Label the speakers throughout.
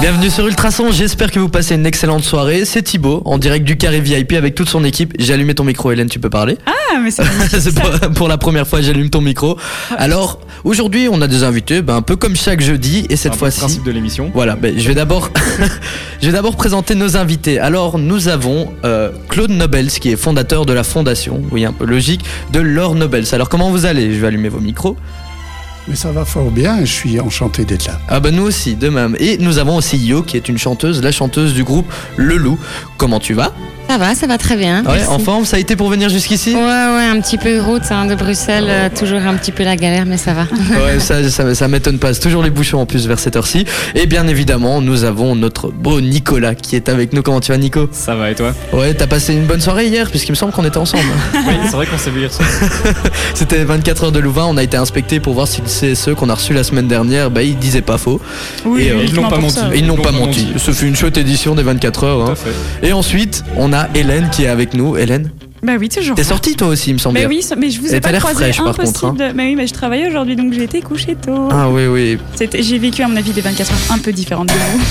Speaker 1: Bienvenue sur Ultrason, j'espère que vous passez une excellente soirée. C'est Thibaut, en direct du carré VIP avec toute son équipe. J'ai allumé ton micro, Hélène, tu peux parler.
Speaker 2: Ah, mais c'est magnifique,
Speaker 1: C'est
Speaker 2: ça. Ah.
Speaker 1: pour, pour la première fois, j'allume ton micro. Alors, aujourd'hui, on a des invités, ben, un peu comme chaque jeudi, et cette
Speaker 3: C'est un peu le
Speaker 1: fois-ci.
Speaker 3: principe de l'émission.
Speaker 1: Voilà, ben, je vais d'abord, je vais d'abord présenter nos invités. Alors, nous avons euh, Claude Nobels, qui est fondateur de la fondation, oui, un peu logique, de l'Or Nobels. Alors, comment vous allez Je vais allumer vos micros.
Speaker 4: Mais ça va fort bien, je suis enchanté d'être là.
Speaker 1: Ah bah nous aussi, de même. Et nous avons aussi Yo, qui est une chanteuse, la chanteuse du groupe Le Loup. Comment tu vas
Speaker 5: Ça va, ça va très bien.
Speaker 1: Ouais,
Speaker 5: merci.
Speaker 1: en forme, ça a été pour venir jusqu'ici
Speaker 5: Ouais, ouais, un petit peu route hein, de Bruxelles, euh, toujours un petit peu la galère, mais ça va.
Speaker 1: Ouais, ça, ça, ça m'étonne pas. C'est toujours les bouchons en plus vers cette heure-ci. Et bien évidemment, nous avons notre beau Nicolas qui est avec nous. Comment tu vas, Nico
Speaker 3: Ça va et toi
Speaker 1: Ouais, t'as passé une bonne soirée hier, puisqu'il me semble qu'on était ensemble.
Speaker 3: Oui, c'est vrai qu'on s'est vu hier soir.
Speaker 1: C'était 24 heures de Louvain. On a été inspecté pour voir si le CSE qu'on a reçu la semaine dernière, bah, il disait pas faux.
Speaker 2: Oui,
Speaker 1: Et, euh,
Speaker 3: ils l'ont pas
Speaker 2: pour
Speaker 3: menti.
Speaker 2: ça.
Speaker 1: Ils n'ont
Speaker 3: Ils
Speaker 1: pas
Speaker 3: l'ont
Speaker 1: menti.
Speaker 3: menti.
Speaker 1: Ce fut une chouette édition des 24 heures.
Speaker 3: Tout
Speaker 1: hein.
Speaker 3: à fait.
Speaker 1: Et ensuite, on a Hélène qui est avec nous. Hélène,
Speaker 2: Bah oui, toujours.
Speaker 1: t'es sortie toi aussi, il me semble.
Speaker 2: Mais
Speaker 1: bien.
Speaker 2: Bah oui, ça- mais je vous
Speaker 1: Et
Speaker 2: ai
Speaker 1: t'as
Speaker 2: pas
Speaker 1: l'air
Speaker 2: croisé.
Speaker 1: fraîche, par
Speaker 2: impossible.
Speaker 1: contre, hein.
Speaker 2: de- Mais oui, mais je travaillais aujourd'hui, donc j'ai été couchée tôt.
Speaker 1: Ah oui, oui.
Speaker 2: C'était- J'ai vécu, à mon avis, des 24 heures un peu différentes de vous.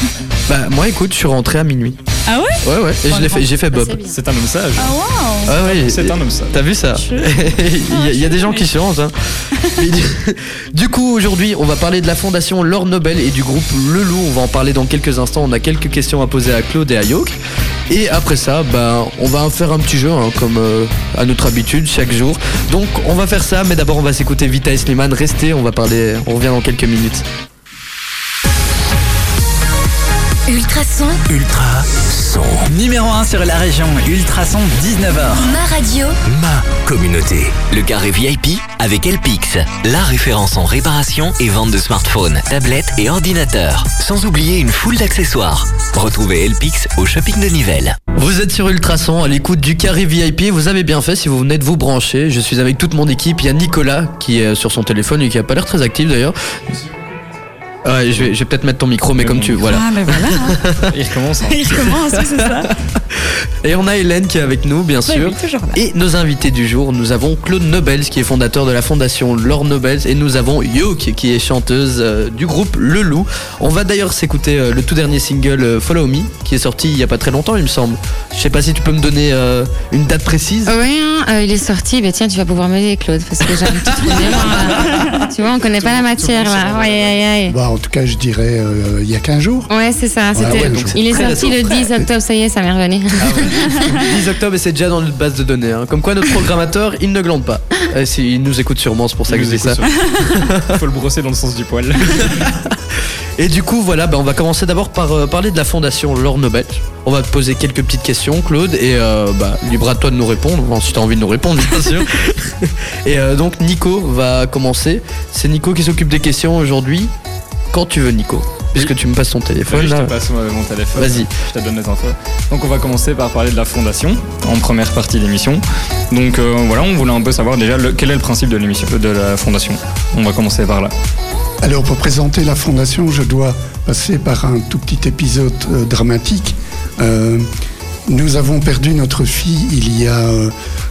Speaker 1: Bah moi écoute, je suis rentré à minuit.
Speaker 2: Ah
Speaker 1: Ouais ouais. Et je l'ai fait, j'ai fait Bob.
Speaker 5: C'est bien.
Speaker 3: C'est un homme sage.
Speaker 2: Ah waouh
Speaker 1: Ah ouais.
Speaker 3: C'est un homme sage.
Speaker 1: T'as vu ça
Speaker 2: Je-
Speaker 1: Il y a, il y a des gens
Speaker 2: Ah, je-
Speaker 1: qui changent. hein. Mais du, du coup, aujourd'hui, on va parler de la fondation L'Or Nobel et du groupe Le Loup. On va en parler dans quelques instants. On a quelques questions à poser à Claude et à Yoke. Et après ça, ben, on va faire un petit jeu, hein, comme euh, à notre habitude, chaque jour. Donc, on va faire ça, mais d'abord, on va s'écouter Vita et Slimane. Restez, on va parler, on revient dans quelques minutes.
Speaker 6: Ultrason,
Speaker 7: Ultra son. Numéro 1 sur la région, Ultrason 19h.
Speaker 6: ma radio.
Speaker 7: Ma communauté. Le carré VIP avec Elpix, la référence en réparation et vente de smartphones, tablettes et ordinateurs. Sans oublier une foule d'accessoires. Retrouvez Elpix au shopping de Nivelles.
Speaker 1: Vous êtes sur Ultrason à l'écoute du carré VIP, vous avez bien fait si vous venez de vous brancher, je suis avec toute mon équipe, il y a Nicolas qui est euh, sur son téléphone et qui a pas l'air très actif d'ailleurs. Ouais, je vais, je vais peut-être mettre ton micro mais
Speaker 3: Mais
Speaker 1: comme
Speaker 3: mon
Speaker 1: tu veux,
Speaker 3: micro.
Speaker 1: voilà.
Speaker 2: Ah bah voilà, hein.
Speaker 3: Il recommence. hein.
Speaker 2: il commence, oui, c'est ça.
Speaker 1: Et on a Hélène qui est avec nous bien
Speaker 2: Bah
Speaker 1: sûr.
Speaker 2: oui, toujours là.
Speaker 1: Et nos invités du jour, nous avons Claude Nobels qui est fondateur de la fondation Laure Nobels et nous avons Yoke qui est chanteuse euh, du groupe Le Loup. On va d'ailleurs s'écouter euh, le tout dernier single euh, Follow Me qui est sorti il y a pas très longtemps il me semble. Je sais pas si tu peux me donner euh, une date précise.
Speaker 5: Oui, hein, euh, il est sorti. Ben, tiens, tu vas pouvoir m'aider, Claude, parce que j'ai un petit trou de mémoire, là. Tu vois, on connaît pas la matière, là. Ouais, ouais, ouais.
Speaker 4: Bah, en tout cas, je dirais euh, il y a 15 jours.
Speaker 5: Ah Ouais, c'est ça.
Speaker 4: Ouais,
Speaker 5: c'était-
Speaker 4: ouais, donc
Speaker 5: il est
Speaker 1: c'est très
Speaker 5: sorti le 10 octobre, ça y est, ça m'est revenu.
Speaker 1: 10 octobre et c'est déjà dans notre base de données. hein. Comme quoi notre programmateur, il ne glande pas. Euh, si, il nous écoute sûrement, c'est pour ça que
Speaker 3: Il
Speaker 1: je
Speaker 3: nous
Speaker 1: dis ça.
Speaker 3: écoute sur- Faut le brosser dans le sens du poil.
Speaker 1: Et du coup, voilà, bah, on va commencer d'abord par euh, parler de la fondation Laure Nobel. On va te poser quelques petites questions, Claude, et euh, bah, libre à toi de nous répondre, enfin, si tu as envie de nous répondre, bien sûr. et euh, donc Nico va commencer. C'est Nico qui s'occupe des questions aujourd'hui. Quand tu veux, Nico. Puisque tu me passes ton téléphone,
Speaker 3: Je
Speaker 1: là.
Speaker 3: te passe euh, mon téléphone.
Speaker 1: Vas-y.
Speaker 3: Je te donne les infos. Donc on va commencer par parler de la fondation en première partie d'émission. Donc euh, voilà, on voulait un peu savoir déjà le- quel est le principe de l'émission euh, de la fondation. On va commencer par là.
Speaker 4: Alors, pour présenter la fondation, je dois passer par un tout petit épisode euh, dramatique. Euh, nous avons perdu notre fille il y a euh,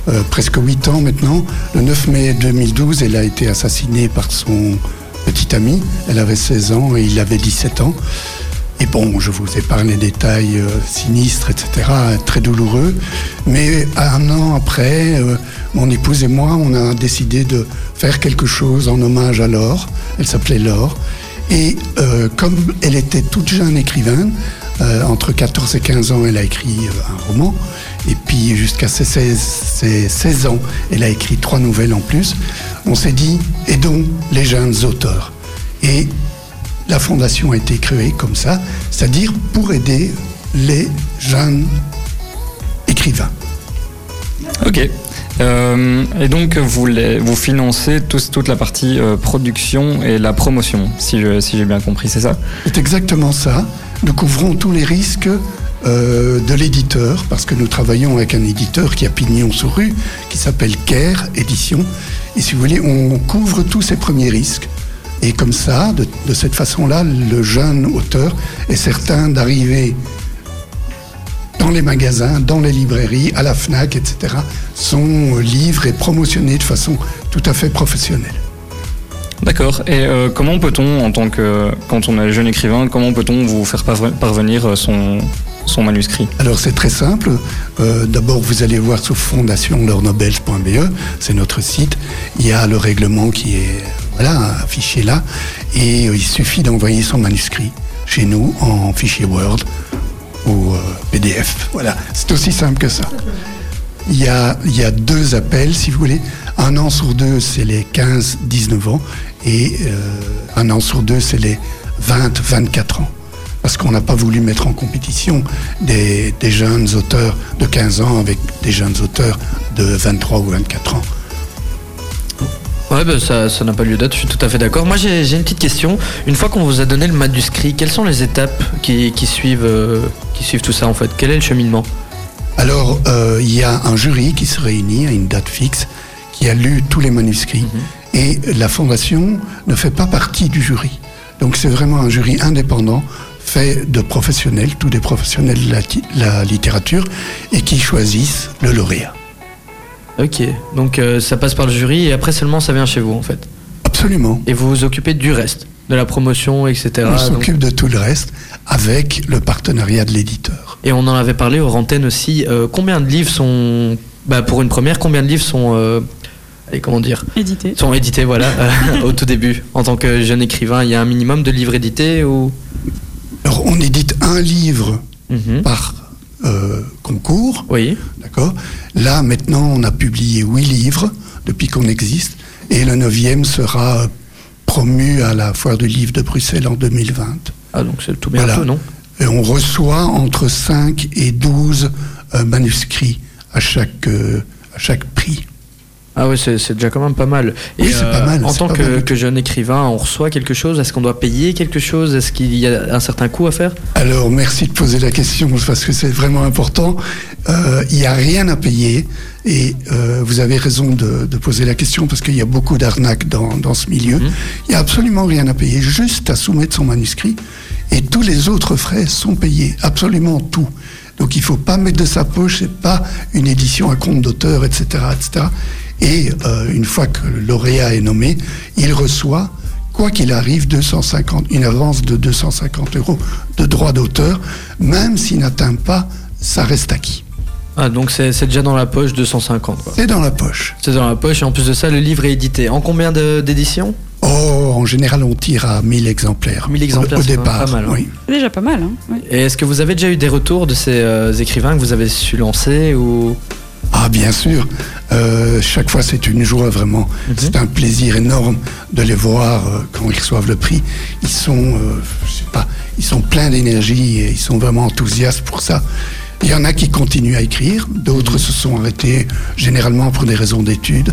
Speaker 4: euh, presque 8 ans maintenant. Le 9 mai 2012, elle a été assassinée par son petit ami. Elle avait 16 ans et il avait 17 ans. Et bon, je vous épargne les détails euh, sinistres, etc., très douloureux. Mais euh, un an après, euh, mon épouse et moi, on a décidé de faire quelque chose en hommage à Laure. Elle s'appelait Laure. Et euh, comme elle était toute jeune écrivaine, euh, entre 14 et 15 ans, elle a écrit euh, un roman. Et puis jusqu'à ses 16, ses 16 ans, elle a écrit trois nouvelles en plus. On s'est dit, aidons les jeunes auteurs. Et la fondation a été créée comme ça, c'est-à-dire pour aider les jeunes écrivains.
Speaker 3: Ok. Euh, et donc vous, les- vous financez tous- toute la partie euh, production et la promotion, si je- si j'ai bien compris, c'est ça
Speaker 4: C'est exactement ça. Nous couvrons tous les risques euh, de l'éditeur, parce que nous travaillons avec un éditeur qui a pignon sur rue, qui s'appelle Care Édition. Et si vous voulez, on couvre tous ces premiers risques. Et comme ça, de, de cette façon-là, le jeune auteur est certain d'arriver dans les magasins, dans les librairies, à la FNAC, etc. Son euh, livre est promotionné de façon tout à fait professionnelle.
Speaker 3: D'accord. Et euh, comment peut-on, en tant que quand on est jeune écrivain, comment peut-on vous faire parve- parvenir euh, son son manuscrit
Speaker 4: Alors c'est très simple. Euh, D'abord, vous allez voir sur fondationlornobel.be, c'est notre site. Il y a le règlement qui est voilà, affiché là. Et euh, il suffit d'envoyer son manuscrit chez nous en fichier Word ou euh, PDF. Voilà, c'est aussi simple que ça. Il y, a, il y a deux appels, si vous voulez. Un an sur deux, c'est les 15-19 ans. Et euh, un an sur deux, c'est les 20-24 ans. Parce qu'on n'a pas voulu mettre en compétition des, des jeunes auteurs de 15 ans avec des jeunes auteurs de 23 ou 24 ans.
Speaker 1: Ouais, bah, ça ça n'a pas lieu d'être, je suis tout à fait d'accord. Moi, j'ai j'ai une petite question. Une fois qu'on vous a donné le manuscrit, quelles sont les étapes qui, qui suivent, euh, qui suivent tout ça en fait Quel est le cheminement
Speaker 4: Alors, euh, il y a un jury qui se réunit à une date fixe, qui a lu tous les manuscrits.
Speaker 1: Mhm.
Speaker 4: Et la fondation ne fait pas partie du jury. Donc c'est vraiment un jury indépendant, fait de professionnels, tous des professionnels de la, ti- la littérature, et qui choisissent le lauréat.
Speaker 1: Ok, donc euh, ça passe par le jury et après seulement ça vient chez vous en fait.
Speaker 4: Absolument.
Speaker 1: Et vous vous occupez du reste, de la promotion, etc.
Speaker 4: on
Speaker 1: Ah, donc-
Speaker 4: s'occupe de tout le reste avec le partenariat de l'éditeur.
Speaker 1: Et on en avait parlé aux antennes aussi. euh, combien de livres sont, bah, pour une première, combien de livres sont, euh, allez, comment dire,
Speaker 2: Édité.
Speaker 1: sont édités, voilà, euh, au tout début. En tant que jeune écrivain, il y a un minimum de livres édités ou
Speaker 4: Alors on édite un livre
Speaker 1: Mhm.
Speaker 4: par euh, concours.
Speaker 1: Oui.
Speaker 4: D'accord Là, maintenant, on a publié huit livres depuis qu'on existe, et le neuvième sera euh, promu à la Foire du Livre de Bruxelles en 2020.
Speaker 1: Ah donc c'est tout bientôt,
Speaker 4: Voilà.
Speaker 1: non
Speaker 4: Et on reçoit entre 5 et 12 euh, manuscrits à chaque, euh, à chaque prix.
Speaker 1: Ah oui, c'est c'est déjà quand même pas mal. euh,
Speaker 4: Oui, c'est pas mal,
Speaker 1: En
Speaker 4: c'est
Speaker 1: tant
Speaker 4: pas
Speaker 1: que,
Speaker 4: mal.
Speaker 1: que jeune écrivain, on reçoit quelque chose. Est-ce qu'on doit payer quelque chose Est-ce qu'il y a un certain coût à faire
Speaker 4: Alors, merci de poser la question, parce que c'est vraiment important. Euh, Il n'y a rien à payer, et euh, vous avez raison de, de poser la question, parce qu'il y a beaucoup d'arnaques dans, dans ce milieu. Il n'y a absolument rien à payer, juste à soumettre son manuscrit, et tous les autres frais sont payés, absolument tout. Donc, il ne faut pas mettre de sa poche, c'est pas une édition à compte d'auteur, etc., etc. Et euh, une fois que le lauréat est nommé, il reçoit quoi qu'il arrive, 250, une avance de 250 euros de droit d'auteur, même s'il n'atteint pas, ça reste acquis.
Speaker 1: Ah donc c'est c'est déjà dans la poche 250. quoi.
Speaker 4: C'est dans la poche.
Speaker 1: C'est dans la poche et en plus de ça, le livre est édité. En combien de- d'éditions
Speaker 4: Oh, en général, on tire à 1000 exemplaires.
Speaker 1: 1000
Speaker 4: au-
Speaker 1: exemplaires,
Speaker 4: au,
Speaker 1: c'est
Speaker 4: départ.
Speaker 1: pas mal, hein.
Speaker 4: oui.
Speaker 2: C'est déjà pas mal. Hein. ouais.
Speaker 1: Et est-ce que vous avez déjà eu des retours de ces euh, écrivains que vous avez su lancer ou
Speaker 4: Ah, bien sûr. Euh, chaque fois, c'est une joie vraiment. C'est un plaisir énorme de les voir euh, quand ils reçoivent le prix. Ils sont, euh, je sais pas, ils sont pleins d'énergie et ils sont vraiment enthousiastes pour ça. Il y en a qui continuent à écrire, d'autres se sont arrêtés généralement pour des raisons d'études,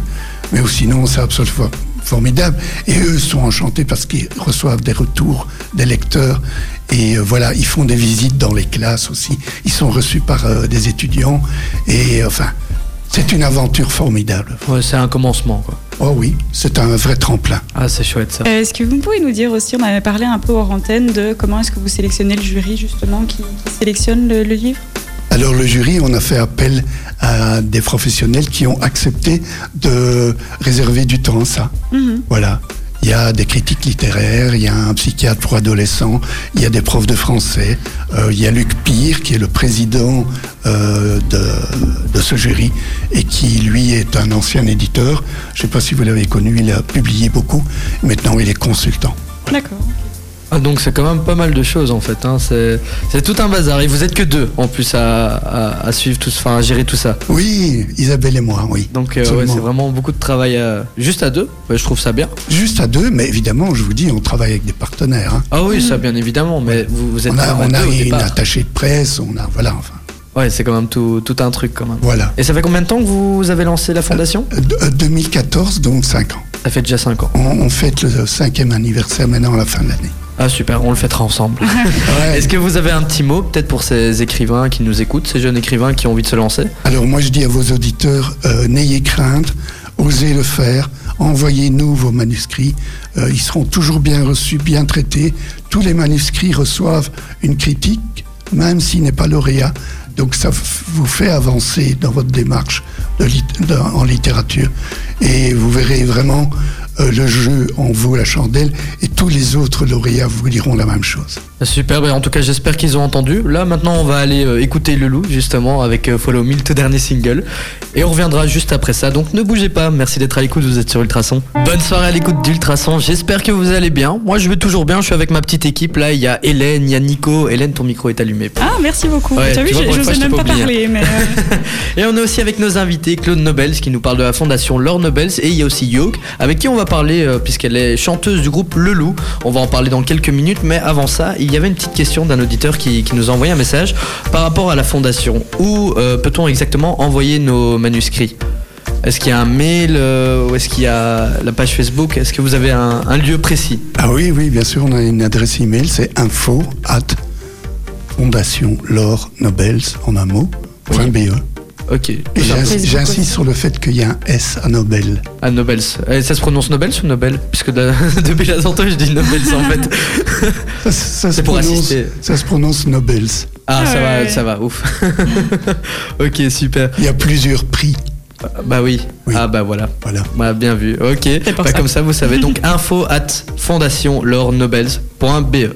Speaker 4: mais ou sinon, c'est absolument formidable. Et eux sont enchantés parce qu'ils reçoivent des retours des lecteurs. Et euh, voilà, ils font des visites dans les classes aussi. Ils sont reçus par euh, des étudiants. Et euh, enfin, c'est une aventure formidable.
Speaker 1: Ouais, c'est un commencement quoi.
Speaker 4: Oh oui, c'est un vrai tremplin.
Speaker 1: Ah c'est chouette ça.
Speaker 2: Euh, Est-ce que vous pouvez nous dire aussi, on avait parlé un peu hors antenne de comment est-ce que vous sélectionnez le jury justement qui, qui sélectionne le, le livre
Speaker 4: Alors le jury, on a fait appel à des professionnels qui ont accepté de réserver du temps à ça.
Speaker 1: Mm-hmm.
Speaker 4: Voilà. Il y a des critiques littéraires, il y a un psychiatre pour adolescents, il y a des profs de français, euh, il y a Luc Pire qui est le président euh, de, de ce jury et qui lui est un ancien éditeur. Je ne sais pas si vous l'avez connu, il a publié beaucoup. Maintenant, il est consultant.
Speaker 2: D'accord.
Speaker 1: Ah, donc c'est quand même pas mal de choses en fait. hein. C'est c'est tout un bazar et vous êtes que deux en plus à, à- à suivre tout, ce- enfin à gérer tout ça.
Speaker 4: Oui, Isabelle et moi, oui.
Speaker 1: Donc euh, ouais,
Speaker 4: Absolument.
Speaker 1: c'est vraiment beaucoup de travail à- juste à deux. Ouais, je trouve ça bien.
Speaker 4: Juste à deux, mais évidemment, je vous dis, on travaille avec des partenaires. hein.
Speaker 1: Ah oui ça bien évidemment, mais vous, vous êtes
Speaker 4: On a,
Speaker 1: quand même
Speaker 4: on
Speaker 1: à
Speaker 4: a
Speaker 1: deux au
Speaker 4: une
Speaker 1: départ.
Speaker 4: attachée de presse, on a. Voilà, enfin.
Speaker 1: Ouais c'est quand même tout, tout un truc quand même.
Speaker 4: Voilà.
Speaker 1: Et ça fait combien de temps que vous avez lancé la fondation
Speaker 4: Euh, d- euh, 2014, donc 5 ans.
Speaker 1: Ça fait déjà 5 ans.
Speaker 4: On, on fête le cinquième anniversaire maintenant à la fin de l'année.
Speaker 1: Ah super, on le fêtera ensemble.
Speaker 4: Ouais.
Speaker 1: Est-ce que vous avez un petit mot peut-être pour ces écrivains qui nous écoutent, ces jeunes écrivains qui ont envie de se lancer
Speaker 4: Alors moi je dis à vos auditeurs, euh, n'ayez crainte, osez le faire, envoyez-nous vos manuscrits, euh, ils seront toujours bien reçus, bien traités. Tous les manuscrits reçoivent une critique, même s'il n'est pas lauréat. Donc ça f- vous fait avancer dans votre démarche de lit- dans- en littérature. Et vous verrez vraiment euh, le jeu en vaut la chandelle et tous les autres lauréats vous diront la même chose.
Speaker 1: Super, bah en tout cas j'espère qu'ils ont entendu. Là maintenant on va aller euh, écouter Le Loup justement avec euh, Follow Me, le tout dernier single. Et on reviendra juste après ça, donc ne bougez pas, merci d'être à l'écoute, vous êtes sur Ultrason. Bonne soirée à l'écoute d'Ultrason, j'espère que vous allez bien. Moi je vais toujours bien, je suis avec ma petite équipe, là il y a Hélène, il y a Nico. Hélène ton micro est allumé.
Speaker 2: Ah, merci beaucoup.
Speaker 1: Ouais,
Speaker 2: tu as
Speaker 1: tu
Speaker 2: vu,
Speaker 1: vois,
Speaker 2: je
Speaker 1: pour une
Speaker 2: je
Speaker 1: fois,
Speaker 2: sais
Speaker 1: je t'ai
Speaker 2: même
Speaker 1: pas
Speaker 2: pas
Speaker 1: oublié.
Speaker 2: parler, mais. euh,
Speaker 1: Et on est aussi avec nos invités, Claude Nobels qui nous parle de la fondation Laure Nobels et il y a aussi Yoke avec qui on va parler euh, puisqu'elle est chanteuse du groupe Le Loup. On va en parler dans quelques minutes mais avant ça il y avait une petite question d'un auditeur qui, qui nous a envoyé un message par rapport à la fondation. Où euh, peut-on exactement envoyer nos manuscrits est-ce qu'il y a un mail euh, ou est-ce qu'il y a la page Facebook Est-ce que vous avez un, un lieu précis
Speaker 4: Ah oui, oui, bien sûr, on a une adresse email, c'est info at fondation Laure Nobels en un mot. point BE.
Speaker 1: Ok.
Speaker 4: Et j'ins-
Speaker 5: Facebook
Speaker 4: j'insiste
Speaker 5: aussi.
Speaker 4: sur le fait qu'il y a un S à Nobel.
Speaker 1: À Nobels. Et ça se prononce Nobels ou Nobel Puisque de- depuis la longtemps je dis Nobels en fait.
Speaker 4: Ça, ça se
Speaker 1: C'est pour
Speaker 4: prononce-
Speaker 1: assister.
Speaker 4: Ça se prononce Nobels.
Speaker 1: Ah, ça va,
Speaker 2: Ouais.
Speaker 1: ça va, ouf. ok, super.
Speaker 4: Il y a plusieurs prix.
Speaker 1: Bah oui.
Speaker 4: Oui.
Speaker 1: Ah bah voilà.
Speaker 4: Voilà.
Speaker 1: Bah, bien vu. Ok. Bah, comme ça, vous savez. Donc info at fondationlornobels.be.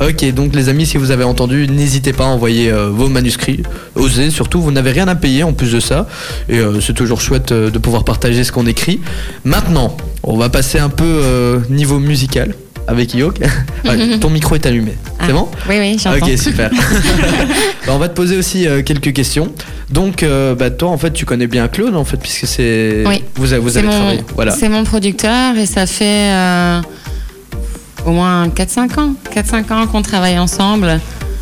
Speaker 1: Ok, donc les amis, si vous avez entendu, n'hésitez pas à envoyer euh, vos manuscrits. Osez, surtout, vous n'avez rien à payer en plus de ça. Et euh, c'est toujours chouette euh, de pouvoir partager ce qu'on écrit. Maintenant, on va passer un peu euh, niveau musical avec Yoke. Ouais, ton micro est allumé. C'est
Speaker 5: Ah.
Speaker 1: bon
Speaker 5: Oui, oui, j'entends.
Speaker 1: Ok, super. Bah, on va te poser aussi euh, quelques questions. Donc, euh, bah, toi, en fait, tu connais bien Claude, en fait, puisque c'est.
Speaker 5: Oui.
Speaker 1: Vous, a- vous
Speaker 5: C'est
Speaker 1: avez
Speaker 5: mon,
Speaker 1: travaillé. Voilà.
Speaker 5: c'est mon producteur et ça fait euh, au moins 4-5 ans. 4-5 ans qu'on travaille ensemble.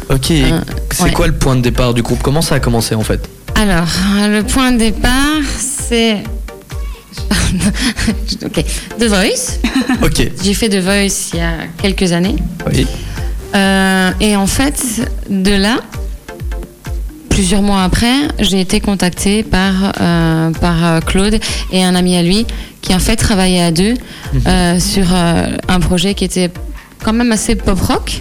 Speaker 1: Ok. et
Speaker 5: Euh,
Speaker 1: c'est
Speaker 5: ouais.
Speaker 1: quoi le point de départ du groupe Comment ça a commencé, en fait
Speaker 5: Alors, le point de départ, c'est. Je- ok, The Voice.
Speaker 1: Ok.
Speaker 5: J'ai fait The Voice il y a quelques années.
Speaker 1: Oui.
Speaker 5: Euh, et en fait, de là, plusieurs mois après, j'ai été contactée par, euh, par euh, Claude et un ami à lui qui en fait travaillait à deux euh, sur euh, un projet qui était quand même assez pop rock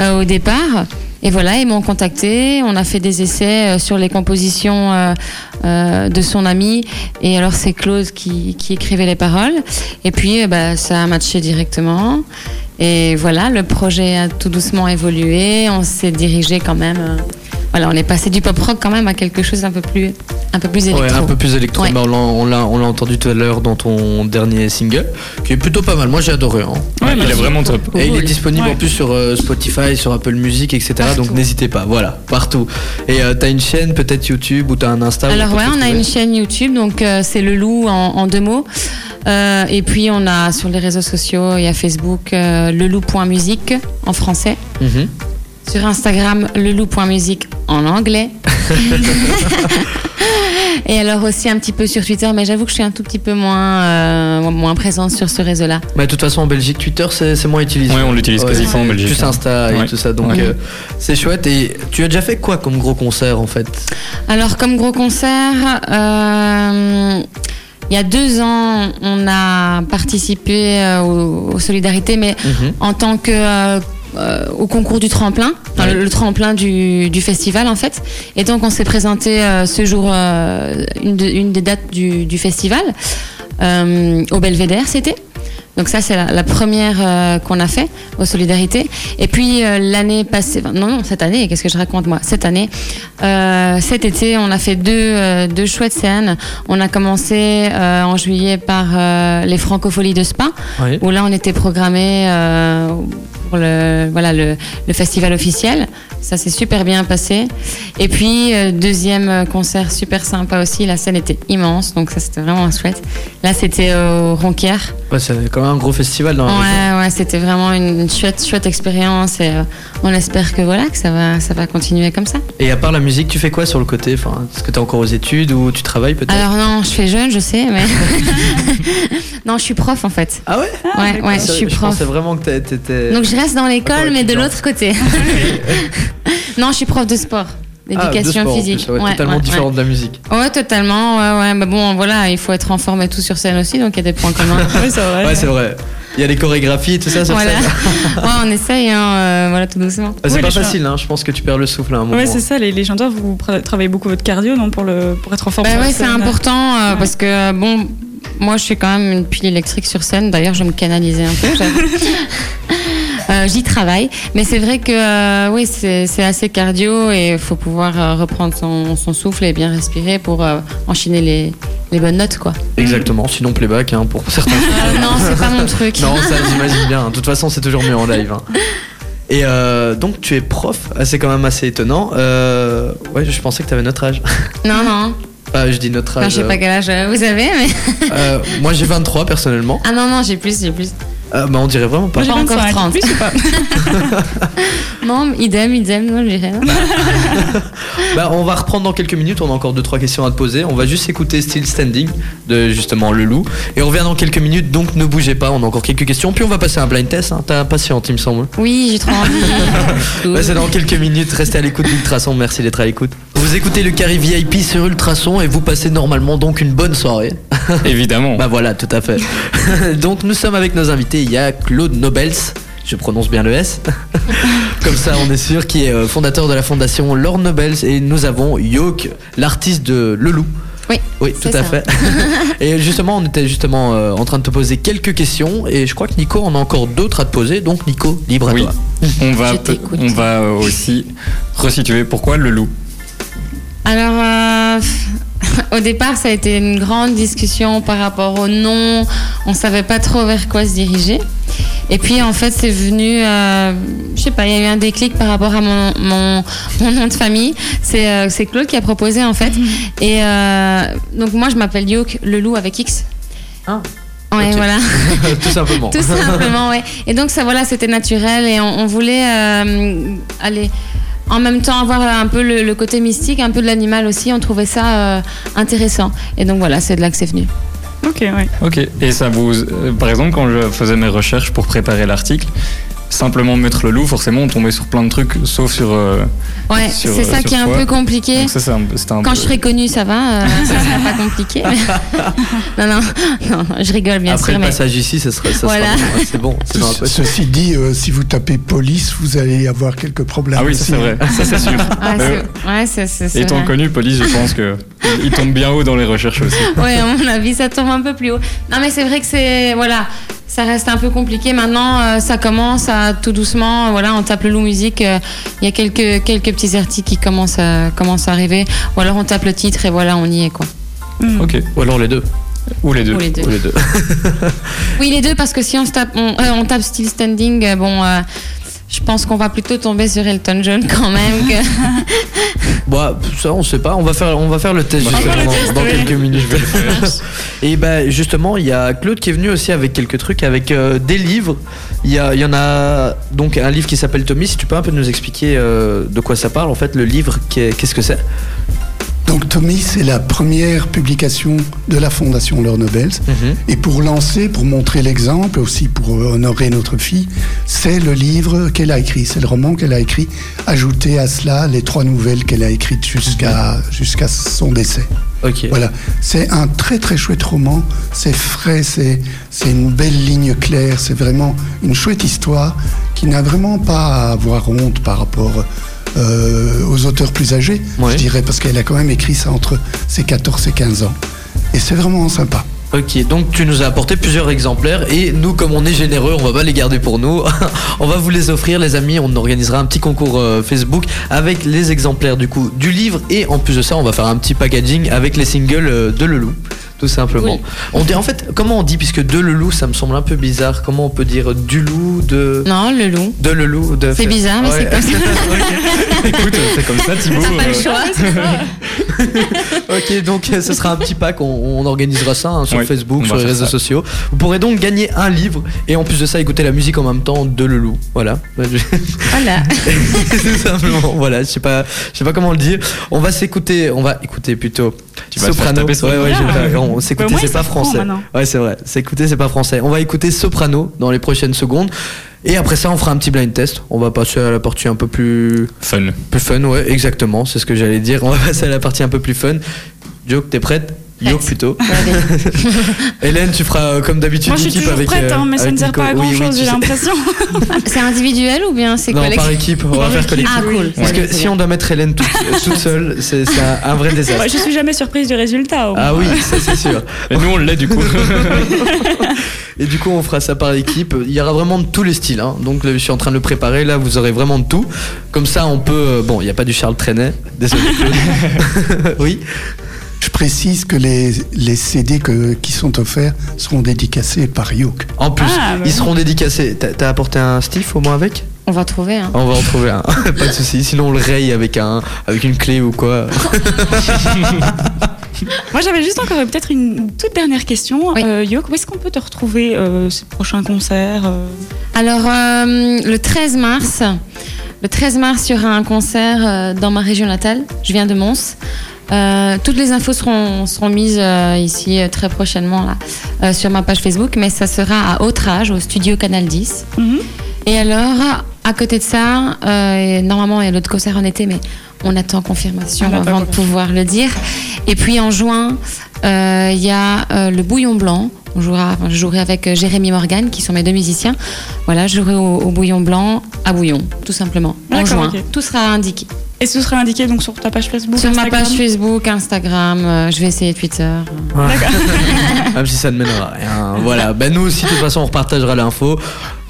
Speaker 5: euh, au départ. Et voilà, ils m'ont contacté, on a fait des essais euh, sur les compositions euh, euh, de son ami. Et alors c'est Claude qui, qui écrivait les paroles. Et puis euh, bah, ça a matché directement. Et voilà, le projet a tout doucement évolué. On s'est dirigé quand même. euh, voilà, on est passé du pop rock quand même à quelque chose d'un peu plus, un peu plus électro.
Speaker 1: Ouais, un peu plus électro.
Speaker 5: Ouais.
Speaker 1: Bah, on l'a- on l'a on l'a entendu tout à l'heure dans ton dernier single, qui est plutôt pas mal. Moi, j'ai adoré. hein.
Speaker 3: il est vraiment top.
Speaker 1: Et il est disponible
Speaker 2: Ouais.
Speaker 1: en plus sur euh, Spotify, sur Apple Music, etc. Donc
Speaker 5: Partout.
Speaker 1: n'hésitez pas, voilà, partout. Et euh, t'as une chaîne, peut-être YouTube, ou t'as un Insta où
Speaker 5: Alors
Speaker 1: peut
Speaker 5: ouais,
Speaker 1: te
Speaker 5: on a
Speaker 1: retrouver
Speaker 5: une chaîne YouTube, donc euh, c'est le loup en, en deux mots. Euh, et puis on a sur les réseaux sociaux, il y a Facebook euh, leloup.musique en français.
Speaker 1: Mhm.
Speaker 5: Sur Instagram, leloup.musique en anglais. et alors aussi un petit peu sur Twitter, mais j'avoue que je suis un tout petit peu moins, euh, moins présente sur ce réseau-là.
Speaker 1: Mais de toute façon, en Belgique, Twitter, c'est c'est moins utilisé.
Speaker 3: Ouais, on l'utilise
Speaker 1: Ouais,
Speaker 3: quasi pas en
Speaker 1: c'est
Speaker 3: Belgique. hein.
Speaker 1: Plus Insta et
Speaker 3: Ouais.
Speaker 1: tout ça, donc
Speaker 3: Ouais.
Speaker 1: euh, c'est chouette. Et tu as déjà fait quoi comme gros concert en fait
Speaker 5: Alors, comme gros concert, euh, il y a deux ans, on a participé euh, au- aux, solidarités, mais
Speaker 3: Mhm.
Speaker 5: en tant que euh, euh, au concours du tremplin, enfin,
Speaker 1: Ouais.
Speaker 5: le, le tremplin du, du festival en fait. Et donc, on s'est présenté euh, ce jour euh, une, de- une des dates du, du festival euh, au Belvédère, c'était. Donc ça c'est la, la première euh, qu'on a fait aux solidarités. Et puis euh, l'année passée, enfin, non non cette année, qu'est-ce que je raconte moi Cette année, euh, cet été on a fait deux euh, deux chouettes scènes. On a commencé euh, en juillet par euh, les Francopholies de Spa,
Speaker 1: Ouais.
Speaker 5: où là on était programmé euh, pour le voilà le, le festival officiel. Ça s'est super bien passé. Et puis euh, deuxième concert super sympa aussi. La scène était immense, donc ça c'était vraiment chouette. Là c'était au Ronquière.
Speaker 1: Ouais, C'est quand même un gros festival dans la région.
Speaker 5: Ouais, ouais, c'était vraiment une une chouette, chouette expérience et euh, on espère que voilà, que ça va, ça va continuer comme ça.
Speaker 1: Et à part la musique, tu fais quoi sur le côté enfin, Est-ce que t'es encore aux études ou tu travailles peut-être
Speaker 5: Alors non, je fais jeune, je sais, mais non, je suis prof en fait.
Speaker 1: Ah ouais
Speaker 5: ouais, ouais, je suis
Speaker 1: Je
Speaker 5: prof.
Speaker 1: pensais vraiment que t'es- t'étais.
Speaker 5: Donc je reste dans l'école,
Speaker 1: Encore
Speaker 5: mais de
Speaker 1: étudiant.
Speaker 5: l'autre côté. non, je suis prof de sport,
Speaker 1: Ah, de
Speaker 5: d'éducation
Speaker 1: sport, en plus,
Speaker 5: physique.
Speaker 1: ouais,
Speaker 5: Ouais,
Speaker 1: totalement
Speaker 5: ouais,
Speaker 1: différent de la musique.
Speaker 5: Ouais. Ouais, totalement. Ouais, ouais. Mais bon, voilà, il faut être en forme et tout sur scène aussi, donc il y a des points communs.
Speaker 2: Ouais, c'est vrai.
Speaker 1: Ouais, c'est vrai. Il y a les chorégraphies et tout ça sur
Speaker 5: voilà.
Speaker 1: scène.
Speaker 5: ouais, on essaye, hein, euh, voilà, tout doucement.
Speaker 1: Ah, C'est
Speaker 2: Oui,
Speaker 1: pas
Speaker 2: les chats.
Speaker 1: facile, hein. je pense que tu perds le souffle à un moment.
Speaker 2: Ouais, c'est ça, les, les chanteurs, vous pr- travaillez beaucoup votre cardio, non, pour, le, pour être en forme
Speaker 5: Bah
Speaker 2: sur
Speaker 5: ouais, c'est
Speaker 2: scène.
Speaker 5: important euh, parce que bon, moi, je suis quand même une pile électrique sur scène. D'ailleurs, je vais me canaliser un peu. j'avoue. Euh, J'y travaille, mais c'est vrai que euh, oui, c'est c'est assez cardio et il faut pouvoir euh, reprendre son, son souffle et bien respirer pour euh, enchaîner les, les bonnes notes, quoi.
Speaker 1: Exactement, sinon playback hein, pour certains.
Speaker 5: Euh, non, c'est pas mon truc.
Speaker 1: non, ça j'imagine bien. De toute façon, c'est toujours mieux en live. hein. Et euh, donc tu es prof, Ah, c'est quand même assez étonnant. Euh, ouais, je pensais que t'avais notre âge.
Speaker 5: Non, non.
Speaker 1: Ah, je dis notre
Speaker 5: Enfin,
Speaker 1: âge.
Speaker 5: je sais pas quel âge euh, vous avez, mais
Speaker 1: euh, moi j'ai 23 personnellement.
Speaker 5: ah non, non, j'ai plus, j'ai plus.
Speaker 1: Euh, bah on dirait vraiment pas.
Speaker 2: Moi, j'ai
Speaker 5: Pas encore 30.
Speaker 2: 25, plus ou pas
Speaker 5: Non, idem, idem, non, je dirais.
Speaker 1: Bah, on va reprendre dans quelques minutes, on a encore 2-3 questions à te poser. On va juste écouter Still Standing de justement Le Loup. Et on revient dans quelques minutes, donc ne bougez pas, on a encore quelques questions. Puis on va passer à un blind test, hein. t'es impatiente il me semble.
Speaker 5: Oui, j'ai trop envie.
Speaker 1: Bah, c'est dans quelques minutes, restez à l'écoute d'Ultrason, merci d'être à l'écoute. Vous écoutez le carré VIP sur Ultrason et vous passez normalement donc une bonne soirée.
Speaker 3: Évidemment.
Speaker 1: Bah voilà, tout à fait. Donc nous sommes avec nos invités. Il y a Claude Nobels, je prononce bien le S. Comme ça, on est sûr, qui est euh, fondateur de la fondation Laure Nobels. Et nous avons Yoke, l'artiste de Le Loup.
Speaker 5: Oui,
Speaker 1: Oui, tout
Speaker 5: c'est
Speaker 1: à
Speaker 5: ça.
Speaker 1: fait. et justement, on était justement euh, en train de te poser quelques questions. Et je crois que Nico en a encore d'autres à te poser. Donc Nico, libre à
Speaker 3: Oui.
Speaker 1: toi.
Speaker 3: On va,
Speaker 5: Je t'écoute.
Speaker 3: on va euh, aussi resituer pourquoi le loup.
Speaker 5: Alors, euh, au départ, ça a été une grande discussion par rapport au nom. On savait pas trop vers quoi se diriger. Et puis, en fait, c'est venu, euh, je sais pas, il y a eu un déclic par rapport à mon, mon, mon nom de famille. C'est euh, c'est Claude qui a proposé, en fait.
Speaker 1: Mhm.
Speaker 5: Et euh, donc, moi, je m'appelle Yoke, le loup avec X.
Speaker 1: Ah,
Speaker 5: Ouais,
Speaker 1: ok.
Speaker 5: voilà.
Speaker 1: tout simplement.
Speaker 5: Tout simplement, ouais. Et donc ça, voilà, c'était naturel et on, on voulait euh, aller en même temps avoir un peu le, le côté mystique, un peu de l'animal aussi. On trouvait ça euh, intéressant. Et donc voilà, c'est de là que c'est venu.
Speaker 2: Ok, ouais.
Speaker 3: Ok. Et ça vous, euh, par exemple, quand je faisais mes recherches pour préparer l'article, simplement mettre le loup, forcément, on tombait sur plein de trucs, sauf sur. euh,
Speaker 5: Ouais,
Speaker 3: Sur,
Speaker 5: c'est
Speaker 3: euh,
Speaker 5: ça
Speaker 3: sur
Speaker 5: qui est un
Speaker 3: quoi
Speaker 5: peu compliqué.
Speaker 3: donc ça, c'est un, c'était un
Speaker 5: Quand
Speaker 3: peu-
Speaker 5: je serai connue, ça va, euh, ça sera pas compliqué. non, non, non, non, je rigole bien
Speaker 1: Après
Speaker 5: sûr,
Speaker 1: le
Speaker 5: mais
Speaker 1: passage ici, ça serait. Ça
Speaker 5: Voilà.
Speaker 1: sera- ouais, c'est bon, c'est dans la poche.
Speaker 4: Ceci dit, euh, si vous tapez police, vous allez avoir quelques problèmes.
Speaker 3: Ah oui, ça,
Speaker 4: aussi.
Speaker 3: c'est vrai. Ça, c'est sûr.
Speaker 5: ouais,
Speaker 3: Euh,
Speaker 5: Ah, c'est- ouais, c'est- c'est- c'est
Speaker 3: Étant
Speaker 5: vrai.
Speaker 3: connu, police, je pense que il tombe bien haut dans les recherches aussi.
Speaker 5: Ouais, à mon avis, ça tombe un peu plus haut. Non, mais c'est vrai que c'est. Voilà, ça reste un peu compliqué. Maintenant, euh, ça commence à tout doucement. euh, Voilà, on tape le loup musique. euh, Il y a quelques, quelques petits articles qui commencent à, commencent à arriver. Ou alors on tape le titre et voilà, on y est, quoi.
Speaker 3: Ok.
Speaker 1: Ou alors les deux.
Speaker 3: Ou les deux.
Speaker 5: Ou les deux.
Speaker 1: Ou les deux.
Speaker 5: Oui, les deux, parce que si on, se tape, on, euh, on tape Still Standing, euh, bon. euh, je pense qu'on va plutôt tomber sur Elton John quand même. que-
Speaker 1: Bah ça on sait pas, on va faire on va faire le test
Speaker 3: On va
Speaker 1: justement
Speaker 3: faire le
Speaker 1: dans,
Speaker 3: test,
Speaker 1: dans
Speaker 3: oui.
Speaker 1: quelques minutes.
Speaker 3: Je vais le faire.
Speaker 1: Et bah justement il y a Claude qui est venu aussi avec quelques trucs, avec euh, des livres. Il y, a- il y en a donc un livre qui s'appelle Tommy, si tu peux un peu nous expliquer euh, de quoi ça parle en fait, le livre qu'est- qu'est-ce que c'est
Speaker 4: Donc Tommy, c'est la première publication de la Fondation Laure Nobels.
Speaker 3: Mhm.
Speaker 4: Et pour lancer, pour montrer l'exemple, aussi pour honorer notre fille, c'est le livre qu'elle a écrit, c'est le roman qu'elle a écrit. Ajouter à cela les trois nouvelles qu'elle a écrites jusqu'à jusqu'à son décès.
Speaker 1: Ok.
Speaker 4: Voilà, c'est un très très chouette roman, c'est frais, c'est c'est une belle ligne claire, c'est vraiment une chouette histoire qui n'a vraiment pas à avoir honte par rapport euh, aux auteurs plus âgés,
Speaker 1: Ouais.
Speaker 4: je dirais, parce qu'elle a quand même écrit ça entre ses 14 et 15 ans. Et c'est vraiment sympa.
Speaker 1: Ok, donc tu nous as apporté plusieurs exemplaires et nous, comme on est généreux, on va pas les garder pour nous. on va vous les offrir, les amis. On organisera un petit concours euh, Facebook avec les exemplaires du coup du livre et en plus de ça, on va faire un petit packaging avec les singles euh, de Leloup, tout simplement.
Speaker 5: Oui.
Speaker 1: On dit en fait, comment on dit puisque de Leloup, ça me semble un peu bizarre. Comment on peut dire du loup de
Speaker 5: Non, le loup.
Speaker 1: de Leloup de
Speaker 5: C'est bizarre, mais c'est comme ça.
Speaker 1: ça.
Speaker 3: Écoute, c'est comme ça, Thibaut.
Speaker 5: Pas le
Speaker 3: euh,
Speaker 5: choix.
Speaker 1: Ok, donc euh, ce sera un petit pack, on, on organisera ça hein, sur
Speaker 3: Oui,
Speaker 1: Facebook,
Speaker 3: on
Speaker 1: sur
Speaker 3: va
Speaker 1: les
Speaker 3: faire
Speaker 1: réseaux
Speaker 3: ça.
Speaker 1: sociaux. Vous pourrez donc gagner un livre et en plus de ça écouter la musique en même temps de Leloup. Voilà.
Speaker 5: Voilà.
Speaker 1: Tout simplement, voilà, je sais pas, je sais pas comment le dire. On va s'écouter, on va écouter plutôt
Speaker 3: Tu vas te faire taper sur
Speaker 1: ouais,
Speaker 3: le
Speaker 1: ouais,
Speaker 3: bras.
Speaker 1: j'ai pas- on-
Speaker 2: Mais Bah, au
Speaker 1: s'écouter,
Speaker 2: moins,
Speaker 1: c'est
Speaker 2: ils
Speaker 1: pas
Speaker 2: savent trop,
Speaker 1: français.
Speaker 2: maintenant.
Speaker 1: Ouais, c'est vrai. S'écouter, c'est pas français. On va écouter Soprano dans les prochaines secondes. Et après ça, on fera un petit blind test. On va passer à la partie un peu plus
Speaker 3: Fun.
Speaker 1: plus fun, ouais, exactement, c'est ce que j'allais dire. On va passer à la partie un peu plus fun. Joke, t'es prête Yoke
Speaker 5: Prête.
Speaker 1: plutôt.
Speaker 5: Ouais, vas-y.
Speaker 1: Hélène, tu feras euh, comme d'habitude
Speaker 2: Moi, je suis
Speaker 1: l'équipe
Speaker 2: toujours
Speaker 1: avec,
Speaker 2: prête,
Speaker 1: euh,
Speaker 2: hein, mais ça
Speaker 1: avec
Speaker 2: ne sert
Speaker 1: Nico.
Speaker 2: pas à
Speaker 1: Oui, oui, tu
Speaker 2: grand-chose, j'ai
Speaker 1: sais.
Speaker 2: l'impression.
Speaker 5: Ah, C'est individuel ou bien c'est
Speaker 1: Non, par
Speaker 5: collectif
Speaker 1: équipe, on va faire collectif.
Speaker 5: Ah, cool.
Speaker 1: Parce que si on doit mettre Hélène toute, toute seule, c'est c'est un, un vrai
Speaker 2: Moi,
Speaker 1: désastre.
Speaker 2: je suis jamais surprise du résultat. au moins.
Speaker 1: Ah oui, ça c'est sûr.
Speaker 3: Et nous, on l'est du coup.
Speaker 1: Et du coup, on fera ça par équipe. Il y aura vraiment de tous les styles. hein. Donc, là, je suis en train de le préparer. Là, vous aurez vraiment de tout. Comme ça, on peut. euh, Bon, il n'y a pas du Charles Trenet. Désolé. Claude. oui.
Speaker 4: Je précise que les, les CD que- qui sont offerts seront dédicacés par Yoke.
Speaker 1: En plus,
Speaker 2: Ah, bah
Speaker 1: ils
Speaker 2: oui.
Speaker 1: seront dédicacés. T'as- T'as apporté un stiff au moins avec
Speaker 5: On va trouver. Hein.
Speaker 1: Ah, On va en trouver un. pas de souci. Sinon, on le raye avec un, avec une clé ou quoi. Ah.
Speaker 2: Moi, j'avais juste encore euh, peut-être une toute dernière question.
Speaker 5: Oui.
Speaker 2: Euh, Yoke, où est-ce qu'on peut te retrouver euh, ce prochain concert euh
Speaker 5: Alors, euh, le 13 mars, le 13 mars, il y aura un concert euh, dans ma région natale. Je viens de Mons. Euh, toutes les infos seront, seront mises euh, ici euh, très prochainement là, euh, sur ma page Facebook, mais ça sera à Autrage, au studio Canal 10.
Speaker 2: Mhm.
Speaker 5: Et alors, à côté de ça, euh, et normalement, il y a l'autre concert en été, mais on attend confirmation
Speaker 2: On attend
Speaker 5: avant de pouvoir le dire. Et puis en juin, euh, il y a euh, le Bouillon Blanc. On jouera, enfin, je jouerai avec euh, Jérémy Morgan, qui sont mes deux musiciens. Voilà, je jouerai au, au Bouillon Blanc, à Bouillon, tout simplement, en
Speaker 2: D'accord,
Speaker 5: juin.
Speaker 2: ok.
Speaker 5: Tout sera indiqué.
Speaker 2: Et ce sera indiqué donc sur ta page Facebook
Speaker 5: Sur ma
Speaker 2: Instagram
Speaker 5: page Facebook, Instagram, euh, je vais essayer Twitter.
Speaker 1: Même si ça ne mènera à rien. Voilà. Ben nous aussi, de toute façon, on repartagera l'info.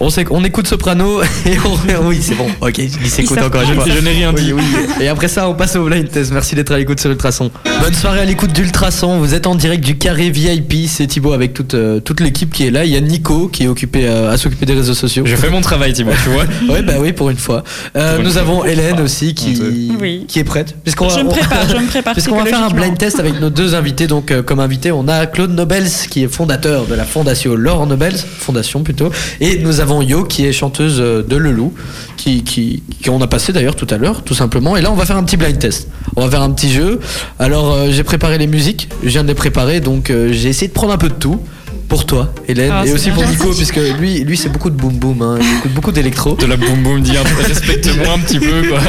Speaker 1: On sait qu'on écoute Soprano et on. Oui, c'est bon. Ok, je dis s'écoute
Speaker 2: savent
Speaker 1: encore une
Speaker 3: pas.
Speaker 1: fois.
Speaker 3: Je n'ai rien dit.
Speaker 1: Oui, oui. Et après ça, on passe au blind test. Merci d'être à l'écoute sur Ultrason. Bonne soirée à l'écoute d'Ultrason. Vous êtes en direct du carré VIP. C'est Thibaut avec toute, euh, toute l'équipe qui est là. Il y a Nico qui est occupé euh, à s'occuper des réseaux sociaux.
Speaker 3: J'ai fait mon travail, Thibaut, tu vois.
Speaker 1: Ouais, bah oui, pour une fois. Euh,
Speaker 3: Pour une
Speaker 1: nous
Speaker 3: fois.
Speaker 1: avons Hélène aussi qui,
Speaker 2: Oui.
Speaker 1: qui est prête. Puisqu'on va-
Speaker 2: Je me
Speaker 1: on-
Speaker 2: prépare, je me prépare.
Speaker 1: Puisqu'on va faire un blind
Speaker 2: psychologiquement.
Speaker 1: test avec nos deux invités. Donc, euh, comme invité, on a Claude Nobels, qui est fondateur de la fondation Laure Nobels, fondation plutôt. Et nous avons Yo, qui est chanteuse euh, de Leloup, qui, qui, qui on a passé d'ailleurs tout à l'heure, tout simplement. Et là, on va faire un petit blind test. On va faire un petit jeu. Alors, euh, j'ai préparé les musiques, je viens de les préparer, donc euh, j'ai essayé de prendre un peu de tout. Pour toi, Hélène,
Speaker 2: Ah,
Speaker 1: et
Speaker 2: c'est
Speaker 1: aussi pour
Speaker 2: bien.
Speaker 1: Nico, puisque lui, lui c'est beaucoup de boom boom, hein, il écoute beaucoup d'électro.
Speaker 3: De la boum boum, dis un peu, respecte-moi un petit peu, quoi.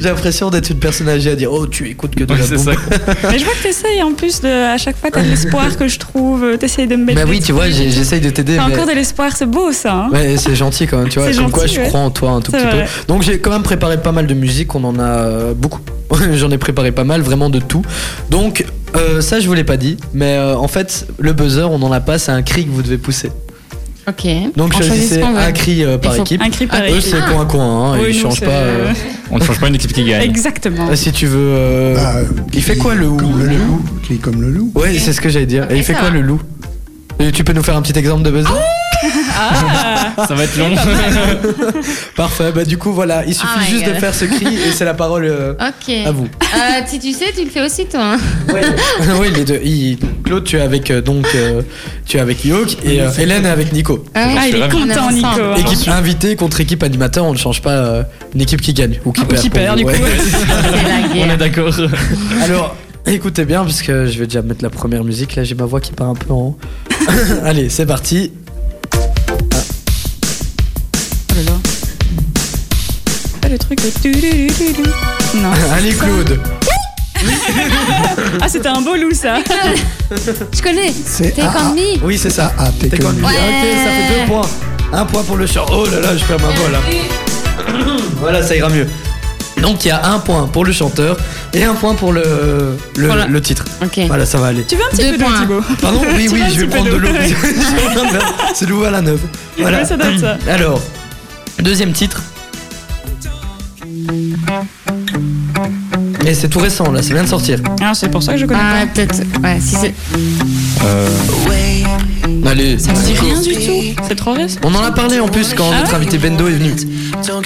Speaker 1: J'ai l'impression d'être une personne âgée à dire Oh, tu écoutes que de
Speaker 3: Ouais,
Speaker 1: la
Speaker 3: c'est
Speaker 1: boom
Speaker 3: ça.
Speaker 2: Mais je vois que t'essayes en plus, de, à chaque fois t'as de l'espoir que je trouve, euh, t'essayes de me mettre.
Speaker 1: Bah oui,
Speaker 2: des
Speaker 1: tu vois,
Speaker 2: trucs.
Speaker 1: j'ai- j'essaye de t'aider.
Speaker 2: T'as
Speaker 1: mais-
Speaker 2: encore de l'espoir, c'est beau ça. hein.
Speaker 1: Ouais, c'est gentil quand même, tu vois.
Speaker 2: C'est
Speaker 1: Comme quoi,
Speaker 2: gentil,
Speaker 1: je
Speaker 2: ouais.
Speaker 1: crois en toi un tout
Speaker 2: C'est
Speaker 1: petit
Speaker 2: vrai.
Speaker 1: peu. Donc, j'ai quand même préparé pas mal de musique. On en a euh, beaucoup. J'en ai préparé pas mal, vraiment de tout. Donc, euh, ça, je vous l'ai pas dit. Mais euh, en fait, le buzzer, on en a pas. C'est un cri que vous devez pousser.
Speaker 5: Ok.
Speaker 1: Donc,
Speaker 5: On choisit ce
Speaker 1: choisissez
Speaker 5: qu'on veut.
Speaker 1: un cri euh, par
Speaker 5: Il faut
Speaker 1: équipe.
Speaker 2: Un cri
Speaker 1: Ah,
Speaker 2: pareil.
Speaker 1: Eux, c'est coin à coin. Hein,
Speaker 2: Oui,
Speaker 1: ils
Speaker 2: nous,
Speaker 1: changent
Speaker 2: c'est-
Speaker 1: pas. euh,
Speaker 3: On ne change pas une équipe qui gagne.
Speaker 2: Exactement.
Speaker 1: ah, Si tu veux. euh,
Speaker 4: Bah,
Speaker 1: il fait
Speaker 4: crie
Speaker 1: quoi le
Speaker 4: comme
Speaker 1: loup,
Speaker 4: le,
Speaker 1: le
Speaker 4: loup Crie comme le loup.
Speaker 1: Ouais, c'est ce que j'allais dire. Et il
Speaker 5: Ok,
Speaker 1: fait
Speaker 5: ça
Speaker 1: quoi
Speaker 5: va.
Speaker 1: le loup Et Tu peux nous faire un petit exemple de buzzer
Speaker 3: Ça va être long.
Speaker 1: Parfait. Bah, du coup, voilà. Il suffit
Speaker 5: Ah, my
Speaker 1: juste de
Speaker 5: God.
Speaker 1: faire ce cri et c'est la parole euh,
Speaker 5: Ok.
Speaker 1: à vous.
Speaker 5: Euh, si tu sais, tu le fais aussi toi. hein.
Speaker 1: oui, les deux. Il- Claude, tu es avec euh, donc euh, tu es avec Yoke et euh, Hélène est avec Nico.
Speaker 5: Ouais.
Speaker 2: Ah, il est
Speaker 3: ravi.
Speaker 2: content,
Speaker 5: On est
Speaker 2: Nico.
Speaker 5: ensemble.
Speaker 2: hein.
Speaker 1: Équipe invitée contre équipe animateur, on ne change pas euh, une équipe qui gagne ou qui
Speaker 2: Ou
Speaker 1: perd.
Speaker 2: qui
Speaker 1: pour
Speaker 2: perd,
Speaker 1: vous,
Speaker 2: du coup.
Speaker 1: ouais.
Speaker 5: C'est la
Speaker 3: On est
Speaker 5: guerre.
Speaker 3: d'accord.
Speaker 1: Alors, écoutez bien parce que je vais déjà mettre la première musique. Là, j'ai ma voix qui part un peu en. Allez, c'est parti.
Speaker 2: Ah, Le truc de tu- tu- tu- tu- tu. Non.
Speaker 1: Allez, Claude.
Speaker 2: Ah, c'était un beau loup ça.
Speaker 5: Je connais.
Speaker 4: C'est
Speaker 1: Ah.
Speaker 5: Take on me.
Speaker 1: Oui, c'est ça.
Speaker 4: Ah, t'es
Speaker 1: T'es
Speaker 4: comme
Speaker 1: connu.
Speaker 4: lui.
Speaker 1: Ok, ça fait deux points. Un point pour le chant. Oh là là, je perds ma voix là. voilà, ça ira mieux. Donc il y a un point pour le chanteur et un point pour le, le,
Speaker 5: Voilà.
Speaker 1: le titre.
Speaker 5: Ok.
Speaker 1: Voilà, ça va aller.
Speaker 2: Tu veux un petit
Speaker 5: Deux
Speaker 2: peu d'eau,
Speaker 5: points.
Speaker 2: Thibaut
Speaker 1: Pardon Oui,
Speaker 2: Tu
Speaker 1: oui,
Speaker 2: vois,
Speaker 1: je vais
Speaker 2: tu peux
Speaker 1: prendre de
Speaker 2: le
Speaker 1: l'eau.
Speaker 2: faire.
Speaker 1: Je vais en faire. C'est l'eau à la neuve. Voilà.
Speaker 2: Ouais, ça donne ça.
Speaker 1: Alors, deuxième titre. Et c'est tout récent là, ça vient de sortir.
Speaker 2: Ah, c'est pour ça que je connais
Speaker 5: Ah,
Speaker 2: pas.
Speaker 5: ouais, peut-être. Ouais, si c'est.
Speaker 1: Allez,
Speaker 2: Ça me dit rien Ah. du tout. C'est trop récent.
Speaker 1: on en a parlé en plus quand notre invité Bendo est venu.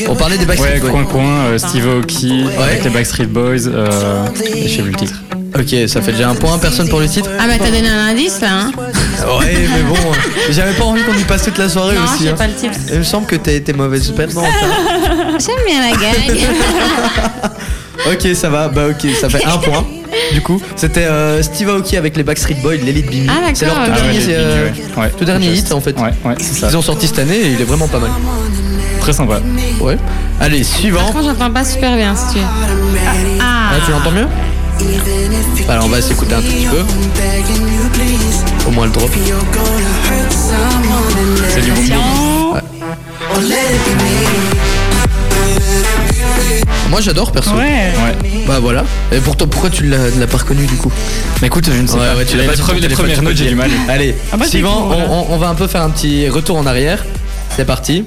Speaker 1: On parlait des
Speaker 3: Ouais,
Speaker 1: Backstreet Boys.
Speaker 3: coin coin, euh, Steve Aoki, avec les Backstreet Boys, euh, je sais plus le titre.
Speaker 1: Ok, ça fait déjà un point, personne pour le titre. Ah
Speaker 5: Ah, bah t'as donné un indice là. Hein
Speaker 1: Ouais, mais bon, euh, j'avais pas envie qu'on y passe toute la soirée
Speaker 5: non,
Speaker 1: aussi.
Speaker 5: j'ai
Speaker 1: hein.
Speaker 5: pas le titre.
Speaker 1: Il me semble que t'es t'es mauvaise bête, non, enfin.
Speaker 5: J'aime bien la gagne.
Speaker 1: Ok, ça va, bah ok, ça fait un point. Du coup, c'était euh, Steve Aoki avec les Backstreet Boys, l'élite Bimini.
Speaker 5: Ah, d'accord.
Speaker 1: C'est leur tout
Speaker 5: Ah ouais,
Speaker 1: dernier,
Speaker 3: les Bimini,
Speaker 1: euh,
Speaker 3: ouais. Ouais.
Speaker 1: tout dernier hit en fait.
Speaker 3: Ouais, ouais, c'est ça.
Speaker 1: Ils ont sorti cette année et il est vraiment pas mal.
Speaker 3: Très sympa.
Speaker 1: Ouais. Allez, suivant.
Speaker 5: Franchement, j'entends pas super bien si tu veux.
Speaker 1: Ah, tu l'entends mieux Alors on va s'écouter un tout petit peu. Au moins le drop.
Speaker 3: C'est du bon
Speaker 2: Tiens.
Speaker 1: Moi j'adore perso.
Speaker 2: Ouais.
Speaker 3: Ouais.
Speaker 1: Bah voilà. Et pourtant pourquoi tu l'as l'as pas reconnu du coup
Speaker 3: Mais écoute, je ne sais
Speaker 1: Ouais,
Speaker 3: pas.
Speaker 1: ouais, tu l'as
Speaker 3: les,
Speaker 1: pas sur ton
Speaker 3: premiers- les
Speaker 1: téléphone,
Speaker 3: premières
Speaker 1: tu peux
Speaker 3: notes, j'ai du mal.
Speaker 1: Allez,
Speaker 2: Ah bah, c'est
Speaker 1: suivant,
Speaker 2: cool, voilà.
Speaker 1: on, on- on va un peu faire un petit retour en arrière. C'est parti.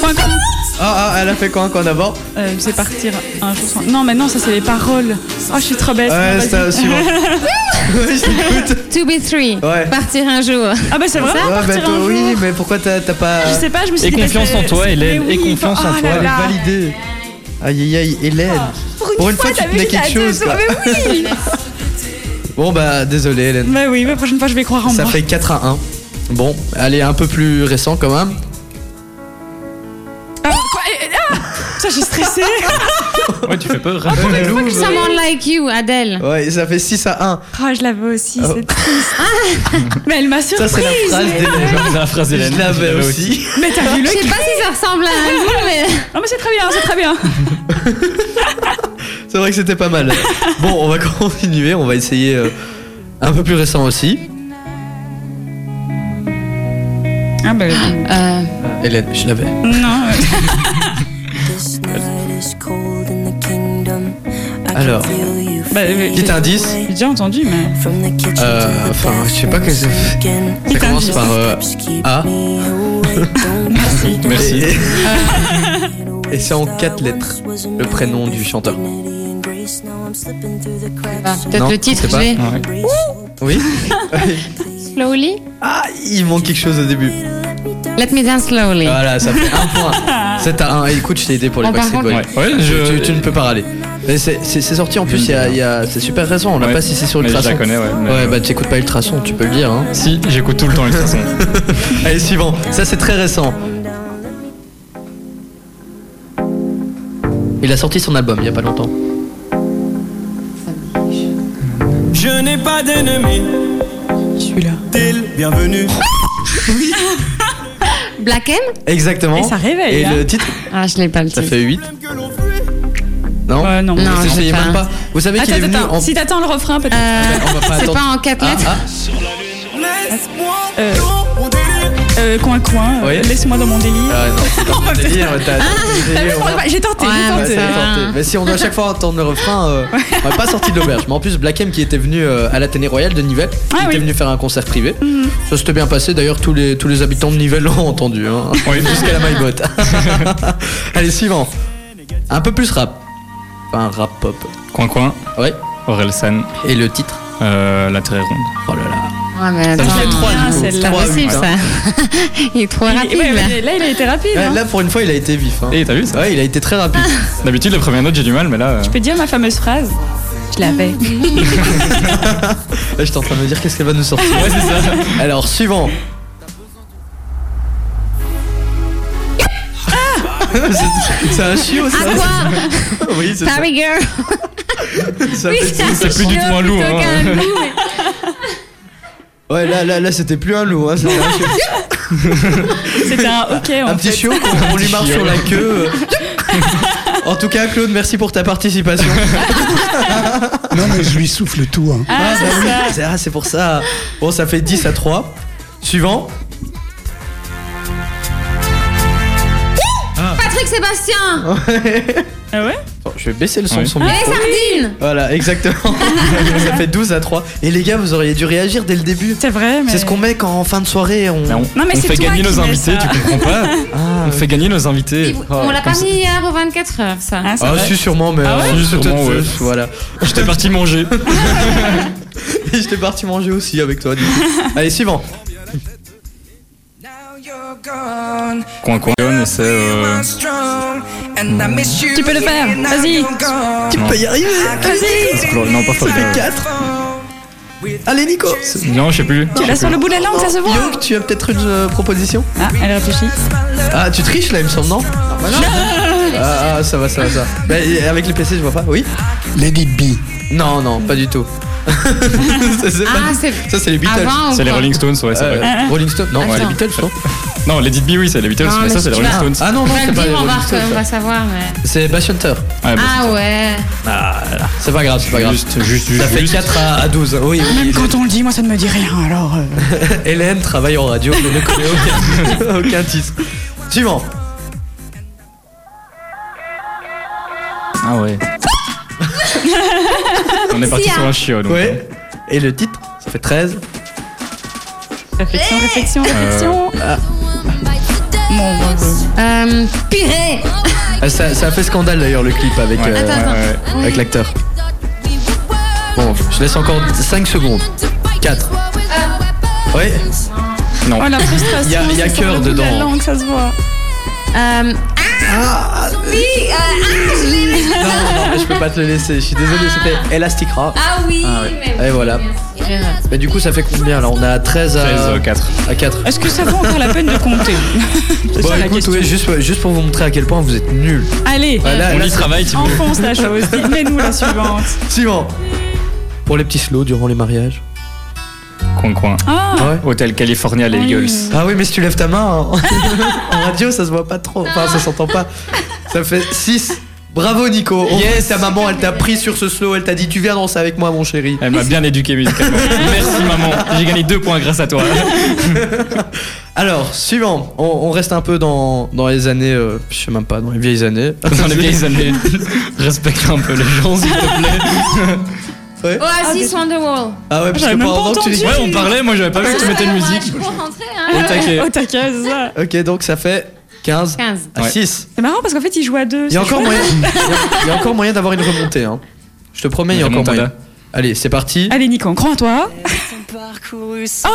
Speaker 2: Point com.
Speaker 1: Ah ah, elle a fait quoi encore d'abord
Speaker 2: Euh, c'est partir un jour sans- Non, mais non, ça c'est les paroles. Oh, je suis trop bête.
Speaker 1: Ouais, Euh,
Speaker 2: Non,
Speaker 1: ça,
Speaker 2: vas-y.
Speaker 1: suivant. ouais, je t'écoute.
Speaker 5: To be three.
Speaker 1: Ouais.
Speaker 5: Partir un jour.
Speaker 2: Ah, bah c'est vrai,
Speaker 1: Ah, bah,
Speaker 2: partir
Speaker 1: toi,
Speaker 2: un jour.
Speaker 1: oui, mais pourquoi t'as t'as pas
Speaker 2: Je sais pas, je me suis
Speaker 3: Et
Speaker 2: dit,
Speaker 3: confiance
Speaker 2: mais
Speaker 3: en toi,
Speaker 2: c'est-
Speaker 3: Hélène,
Speaker 2: mais
Speaker 3: et
Speaker 2: oui,
Speaker 3: confiance
Speaker 2: oh
Speaker 3: en
Speaker 2: là
Speaker 3: toi.
Speaker 2: là.
Speaker 1: Elle est validée. Aïe aïe aïe, Hélène.
Speaker 2: Pour une fois,
Speaker 1: tu
Speaker 2: t'as
Speaker 1: tenais
Speaker 2: vu, j'étais à
Speaker 1: quelque
Speaker 2: deux
Speaker 1: chose.
Speaker 2: doigts,
Speaker 1: quoi.
Speaker 2: mais oui.
Speaker 1: Bon bah désolé Hélène.
Speaker 2: Bah oui, la prochaine fois, je vais croire en
Speaker 1: Ça
Speaker 2: moi.
Speaker 1: fait 4 à 1. Bon, allez, un peu plus récent quand même.
Speaker 2: Ah, quoi, eh, eh, ah, ça, j'ai stressé.
Speaker 3: Ouais, tu fais peur.
Speaker 2: Ah,
Speaker 5: Someone like you, Adèle.
Speaker 1: Ouais, ça fait 6 à 1.
Speaker 2: Oh, je l'avais aussi,
Speaker 1: Oh.
Speaker 2: c'est triste. Mais elle m'a
Speaker 1: Ça, c'est
Speaker 2: surprise.
Speaker 1: la phrase d'Hélène.
Speaker 3: C'est la phrase d'Hélène.
Speaker 1: Je l'avais
Speaker 3: Je
Speaker 1: aussi.
Speaker 2: Mais t'as vu
Speaker 5: Je
Speaker 2: le
Speaker 5: sais pas si ça ressemble à un jour, mais.
Speaker 2: Non, mais c'est très bien, c'est très bien.
Speaker 1: C'est vrai que c'était pas mal. Bon, on va continuer. On va essayer euh, un peu plus récent aussi.
Speaker 2: Ah, bah
Speaker 5: Euh,
Speaker 1: Hélène, je l'avais.
Speaker 2: non. euh,
Speaker 1: Alors.
Speaker 2: Bah,
Speaker 3: euh,
Speaker 2: mais-
Speaker 1: Petit indice.
Speaker 2: J'ai déjà entendu, mais.
Speaker 1: Euh, enfin, je sais pas que c'est- Ça commence par euh, A.
Speaker 3: Merci.
Speaker 1: Et, et c'est en 4 lettres. Le prénom du chanteur.
Speaker 5: bah,
Speaker 1: Non,
Speaker 5: Peut-être le
Speaker 1: je sais
Speaker 5: titre, je
Speaker 1: pas.
Speaker 5: vais.
Speaker 1: Oui
Speaker 5: Slowly.
Speaker 1: Ah, il manque quelque chose au début.
Speaker 5: Let me dance slowly.
Speaker 1: Voilà, ça fait un point. 7 à 1. Écoute, je t'ai aidé pour les
Speaker 5: Oh, par
Speaker 1: Backstreet
Speaker 5: contre-
Speaker 1: Boys.
Speaker 3: Ouais. Ouais, je-
Speaker 1: tu, tu ne peux pas râler. Mais C'est c'est- c'est sorti en plus, il y a- il y a- c'est super récent. On l'a
Speaker 3: Ouais.
Speaker 1: pas si c'est sur
Speaker 3: Mais je la
Speaker 1: Ultrason.
Speaker 3: connais, ouais. Mais-
Speaker 1: Ouais, bah t'écoutes pas Ultrason, tu peux le dire. Hein.
Speaker 3: Si, j'écoute tout le temps Ultrason.
Speaker 1: Allez, suivant. Ça, c'est très récent. Il a sorti son album il y a pas longtemps.
Speaker 8: Je n'ai pas d'ennemi.
Speaker 2: Celui-là.
Speaker 8: Till, bienvenue.
Speaker 5: Black M
Speaker 1: Exactement.
Speaker 2: Et ça réveille,
Speaker 1: Et
Speaker 2: hein.
Speaker 1: le titre,
Speaker 5: Ah, je l'ai pas le titre.
Speaker 1: ça fait 8. Non
Speaker 2: Ouais, non.
Speaker 5: Non,
Speaker 1: Vous
Speaker 5: je
Speaker 1: essayez
Speaker 5: sais
Speaker 1: même
Speaker 5: pas.
Speaker 1: pas. Vous savez qu'il est
Speaker 2: Attends,
Speaker 1: venu
Speaker 2: attends.
Speaker 1: en.
Speaker 2: Si t'attends le refrain, peut-être.
Speaker 5: Euh,
Speaker 1: On va pas
Speaker 5: c'est
Speaker 1: attendre.
Speaker 5: pas en 4
Speaker 1: Ah,
Speaker 5: lettres.
Speaker 1: ah,
Speaker 2: Euh, euh, coin coin, euh,
Speaker 1: Oui.
Speaker 2: laisse-moi dans mon délire.
Speaker 1: ah, non, c'est pas mon
Speaker 2: peut-être-
Speaker 1: délire, t'as- t'as-
Speaker 2: Oh, Ah, T'as vu,
Speaker 1: on
Speaker 2: pour
Speaker 1: va-
Speaker 2: le- J'ai tenté,
Speaker 5: Ouais, bah,
Speaker 2: j'ai
Speaker 1: Ouais,
Speaker 2: tenté.
Speaker 1: ça
Speaker 5: va.
Speaker 1: va tenter. Mais si on doit à chaque fois entendre le refrain, euh, on n'est pas sorti de l'auberge. Mais en plus, Black M qui était venu euh, à l'Athénée Royal de Nivelles,
Speaker 2: Ah
Speaker 1: qui était
Speaker 2: oui. Mhm.
Speaker 1: venu faire un concert privé. Ça s'était bien passé. D'ailleurs, tous les, tous les habitants de Nivelles l'ont entendu. hein.
Speaker 3: Oui.
Speaker 1: Jusqu'à la Maillebotte. Allez, suivant. Un peu plus rap. Enfin, rap pop.
Speaker 3: Coin coin,
Speaker 1: Ouais.
Speaker 3: Orelsan,
Speaker 1: Et le titre
Speaker 3: euh, la terre est ronde.
Speaker 1: Oh là là.
Speaker 5: Ouais, Ah, mais
Speaker 1: Ça
Speaker 5: attends.
Speaker 1: fait trois,
Speaker 2: bien,
Speaker 1: du coup.
Speaker 5: C'est
Speaker 2: Ah, celle-là. Ah,
Speaker 5: pas
Speaker 1: Trois,
Speaker 5: possible,
Speaker 1: huit, hein.
Speaker 5: ça. Il est trop
Speaker 2: Il-
Speaker 5: rapide,
Speaker 2: ouais,
Speaker 5: là.
Speaker 2: mais là, il a été rapide.
Speaker 1: Ouais,
Speaker 2: hein. Ah.
Speaker 1: Là, pour une fois, il a été vif. hein.
Speaker 3: Et t'as vu ça
Speaker 1: Ouais, il a été très rapide.
Speaker 3: D'habitude, les premières notes, j'ai du mal, mais là. euh,
Speaker 2: Je peux dire ma fameuse phrase Je l'avais.
Speaker 1: Là, j'étais en train de me dire qu'est-ce qu'elle va nous sortir. Alors, suivant.
Speaker 2: Ah.
Speaker 1: C'est- C'est un chiot, ça.
Speaker 5: À quoi
Speaker 1: Oui, c'est ça.
Speaker 5: Paris Girl
Speaker 1: Ça
Speaker 5: Oui,
Speaker 1: fait-
Speaker 5: c'est
Speaker 3: plus du tout un loup, hein.
Speaker 1: Ouais, là, là, là, c'était plus un loup. Hein. c'était un chiot.
Speaker 2: C'était un ok.
Speaker 1: Un
Speaker 2: En
Speaker 1: petit
Speaker 2: fait.
Speaker 1: chiot qu'on on lui marche sur la queue. euh. En tout cas, Claude, merci pour ta participation.
Speaker 4: Non, mais je lui souffle tout. hein.
Speaker 2: Ah,
Speaker 1: bah
Speaker 2: c'est
Speaker 1: oui,
Speaker 2: ça.
Speaker 1: c'est- ah, c'est pour ça. Bon, ça fait 10 à 3. Suivant.
Speaker 5: Patrick Sébastien
Speaker 2: Ah ouais
Speaker 1: Attends, je vais baisser le son
Speaker 3: Ouais.
Speaker 1: de son
Speaker 5: Les
Speaker 1: micro.
Speaker 5: sardines
Speaker 1: Voilà, exactement. ça fait 12 à 3. Et les gars, vous auriez dû réagir dès le début.
Speaker 2: C'est vrai, mais.
Speaker 1: C'est ce qu'on met quand en fin de soirée on.
Speaker 3: là, on,
Speaker 2: Non, mais
Speaker 3: on
Speaker 2: c'est
Speaker 3: fait
Speaker 2: toi
Speaker 3: gagner
Speaker 2: qui
Speaker 3: nos
Speaker 2: mets
Speaker 3: invités,
Speaker 2: ça.
Speaker 3: tu comprends pas On fait gagner nos invités. Oh,
Speaker 5: On l'a
Speaker 3: Ah, Comme
Speaker 5: pas
Speaker 3: ça.
Speaker 5: mis hier aux 24 heures, ça.
Speaker 2: Ah, c'est
Speaker 1: Ah,
Speaker 2: vrai.
Speaker 1: si, sûrement, mais.
Speaker 2: Ah ouais
Speaker 1: euh,
Speaker 3: Si, sûrement,
Speaker 1: peut-être,
Speaker 3: ouais.
Speaker 1: euh, Voilà.
Speaker 3: J'étais parti manger.
Speaker 1: Et J'étais parti manger aussi avec toi, du coup. Allez, suivant.
Speaker 3: Coin coin, et c'est. euh,
Speaker 2: Tu peux le faire, vas-y.
Speaker 1: Tu
Speaker 3: Non.
Speaker 1: peux y arriver
Speaker 2: Ah, Vas-y.
Speaker 3: c'est Florian- Non, pas
Speaker 1: Ça fait
Speaker 3: Florian.
Speaker 1: 4. Allez, Nico
Speaker 3: Non, je sais plus.
Speaker 2: Tu l'as sur le bout de la langue, ça se voit.
Speaker 1: Yoke, tu as peut-être une euh, proposition
Speaker 2: Ah, elle réfléchit.
Speaker 1: Ah, tu triches là, il me semble, non Ah, ah, ça va, ça va, ça va. Bah, et Avec les PC, je vois pas. Oui
Speaker 4: Lady B.
Speaker 1: Non, non, pas du tout. ça, c'est
Speaker 5: Ah,
Speaker 1: pas-
Speaker 5: c'est
Speaker 1: ça, c'est les Beatles.
Speaker 5: avant ou
Speaker 3: C'est les
Speaker 5: quoi
Speaker 3: Rolling Stones, ouais, c'est
Speaker 1: Euh,
Speaker 3: vrai.
Speaker 1: Rolling Stones Non, c'est les
Speaker 5: Attends.
Speaker 1: Beatles, non
Speaker 3: Non, Lady B, oui, c'est les Beatles,
Speaker 5: Non,
Speaker 3: mais
Speaker 5: mais
Speaker 3: ça, c'est
Speaker 5: si
Speaker 3: les
Speaker 5: tu
Speaker 3: Rolling
Speaker 5: vas-
Speaker 3: Stones.
Speaker 1: Ah non,
Speaker 5: On
Speaker 1: non,
Speaker 5: va
Speaker 1: c'est
Speaker 5: le
Speaker 1: pas les
Speaker 5: dire, on va
Speaker 1: Rolling
Speaker 5: voir, on
Speaker 1: Stones.
Speaker 5: va savoir. mais-
Speaker 1: C'est Bass Hunter.
Speaker 3: Ouais, bah,
Speaker 5: Ah ouais.
Speaker 1: C'est pas grave, c'est pas grave.
Speaker 3: Juste, juste,
Speaker 1: Ça
Speaker 3: juste,
Speaker 1: fait
Speaker 3: juste.
Speaker 1: 4 à, à 12. hein. Oui, oui.
Speaker 2: Quand on le dit, moi ça ne me dit rien alors. euh,
Speaker 1: Hélène travaille en radio, mais ne connaît aucun, aucun titre. Suivant.
Speaker 3: Ah ouais. On est parti
Speaker 5: Sia.
Speaker 2: hein.
Speaker 3: sur un chiot, donc.
Speaker 1: Ouais. Et le titre Ça fait 13.
Speaker 2: Réflexion, réflexion,
Speaker 1: Euh,
Speaker 2: réflexion. Bon, bon, bon.
Speaker 5: Euh, purée.
Speaker 1: Ah, Ça, ça a fait scandale d'ailleurs le clip avec,
Speaker 3: Ouais,
Speaker 1: euh,
Speaker 5: Attends, attends.
Speaker 3: ouais, ouais.
Speaker 1: avec l'acteur. Bon, je laisse encore 5 secondes. 4.
Speaker 5: Ah.
Speaker 1: Ouais,
Speaker 3: Non.
Speaker 2: Oh la frustration.
Speaker 1: Il y a- il y a
Speaker 2: c'est sur
Speaker 1: cœur
Speaker 2: le bout de
Speaker 1: dedans.
Speaker 2: La langue, ça se voit.
Speaker 5: Euh, oui, euh, ah, je l'ai lu.
Speaker 1: non, non, mais je peux pas te le laisser. Je suis désolé, c'était Elastic Rock.
Speaker 5: Ah oui, mais
Speaker 1: Et voilà. Mais du coup, ça fait combien là On a 13 à
Speaker 3: 13, 4.
Speaker 1: À 4.
Speaker 2: Est-ce que ça vaut encore la peine de compter C'est
Speaker 1: Bon,
Speaker 2: ça la
Speaker 1: écoute,
Speaker 2: question.
Speaker 1: ouais, juste, juste pour vous montrer à quel point vous êtes nuls.
Speaker 2: Allez,
Speaker 1: Ouais, là,
Speaker 3: On
Speaker 1: Ah, là,
Speaker 3: y
Speaker 1: c'est-
Speaker 3: travaille, Thibaut.
Speaker 2: enfonce la chose. Mets-nous la suivante.
Speaker 1: Suivant. Pour les petits slows durant les mariages.
Speaker 3: Coin, coin.
Speaker 2: Ah,
Speaker 1: Ouais.
Speaker 3: Hôtel California, les
Speaker 2: Oui.
Speaker 3: Eagles.
Speaker 1: Ah oui, mais si tu lèves ta main en, en radio, ça se voit pas trop. Enfin, ça s'entend pas. Ça fait 6. Bravo Nico. Yes, ta maman, elle t'a pris sur ce slow. Elle t'a dit, tu viens danser avec moi, mon chéri.
Speaker 3: Elle m'a bien éduqué musicalement. Merci, maman. J'ai gagné 2 points grâce à toi.
Speaker 1: Alors, suivant. On, on reste un peu dans, dans les années. euh, je sais même pas, dans les vieilles années.
Speaker 3: Dans les vieilles années. Respecte un peu les gens, s'il te plaît.
Speaker 5: Oasis Wonderwall.
Speaker 1: Ah ouais, parce que
Speaker 2: J'avais même pas
Speaker 1: pendant que tu
Speaker 2: entendu.
Speaker 1: dis-
Speaker 3: Ouais, on parlait, moi j'avais pas vu que tu mettais une musique.
Speaker 5: Je peux rentrer,
Speaker 3: Au
Speaker 5: hein.
Speaker 3: taquet.
Speaker 2: au taquet, c'est ça.
Speaker 1: Ok, donc ça fait 15
Speaker 5: 15.
Speaker 1: à
Speaker 3: Ouais.
Speaker 1: 6.
Speaker 2: C'est marrant parce qu'en fait, il joue à deux.
Speaker 1: Il y a
Speaker 2: c'est
Speaker 1: encore
Speaker 2: chouette.
Speaker 1: moyen, il y a- il y a encore moyen d'avoir une remontée. hein. Je te promets, il y a
Speaker 3: Une
Speaker 1: encore moyen.
Speaker 3: remontada.
Speaker 1: Allez, c'est parti.
Speaker 2: Allez, Nico, crois en toi.
Speaker 1: Ah,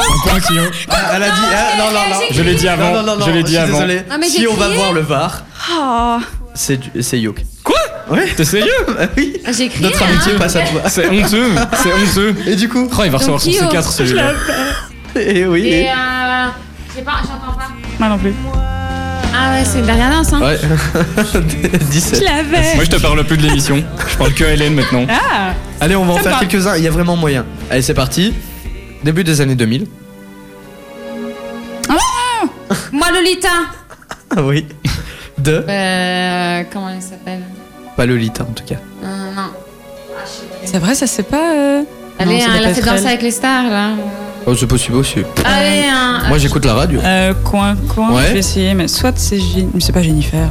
Speaker 1: elle a dit. ah, non, non, non.
Speaker 3: Je l'ai dit avant.
Speaker 1: Non, non, non,
Speaker 3: je l'ai
Speaker 1: suis
Speaker 3: dit avant.
Speaker 1: désolé.
Speaker 5: Ah, mais
Speaker 1: si
Speaker 5: j'ai
Speaker 1: on va
Speaker 5: crié.
Speaker 1: voir le VAR,
Speaker 2: Ah.
Speaker 1: c'est du- c'est Yoke.
Speaker 3: T'es sérieux
Speaker 1: Ah oui.
Speaker 5: J'ai crié.
Speaker 1: Notre amitié passe à toi.
Speaker 3: C'est honteux. C'est honteux.
Speaker 1: Et du coup
Speaker 3: Oh, il va recevoir son
Speaker 5: Kyo.
Speaker 3: C4 celui-là.
Speaker 1: Et oui.
Speaker 5: Et
Speaker 1: et-
Speaker 5: euh, je sais pas, j'entends pas.
Speaker 2: Moi non plus.
Speaker 5: Ah ouais, c'est dernière danse, hein.
Speaker 1: Ouais. 17.
Speaker 2: l'avais.
Speaker 3: Moi je te parle plus de l'émission. Je parle que à Hélène maintenant.
Speaker 2: Ah.
Speaker 1: Allez, on va en
Speaker 2: Ça me
Speaker 1: faire
Speaker 2: parle.
Speaker 1: quelques-uns. Il y a vraiment moyen. Allez, c'est parti. Début des années 2000.
Speaker 5: Moi, Lolita.
Speaker 1: Ah oui. De.
Speaker 5: Euh, comment elle s'appelle
Speaker 1: Pas Lolita en tout cas.
Speaker 5: Euh, Non.
Speaker 2: C'est vrai, ça c'est pas. euh,
Speaker 5: Allez,
Speaker 2: Non, ça
Speaker 5: hein,
Speaker 2: doit
Speaker 5: elle
Speaker 2: pas
Speaker 5: a fait
Speaker 2: être
Speaker 5: danser
Speaker 2: elle.
Speaker 5: avec les stars, là.
Speaker 1: Oh, c'est possible aussi.
Speaker 5: Allez, hein.
Speaker 1: Moi, j'écoute la radio.
Speaker 2: Euh, coin, coin.
Speaker 1: Ouais.
Speaker 2: Je vais essayer, mais soit c'est Gin- mais c'est pas Jennifer.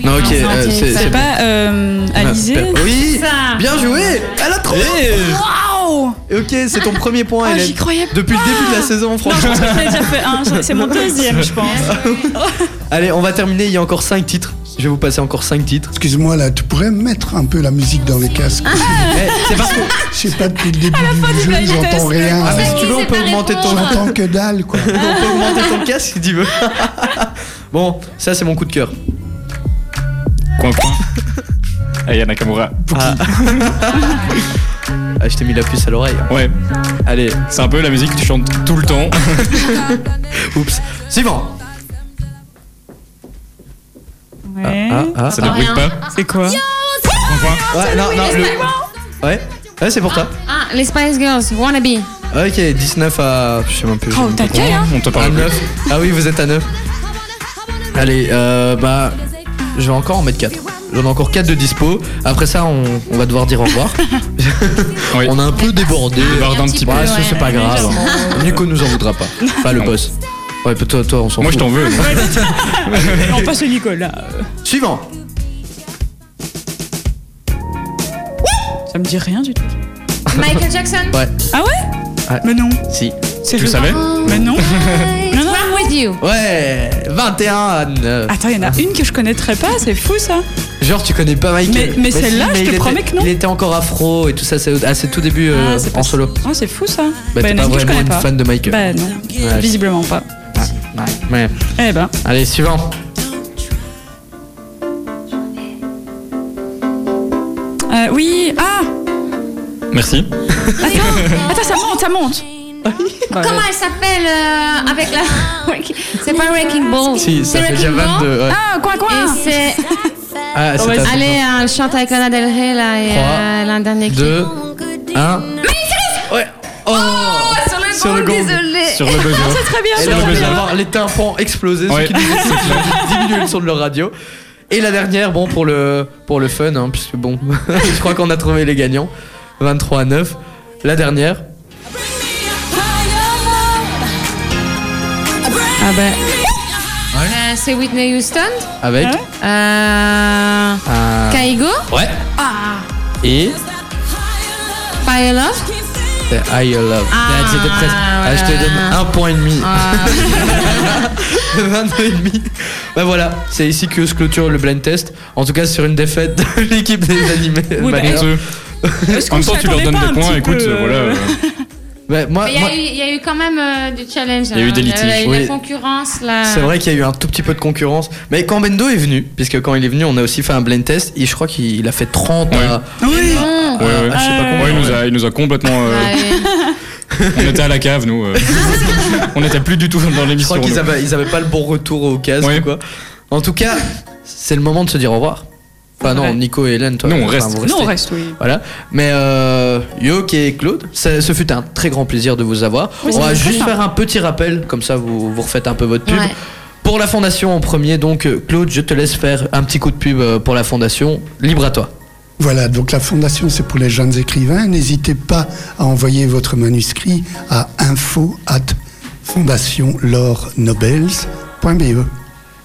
Speaker 2: non.
Speaker 1: Non, ok.
Speaker 5: non,
Speaker 1: euh, c'est
Speaker 5: c'est-
Speaker 1: Ah,
Speaker 5: c'est
Speaker 2: C'est
Speaker 1: bon.
Speaker 2: pas euh, Alizée.
Speaker 1: Oui.
Speaker 5: Ça.
Speaker 1: Bien joué. Elle a trouvé.
Speaker 2: Waouh.
Speaker 1: Ok, c'est ton premier point,
Speaker 2: Oh,
Speaker 1: Hélène.
Speaker 2: j'y croyais pas.
Speaker 1: Depuis le début de la saison,
Speaker 2: Non, je
Speaker 1: franchement.
Speaker 2: pense que j'en ai déjà fait un. j'en- C'est mon
Speaker 1: Ah,
Speaker 2: deuxième, je pense.
Speaker 1: Allez, on va terminer. Il y a encore 5 titres. Je vais vous passer encore 5 titres.
Speaker 4: Excuse-moi, là, tu pourrais mettre un peu la musique dans les casques.
Speaker 1: Eh, c'est parce que.
Speaker 4: Je sais pas, depuis le début du jeu,
Speaker 2: blind
Speaker 4: j'entends
Speaker 2: test.
Speaker 4: rien.
Speaker 1: Ah, mais si
Speaker 5: oui,
Speaker 1: tu veux, on
Speaker 5: c'est
Speaker 1: peut
Speaker 5: pas
Speaker 1: augmenter ton.
Speaker 5: répondre.
Speaker 4: J'entends que dalle, quoi.
Speaker 1: On peut augmenter ton casque si tu veux. bon, ça, c'est mon coup de cœur.
Speaker 3: Coin coin. Aya Nakamura.
Speaker 1: Ah. Ah, je t'ai mis la puce à l'oreille.
Speaker 3: Ouais,
Speaker 1: Allez,
Speaker 3: c'est un peu la musique que tu chantes tout le temps.
Speaker 1: oups. Suivant.
Speaker 2: Ouais.
Speaker 1: ah.
Speaker 3: Ça ne brûle pas.
Speaker 2: C'est quoi
Speaker 3: Coin coin.
Speaker 1: Ouais, non, non, le- Ouais. Ouais, c'est pour toi.
Speaker 5: Ah, les Spice Girls, Wannabe.
Speaker 1: Ok, 19 à. Je sais même plus.
Speaker 2: Oh, t'as quel, hein
Speaker 3: On te
Speaker 1: À
Speaker 3: parle plus.
Speaker 1: 9. Ah oui, vous êtes à 9. Allez, euh, bah. Je vais encore en mettre 4. J'en ai encore 4 de dispo. Après ça, on, on va devoir dire au revoir.
Speaker 3: Oui.
Speaker 1: On a un peu débordé.
Speaker 3: Déborde un petit peu.
Speaker 1: Ouais, ça, c'est pas
Speaker 5: ouais,
Speaker 1: grave. Nico nous en voudra pas. Pas le
Speaker 3: Non.
Speaker 1: boss. Ouais, peut toi, toi, on s'en
Speaker 3: Moi je
Speaker 1: fout.
Speaker 3: t'en veux.
Speaker 2: On passe au Nicolas.
Speaker 1: Suivant.
Speaker 2: Ça me dit rien du tout.
Speaker 5: Michael Jackson.
Speaker 1: Ouais,
Speaker 2: Ah ouais
Speaker 1: Ouais.
Speaker 2: Mais non.
Speaker 1: si.
Speaker 2: C'est
Speaker 3: Tu
Speaker 2: le
Speaker 3: le savais
Speaker 2: Mais non. non, non.
Speaker 5: I'm with you.
Speaker 1: Ouais, 21 à 9.
Speaker 2: Attends, il y en a une que je connaîtrais pas, c'est fou ça.
Speaker 1: Euh, Genre, tu connais pas Michael.
Speaker 2: Mais- mais celle-là, je
Speaker 1: il
Speaker 2: te
Speaker 1: était-
Speaker 2: promets que non.
Speaker 1: Il était encore afro et tout ça, c'est à ses tout débuts euh,
Speaker 2: Ah, c'est
Speaker 1: en
Speaker 2: pas-
Speaker 1: solo.
Speaker 2: Ah, c'est fou ça.
Speaker 1: Bah,
Speaker 2: Bah,
Speaker 1: t'es
Speaker 2: il y
Speaker 1: pas
Speaker 2: en a une que je
Speaker 1: vraiment
Speaker 2: connais
Speaker 1: une
Speaker 2: pas.
Speaker 1: fan de Michael.
Speaker 2: Bah non,
Speaker 1: Ouais.
Speaker 2: visiblement pas.
Speaker 1: Ah, Ouais.
Speaker 2: Eh ben,
Speaker 1: Allez, suivant.
Speaker 2: Euh, oui, ah,
Speaker 3: Merci.
Speaker 2: attends, attends, ça monte, ça monte. Bah,
Speaker 5: Comment elle s'appelle euh, avec la. c'est pas Wrecking Ball.
Speaker 1: Si, ça
Speaker 5: C'est
Speaker 1: fait déjà
Speaker 5: Wrecking Ball.
Speaker 1: 22. ouais.
Speaker 2: Ah, quoi, quoi
Speaker 5: Et c'est.
Speaker 1: Ah, c'est
Speaker 2: vas-y.
Speaker 1: à-
Speaker 5: Allez, euh, elle chante avec Lana Del Rey, là, et
Speaker 1: Trois,
Speaker 5: euh, l'un dernier clip.
Speaker 1: 2, 1. Oh.
Speaker 5: Oh, sur le
Speaker 3: Sur le
Speaker 5: gong,
Speaker 3: gong.
Speaker 5: désolé.
Speaker 3: Sur le buzzer.
Speaker 2: C'est très bien.
Speaker 1: Et
Speaker 3: Sur
Speaker 1: là,
Speaker 3: le
Speaker 1: on vient
Speaker 3: buzzer.
Speaker 1: d'avoir les tympans explosés,
Speaker 3: Ouais.
Speaker 1: ce qui diminue le son de leur radio. Et la dernière, bon, pour le, pour le fun, hein, puisque bon, je crois qu'on a trouvé les gagnants. 23 à 9. La dernière.
Speaker 5: Ah bah. Euh, c'est Whitney Houston,
Speaker 1: Avec.
Speaker 2: Ah ouais
Speaker 1: un-
Speaker 5: euh, Kaigo,
Speaker 1: Ouais. Et.
Speaker 5: Fire Love.
Speaker 1: C'est I Love.
Speaker 5: Ah.
Speaker 1: C'était presque- Ah, je te donne un point et demi.
Speaker 5: Ah,
Speaker 1: 22 et demi. Bah voilà, c'est ici que se clôture le blind test. En tout cas, sur une défaite de l'équipe des animés.
Speaker 2: Oui, bah,
Speaker 1: Malgré-
Speaker 3: Honteux. En même temps, tu leur donnes des points, écoute, euh, voilà. euh,
Speaker 1: Ouais, moi,
Speaker 5: mais Il y,
Speaker 1: moi-
Speaker 5: a eu- il y a eu quand même euh, du challenge.
Speaker 3: Il y a eu
Speaker 5: hein.
Speaker 3: des
Speaker 5: Il y a
Speaker 3: litiges,
Speaker 5: eu
Speaker 1: oui.
Speaker 5: de la concurrence là.
Speaker 1: C'est vrai qu'il y a eu un tout petit peu de concurrence. Mais quand Bendo est venu, puisque quand il est venu, on a aussi fait un blind test, et je crois qu'il a fait euh, 30
Speaker 3: Ouais.
Speaker 1: à,
Speaker 2: Oui.
Speaker 5: Bon.
Speaker 3: Ouais, ouais.
Speaker 1: à- à je sais pas
Speaker 2: Ouais.
Speaker 1: combien.
Speaker 3: Ouais, il nous a, il nous a complètement. euh,
Speaker 5: Ouais.
Speaker 3: on était à la cave, nous. euh. on était plus du tout dans
Speaker 1: Je
Speaker 3: l'émission.
Speaker 1: crois qu'ils
Speaker 3: nous.
Speaker 1: avaient, ils avaient pas le bon retour au casque
Speaker 3: Ouais.
Speaker 1: ou quoi. En tout cas, c'est le moment de se dire au revoir. Enfin non,
Speaker 2: Ouais.
Speaker 1: Nico et Hélène, toi.
Speaker 3: Non, on
Speaker 1: enfin,
Speaker 3: reste.
Speaker 1: vous
Speaker 2: Non,
Speaker 1: restez.
Speaker 2: on reste, oui.
Speaker 1: Voilà. Mais euh, Yoke et Claude, ça- ce fut un très grand plaisir de vous avoir.
Speaker 2: Oui,
Speaker 1: on va
Speaker 2: c'était très
Speaker 1: juste
Speaker 2: sympa.
Speaker 1: faire un petit rappel, comme ça vous, vous refaites un peu votre pub.
Speaker 5: Ouais.
Speaker 1: Pour la fondation en premier, donc euh, Claude, je te laisse faire un petit coup de pub euh, pour la fondation. Libre à toi.
Speaker 4: Voilà, donc la fondation, c'est pour les jeunes écrivains. N'hésitez pas à envoyer votre manuscrit à info at fondationlornobels.be.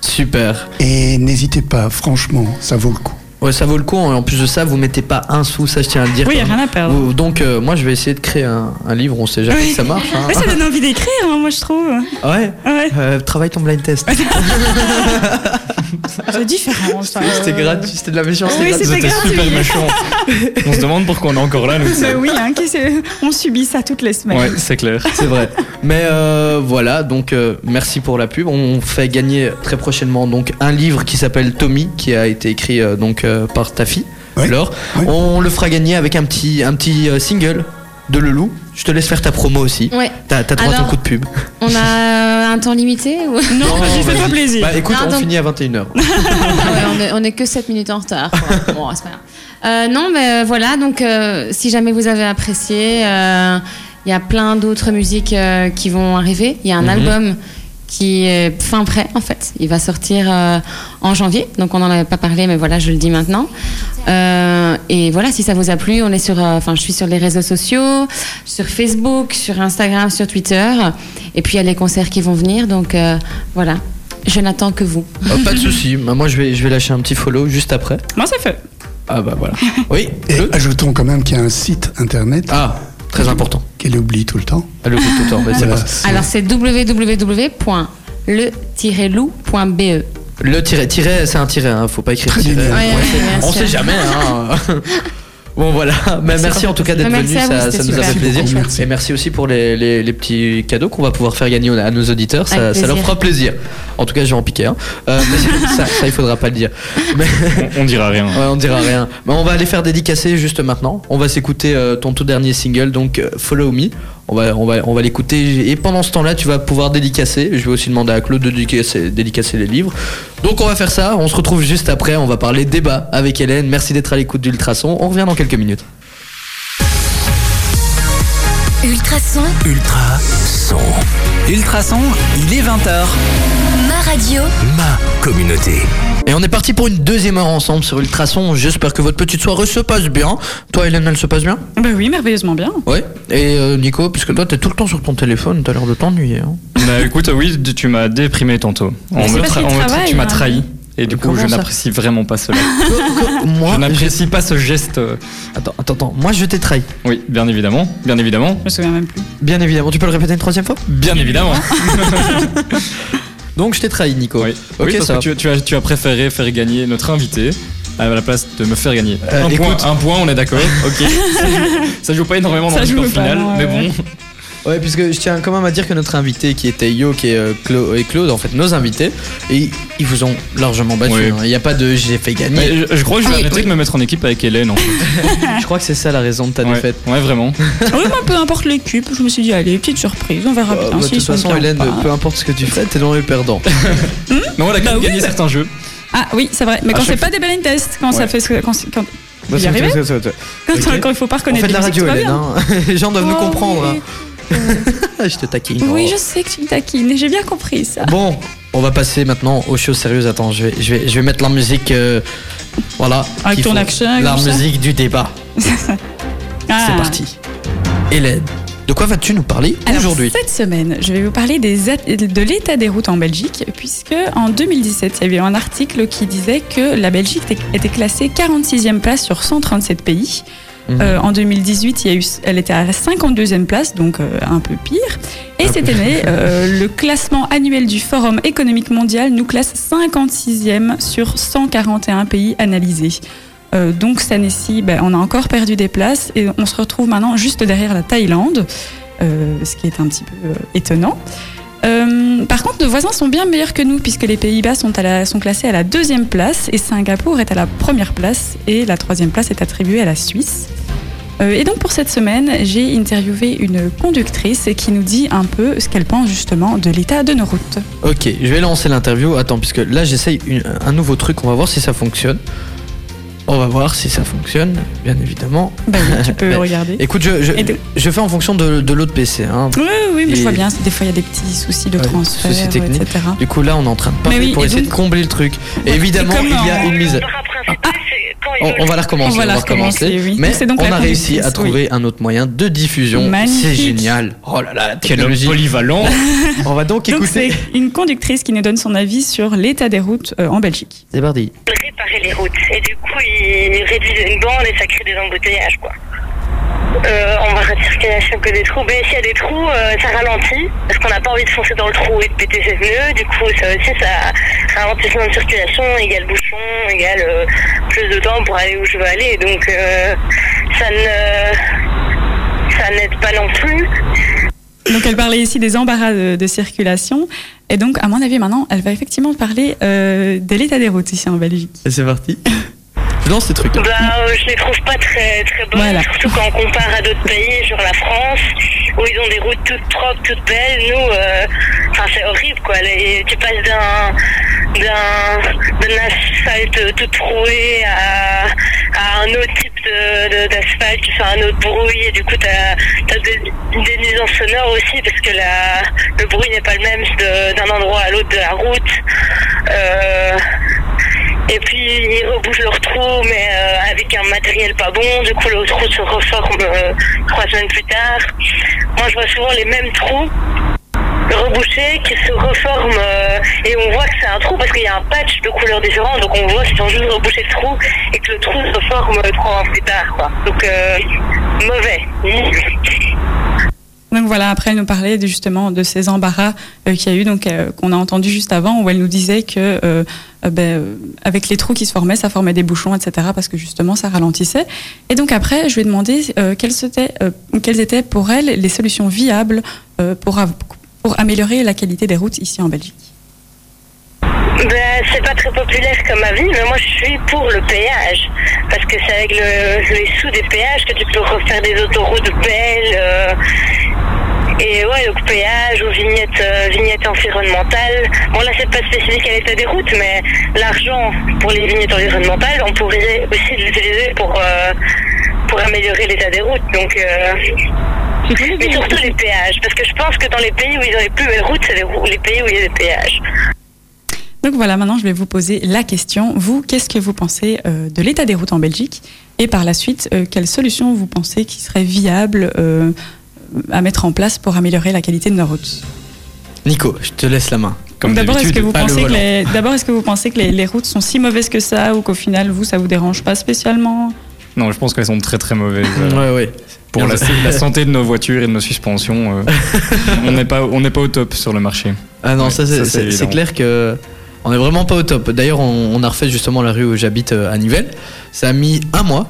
Speaker 1: Super.
Speaker 4: E. Et n'hésitez pas, franchement, ça vaut le coup.
Speaker 1: Ouais, ça vaut le coup. hein. En plus de ça, vous mettez pas un sou, ça je tiens à le dire.
Speaker 2: Oui, y a
Speaker 1: quand même.
Speaker 2: rien à perdre.
Speaker 1: Vous- donc euh, moi, je vais essayer de créer un, un livre. On sait jamais
Speaker 2: Oui.
Speaker 1: si ça marche. hein.
Speaker 2: Ouais, ça donne envie d'écrire, hein, moi je trouve.
Speaker 1: Ouais.
Speaker 2: Ouais.
Speaker 1: Euh, travaille ton blind test.
Speaker 2: C'est différent. ça.
Speaker 1: c'était gratuit, c'était de la méchanceté.
Speaker 2: Oui,
Speaker 1: gratuite.
Speaker 2: c'était
Speaker 3: C'était
Speaker 2: gratuit.
Speaker 3: super méchant. On se demande pourquoi on est encore là, nous.
Speaker 2: Bah oui, hein, qu'est-ce que- on subit ça toutes les semaines.
Speaker 3: Ouais, c'est clair.
Speaker 1: C'est vrai. Mais euh, voilà, donc euh, merci pour la pub. On fait gagner très prochainement donc un livre qui s'appelle Tommy, qui a été écrit euh, donc euh, par ta fille,
Speaker 4: Ouais.
Speaker 1: Laure.
Speaker 4: Ouais.
Speaker 1: On le fera gagner avec un petit un petit euh, single de Leloup. Je te laisse faire ta promo aussi.
Speaker 5: Ouais.
Speaker 1: T'as t'as droit à ton
Speaker 5: Alors-
Speaker 1: coup de pub.
Speaker 5: On a euh, un temps limité ou...
Speaker 2: Non, je fais pas
Speaker 1: vas-y.
Speaker 2: plaisir.
Speaker 1: Bah écoute,
Speaker 5: Non,
Speaker 1: on
Speaker 5: donc-
Speaker 1: finit à 21h.
Speaker 5: Ah ouais, on, est, on est que 7 minutes en retard. quoi. Bon, c'est pas grave. Euh, non, mais euh, voilà, donc euh, si jamais vous avez apprécié, euh, il y a plein d'autres musiques euh, qui vont arriver. Il y a un
Speaker 1: Mhm.
Speaker 5: album qui est fin prêt, en fait. Il va sortir euh, en janvier, donc on n'en avait pas parlé, mais voilà, je le dis maintenant. Euh, et voilà, si ça vous a plu, on est sur, euh, enfin, je suis sur les réseaux sociaux, sur Facebook, sur Instagram, sur Twitter. Et puis il y a les concerts qui vont venir, donc euh, voilà, je n'attends que vous.
Speaker 1: Euh, pas de souci. Bah, moi je vais je vais lâcher un petit follow juste après.
Speaker 2: Moi, ça fait.
Speaker 1: Ah bah voilà. Oui.
Speaker 4: Et
Speaker 1: le-
Speaker 4: ajoutons quand même qu'il y a un site internet
Speaker 1: Ah très important.
Speaker 4: qu'elle oublie tout le temps. Euh,
Speaker 1: Ah, Le coup de temps, bah, c'est
Speaker 4: Voilà,
Speaker 1: parti.
Speaker 4: c'est-
Speaker 5: Alors c'est www.le-loup.be.
Speaker 1: Le tiret, tiret, c'est un tiret, hein, faut pas écrire
Speaker 4: Très
Speaker 1: tiret.
Speaker 4: bien.
Speaker 5: Ouais, ouais, ouais,
Speaker 1: On
Speaker 5: bien
Speaker 1: sait
Speaker 5: sûr.
Speaker 1: jamais. Hein. bon voilà, Mais merci en tout cas d'être
Speaker 5: Merci
Speaker 1: venu,
Speaker 5: à vous,
Speaker 1: ça,
Speaker 5: c'était
Speaker 1: ça nous a
Speaker 5: super.
Speaker 1: fait
Speaker 4: Merci
Speaker 1: plaisir.
Speaker 4: beaucoup, merci.
Speaker 1: Et merci aussi pour les, les- les petits cadeaux qu'on va pouvoir faire gagner à nos auditeurs, ça,
Speaker 5: Avec
Speaker 1: ça leur
Speaker 5: plaisir.
Speaker 1: fera plaisir. En tout cas, je vais en piquer. Hein. Euh, mais ça, ça, il faudra pas le dire. Mais,
Speaker 3: On, on dira rien.
Speaker 1: ouais, on dira rien. Mais on va aller faire dédicacer juste maintenant. On va s'écouter euh, ton tout dernier single, donc euh, Follow Me. On va, on va, on va l'écouter et pendant ce temps-là, tu vas pouvoir dédicacer. Je vais aussi demander à Claude de dédicacer, dédicacer les livres. Donc on va faire ça. On se retrouve juste après. On va parler débat avec Hélène. Merci d'être à l'écoute d'Ultrason. On revient dans quelques minutes.
Speaker 6: Ultrason,
Speaker 9: Ultra son. Ultrason, il est 20h.
Speaker 6: ma radio.
Speaker 9: Ma communauté.
Speaker 1: Et on est parti pour une deuxième heure ensemble sur Ultrason. J'espère que votre petite soirée se passe bien. Toi, Hélène, elle se passe bien
Speaker 2: Bah oui, merveilleusement bien.
Speaker 1: Ouais. Et euh, Nico, puisque toi, t'es tout le temps sur ton téléphone. T'as l'air de t'ennuyer. hein.
Speaker 3: Bah écoute, oui, tu m'as déprimé tantôt.
Speaker 2: Mais c'est parce qu'il
Speaker 3: tra-
Speaker 2: travaille,
Speaker 3: tu m'as
Speaker 2: hein.
Speaker 3: trahi. Et du coup,
Speaker 1: Comment
Speaker 3: je
Speaker 1: ça Ah,
Speaker 3: n'apprécie vraiment pas cela.
Speaker 1: Moi,
Speaker 3: je n'apprécie pas ce geste. euh,
Speaker 1: Attends, attends, attends, moi je t'ai trahi.
Speaker 3: Oui, bien évidemment, bien évidemment,
Speaker 2: Je me souviens même plus.
Speaker 1: Bien évidemment, tu peux le répéter une troisième fois
Speaker 3: bien évidemment.
Speaker 1: Donc je t'ai trahi, Nico.
Speaker 3: Oui,
Speaker 1: Ok,
Speaker 3: Oui, parce
Speaker 1: ça
Speaker 3: que
Speaker 1: va.
Speaker 3: tu, tu as, tu as préféré faire gagner notre invité à la place de me faire gagner.
Speaker 1: Euh,
Speaker 3: un, point,
Speaker 1: écoute.
Speaker 3: un point, on est d'accord. Ok. ça joue pas énormément dans
Speaker 2: Ça
Speaker 3: le score
Speaker 2: joue pas,
Speaker 3: final,
Speaker 2: non,
Speaker 3: mais
Speaker 2: ouais.
Speaker 3: bon.
Speaker 1: Ouais, puisque je tiens quand même à dire que notre invité qui était Yo qui est, euh, Clo- et Claude, en fait, nos invités, et ils vous ont largement battu.
Speaker 3: Oui.
Speaker 1: hein. Il n'y a pas de j'ai fait gagner.
Speaker 3: Mais je, je crois que je vais
Speaker 5: Ah oui,
Speaker 3: arrêter
Speaker 5: oui.
Speaker 3: de me mettre en équipe avec Hélène. En fait.
Speaker 1: je crois que c'est ça la raison de ta
Speaker 3: ouais.
Speaker 1: défaite.
Speaker 3: ouais, vraiment.
Speaker 2: oui, moi, peu importe l'équipe, je me suis dit, allez, petite surprise, on verra
Speaker 1: Euh,
Speaker 2: bien.
Speaker 1: bah, de
Speaker 2: si
Speaker 1: toute
Speaker 2: ça me
Speaker 1: façon,
Speaker 2: plaît ou
Speaker 1: Hélène,
Speaker 2: pas.
Speaker 1: peu importe ce que tu fais, t'es dans les perdants.
Speaker 3: Non, elle a quand même
Speaker 2: Bah oui,
Speaker 3: gagné certains jeux.
Speaker 2: Ah oui, c'est vrai. Mais
Speaker 3: À
Speaker 2: quand c'est
Speaker 3: chaque
Speaker 2: pas des blind tests, quand
Speaker 3: Ouais.
Speaker 1: Bah,
Speaker 2: ça fait ce que- quand, c'est- quand- Vous y arrivez quand,
Speaker 1: Ok.
Speaker 2: quand il faut pas
Speaker 1: On
Speaker 2: reconnaître
Speaker 1: fait de la
Speaker 2: les
Speaker 1: radio,
Speaker 2: musiques, tout va
Speaker 1: Hélène.
Speaker 2: bien.
Speaker 1: hein. Les gens doivent nous
Speaker 2: Oh,
Speaker 1: comprendre.
Speaker 2: oui.
Speaker 1: hein. je te taquine.
Speaker 2: Oui,
Speaker 1: oh.
Speaker 2: je sais que tu me taquines, j'ai bien compris ça.
Speaker 1: Bon, on va passer maintenant aux choses sérieuses. Attends, je vais, je vais, je vais mettre la musique. euh, voilà.
Speaker 2: Avec
Speaker 1: qu'il
Speaker 2: ton
Speaker 1: faut.
Speaker 2: action, Ah.
Speaker 1: La
Speaker 2: comme ça.
Speaker 1: musique du débat.
Speaker 2: Ah.
Speaker 1: C'est parti. Hélène, de quoi vas-tu nous parler
Speaker 2: Alors,
Speaker 1: aujourd'hui
Speaker 2: Cette semaine, je vais vous parler des at- de l'état des routes en Belgique, puisque en 2017, il y avait un article qui disait que la Belgique était- était classée 46e place sur 137 pays.
Speaker 1: Mhm.
Speaker 2: Euh, en 2018, il y a eu, elle était à la 52e place, donc euh, un peu pire. Et cette année, euh, le classement annuel du Forum économique mondial nous classe 56e sur 141 pays annalisés. Euh, donc cette année-ci, ben, on a encore perdu des places et on se retrouve maintenant juste derrière la Thaïlande, euh, ce qui est un petit peu euh, étonnant. Euh, par contre, nos voisins sont bien meilleurs que nous puisque les Pays-Bas sont, à la- sont classés à la deuxième place et Singapour est à la première place et la troisième place est attribuée à la Suisse. Euh, et donc pour cette semaine, j'ai interviewé une conductrice qui nous dit un peu ce qu'elle pense justement de l'état de nos routes.
Speaker 1: Ok, je vais lancer l'interview. Attends, puisque là j'essaye une- un nouveau truc. On va voir si ça fonctionne. On va voir si ça fonctionne, bien évidemment.
Speaker 2: Bah oui, tu peux
Speaker 1: Bah,
Speaker 2: regarder.
Speaker 1: Écoute, je, je,
Speaker 2: Et de-
Speaker 1: je fais en fonction de, de l'autre PC. hein.
Speaker 2: Oui, oui, mais
Speaker 1: Et-
Speaker 2: je vois bien, des fois il y a des petits soucis de
Speaker 1: Ouais,
Speaker 2: transfert,
Speaker 1: soucis techniques.
Speaker 2: etc.
Speaker 1: Du coup, là, on est en train de parler
Speaker 2: Mais oui,
Speaker 1: pour
Speaker 2: et
Speaker 1: essayer
Speaker 2: donc-
Speaker 1: de combler le truc. Et évidemment,
Speaker 2: Et
Speaker 1: il
Speaker 2: comme
Speaker 1: y a
Speaker 2: en-
Speaker 1: une mise. On, on va la recommencer.
Speaker 2: On va la recommencer, oui.
Speaker 1: Mais
Speaker 2: C'est donc
Speaker 1: on
Speaker 2: la
Speaker 1: a réussi à
Speaker 2: conductrice, oui.
Speaker 1: trouver un autre moyen de diffusion. C'est
Speaker 2: Magnifique.
Speaker 1: génial. Oh là là,
Speaker 2: Bah,
Speaker 1: la
Speaker 3: Quel homme
Speaker 1: technologie.
Speaker 3: polyvalent
Speaker 1: On va donc
Speaker 2: Donc c'est
Speaker 1: écouter.
Speaker 2: une conductrice qui nous donne son avis sur l'état des routes euh, en Belgique.
Speaker 1: C'est parti.
Speaker 10: réparer les routes. Et du coup, ils réduisent une bande et ça crée des embouteillages, quoi. Euh, on va retirer à chaque que des trous. Mais s'il y a des trous, euh, ça ralentit. Parce qu'on n'a pas envie de foncer dans le trou et de péter ses pneus. Du coup, ça aussi, ça ralentissement de circulation égale bouchon, égale euh, plus de temps pour aller où je veux aller. Donc, euh, ça ne. Ça n'aide pas non plus.
Speaker 2: Donc elle parlait ici des embarras de, de circulation. Et donc, à mon avis, maintenant, elle va effectivement parler euh, de l'état des routes ici en Belgique.
Speaker 1: Et c'est parti. Je lance les trucs.
Speaker 10: Bah, euh, je les trouve pas très, très bonnes,
Speaker 2: Voilà.
Speaker 10: surtout quand on compare à d'autres pays, genre la France, où ils ont des routes toutes propres, toutes belles. Nous, euh, enfin, c'est horrible, quoi. Les- tu passes d'un d'un d'un asphalte tout troué à, à un autre type de- de- d'asphalte, tu fais un autre bruit, et du coup, t'as as des, des nuisances sonores aussi, parce que la, le bruit n'est pas le même de- d'un endroit à l'autre de la route. Euh, et puis ils rebouchent leur trou, mais euh, avec un matériel pas bon. Du coup, le trou se reforme euh, trois semaines plus tard. Moi, je vois souvent les mêmes trous rebouchés qui se reforment euh, et on voit que c'est un trou parce qu'il y a un patch de couleurs différentes. Donc on voit qu'ils ont juste rebouché le trou et que le trou se reforme euh, trois mois plus tard. Quoi. Donc euh, mauvais.
Speaker 2: Donc voilà, après, elle nous parlait de- justement de ces embarras euh, qu'il y a eu, donc euh, qu'on a entendu juste avant, où elle nous disait que euh, euh, ben, euh, avec les trous qui se formaient, ça formait des bouchons, etc., parce que justement, ça ralentissait. Et donc après, je lui ai demandé euh, quelles, étaient, euh, quelles étaient pour elle les solutions viables euh, pour, av- pour améliorer la qualité des routes ici en Belgique.
Speaker 10: Ben, c'est pas très populaire comme avis, mais moi je suis pour le péage. Parce que c'est avec le- les sous des péages que tu peux refaire des autoroutes belles. euh, et ouais, donc péage ou vignette, euh, vignette environnementale. Bon, là c'est pas spécifique à l'état des routes, mais l'argent pour les vignettes environnementales, on pourrait aussi l'utiliser pour, euh, pour améliorer l'état des routes. Donc. euh, mais surtout les péages, parce que je pense que dans les pays où ils ont les plus belles routes, c'est les rou- les pays où il y a des péages.
Speaker 2: Donc voilà, maintenant je vais vous poser la question. Vous, qu'est-ce que vous pensez euh, de l'état des routes en Belgique Et par la suite, euh, quelles solutions vous pensez qui seraient viables euh, à mettre en place pour améliorer la qualité de nos routes
Speaker 1: Nico, je te laisse la main.
Speaker 3: Comme
Speaker 2: D'abord, est-ce
Speaker 3: d'habitude,
Speaker 2: que vous
Speaker 3: pas le
Speaker 2: pensez que
Speaker 3: volant.
Speaker 2: les, d'abord, est-ce que vous pensez que les, les routes sont si mauvaises que ça ou qu'au final, vous, ça vous dérange pas spécialement
Speaker 3: Non, je pense qu'elles sont très très mauvaises. euh,
Speaker 1: Ouais, ouais.
Speaker 3: Pour
Speaker 1: Bien
Speaker 3: la,
Speaker 1: joué.
Speaker 3: la santé de nos voitures et de nos suspensions, euh, on n'est pas, on n'est pas au top sur le marché.
Speaker 1: Ah non,
Speaker 3: Ouais,
Speaker 1: ça c'est-
Speaker 3: ça, c'est
Speaker 1: c'est c'est
Speaker 3: évident.
Speaker 1: clair que on est vraiment pas au top. D'ailleurs, on, on a refait justement la rue où j'habite euh, à Nivelles. Ça a mis un mois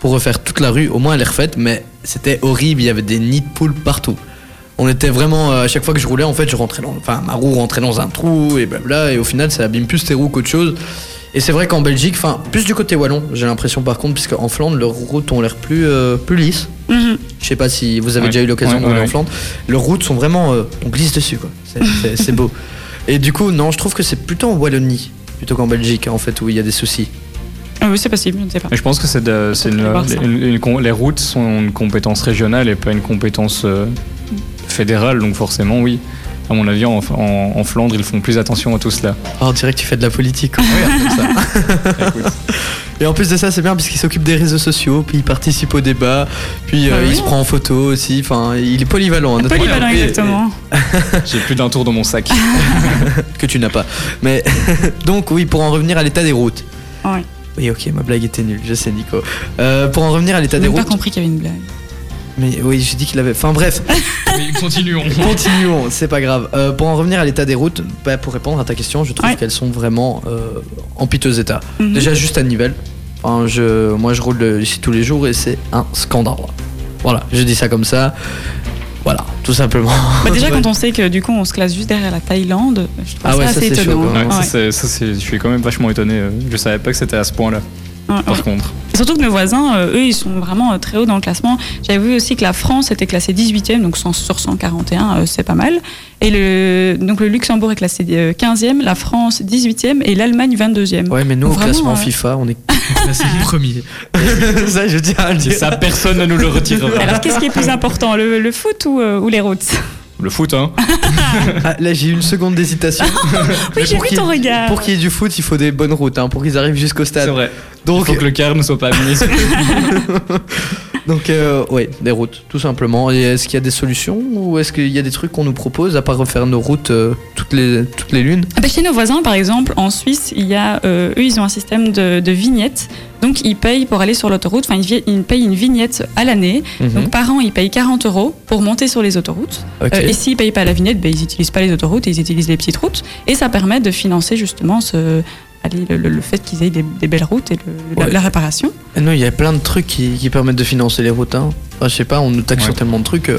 Speaker 1: pour refaire toute la rue. Au moins, elle est refaite, mais c'était horrible. Il y avait des nids de poules partout. On était vraiment euh, à chaque fois que je roulais, en fait, je rentrais dans, enfin, ma roue rentrait dans un trou et blabla. Et au final, ça abîme plus tes roues qu'autre chose. Et c'est vrai qu'en Belgique, enfin, plus du côté wallon, j'ai l'impression par contre, puisque en Flandre, leurs routes ont l'air plus euh, plus lisses.
Speaker 2: Mhm.
Speaker 1: Je sais pas si vous avez
Speaker 3: Ouais.
Speaker 1: déjà eu l'occasion
Speaker 3: Ouais,
Speaker 1: de rouler
Speaker 3: ouais,
Speaker 1: en
Speaker 3: ouais.
Speaker 1: Flandre. Leurs routes sont vraiment. euh, on glisse dessus, quoi. C'est- C'est c'est beau. Et du coup, non, je trouve que c'est plutôt en Wallonie plutôt qu'en Belgique, en fait, où il y a des soucis.
Speaker 2: Ah oui, c'est possible, je ne sais pas.
Speaker 3: Mais je pense que c'est de- c'est une-
Speaker 2: voir ça.
Speaker 3: une- une com- les routes sont une compétence régionale et pas une compétence euh, fédérale, donc forcément, oui. À mon avis, en, en- en Flandre, ils font plus attention à tout cela.
Speaker 1: Oh, on dirait que tu fais de la politique. Et en plus de ça, c'est bien parce qu'il s'occupe des réseaux sociaux, puis il participe au débat, puis euh,
Speaker 2: Ah oui.
Speaker 1: il se prend en photo aussi. Enfin, il est polyvalent. hein, notre
Speaker 2: Polyvalent,
Speaker 1: Olivier.
Speaker 2: exactement.
Speaker 3: J'ai plus d'un tour dans mon sac.
Speaker 1: que tu n'as pas. Mais donc oui, pour en revenir à l'état des routes.
Speaker 2: Ouais.
Speaker 1: Oui, ok, ma blague était nulle. Je sais, Nico. Euh, pour en revenir à l'état
Speaker 2: J'ai
Speaker 1: des
Speaker 2: même pas
Speaker 1: routes.
Speaker 2: compris qu'il y avait une blague.
Speaker 1: Mais oui, j'ai dit qu'il avait. Enfin bref.
Speaker 3: continuons.
Speaker 1: Continuons, c'est pas grave. Euh, pour en revenir à l'état des routes, bah, pour répondre à ta question, je trouve qu'elles sont vraiment euh, en piteux état.
Speaker 2: Mhm.
Speaker 1: Déjà juste à Nivelles. Enfin, je, moi, je roule euh, ici tous les jours et c'est un scandale. Voilà, je dis ça comme ça. Voilà, tout simplement.
Speaker 2: Bah déjà, quand on sait que du coup, on se classe juste derrière la Thaïlande, je trouve
Speaker 1: Ah ouais,
Speaker 2: ça
Speaker 1: ça,
Speaker 2: assez
Speaker 1: c'est chaud,
Speaker 2: étonnant.
Speaker 1: quand
Speaker 3: Ouais,
Speaker 2: Ouais.
Speaker 3: ça, c'est- ça, c'est- je suis quand même vachement étonné. euh, Je savais pas que c'était à ce point-là.
Speaker 2: Ouais,
Speaker 3: Par
Speaker 2: ouais.
Speaker 3: contre,
Speaker 2: Et Surtout que nos voisins, euh, eux, ils sont vraiment euh, très hauts dans le classement. J'avais vu aussi que la France était classée 18e, donc 100 sur 141, euh, c'est pas mal. Et le, donc le Luxembourg est classé euh, 15e, la France 18e et l'Allemagne 22e.
Speaker 1: Ouais, mais nous, au
Speaker 2: Vraiment,
Speaker 1: classement
Speaker 2: hein.
Speaker 1: FIFA, on est classé premier. ça, je tiens à le
Speaker 3: Et
Speaker 1: dire.
Speaker 3: ça, personne ne nous le retirera.
Speaker 2: Alors qu'est-ce qui est plus important, le, le foot ou, euh, ou les routes
Speaker 3: Le foot, hein
Speaker 1: Ah, là, j'ai eu une seconde d'hésitation. Mais
Speaker 2: Oui, j'ai
Speaker 1: pour
Speaker 2: vu
Speaker 1: qu'il-
Speaker 2: ton regard.
Speaker 1: Pour qu'il y ait du foot, il faut des bonnes routes, hein, pour qu'ils arrivent jusqu'au
Speaker 3: C'est
Speaker 1: stade.
Speaker 3: vrai.
Speaker 1: Donc,
Speaker 3: Il faut que le car ne soit pas amené.
Speaker 1: Donc, euh, ouais, des routes, tout simplement. Et est-ce qu'il y a des solutions ou est-ce qu'il y a des trucs qu'on nous propose à part refaire nos routes euh, toutes, les, toutes les lunes
Speaker 2: Ah bah, chez nos voisins, par exemple, en Suisse, il y a, euh, eux, ils ont un système de, de vignettes. Donc, ils payent pour aller sur l'autoroute. Enfin, ils, vi- ils payent une vignette à l'année. Donc, par an, ils payent 40 euros pour monter sur les autoroutes.
Speaker 1: Ok.
Speaker 2: Euh, et s'ils payent pas la vignette, ben, ils utilisent pas les autoroutes, ils utilisent les petites routes. Et ça permet de financer justement ce, allez, le, le- le fait qu'ils aient des, des belles routes et le- la-
Speaker 1: Ouais.
Speaker 2: la réparation.
Speaker 1: Ah Non, il y a plein de trucs qui, qui permettent de financer les routes. hein. Enfin, je sais pas, on nous taxe
Speaker 3: Ouais.
Speaker 1: sur tellement de trucs. euh,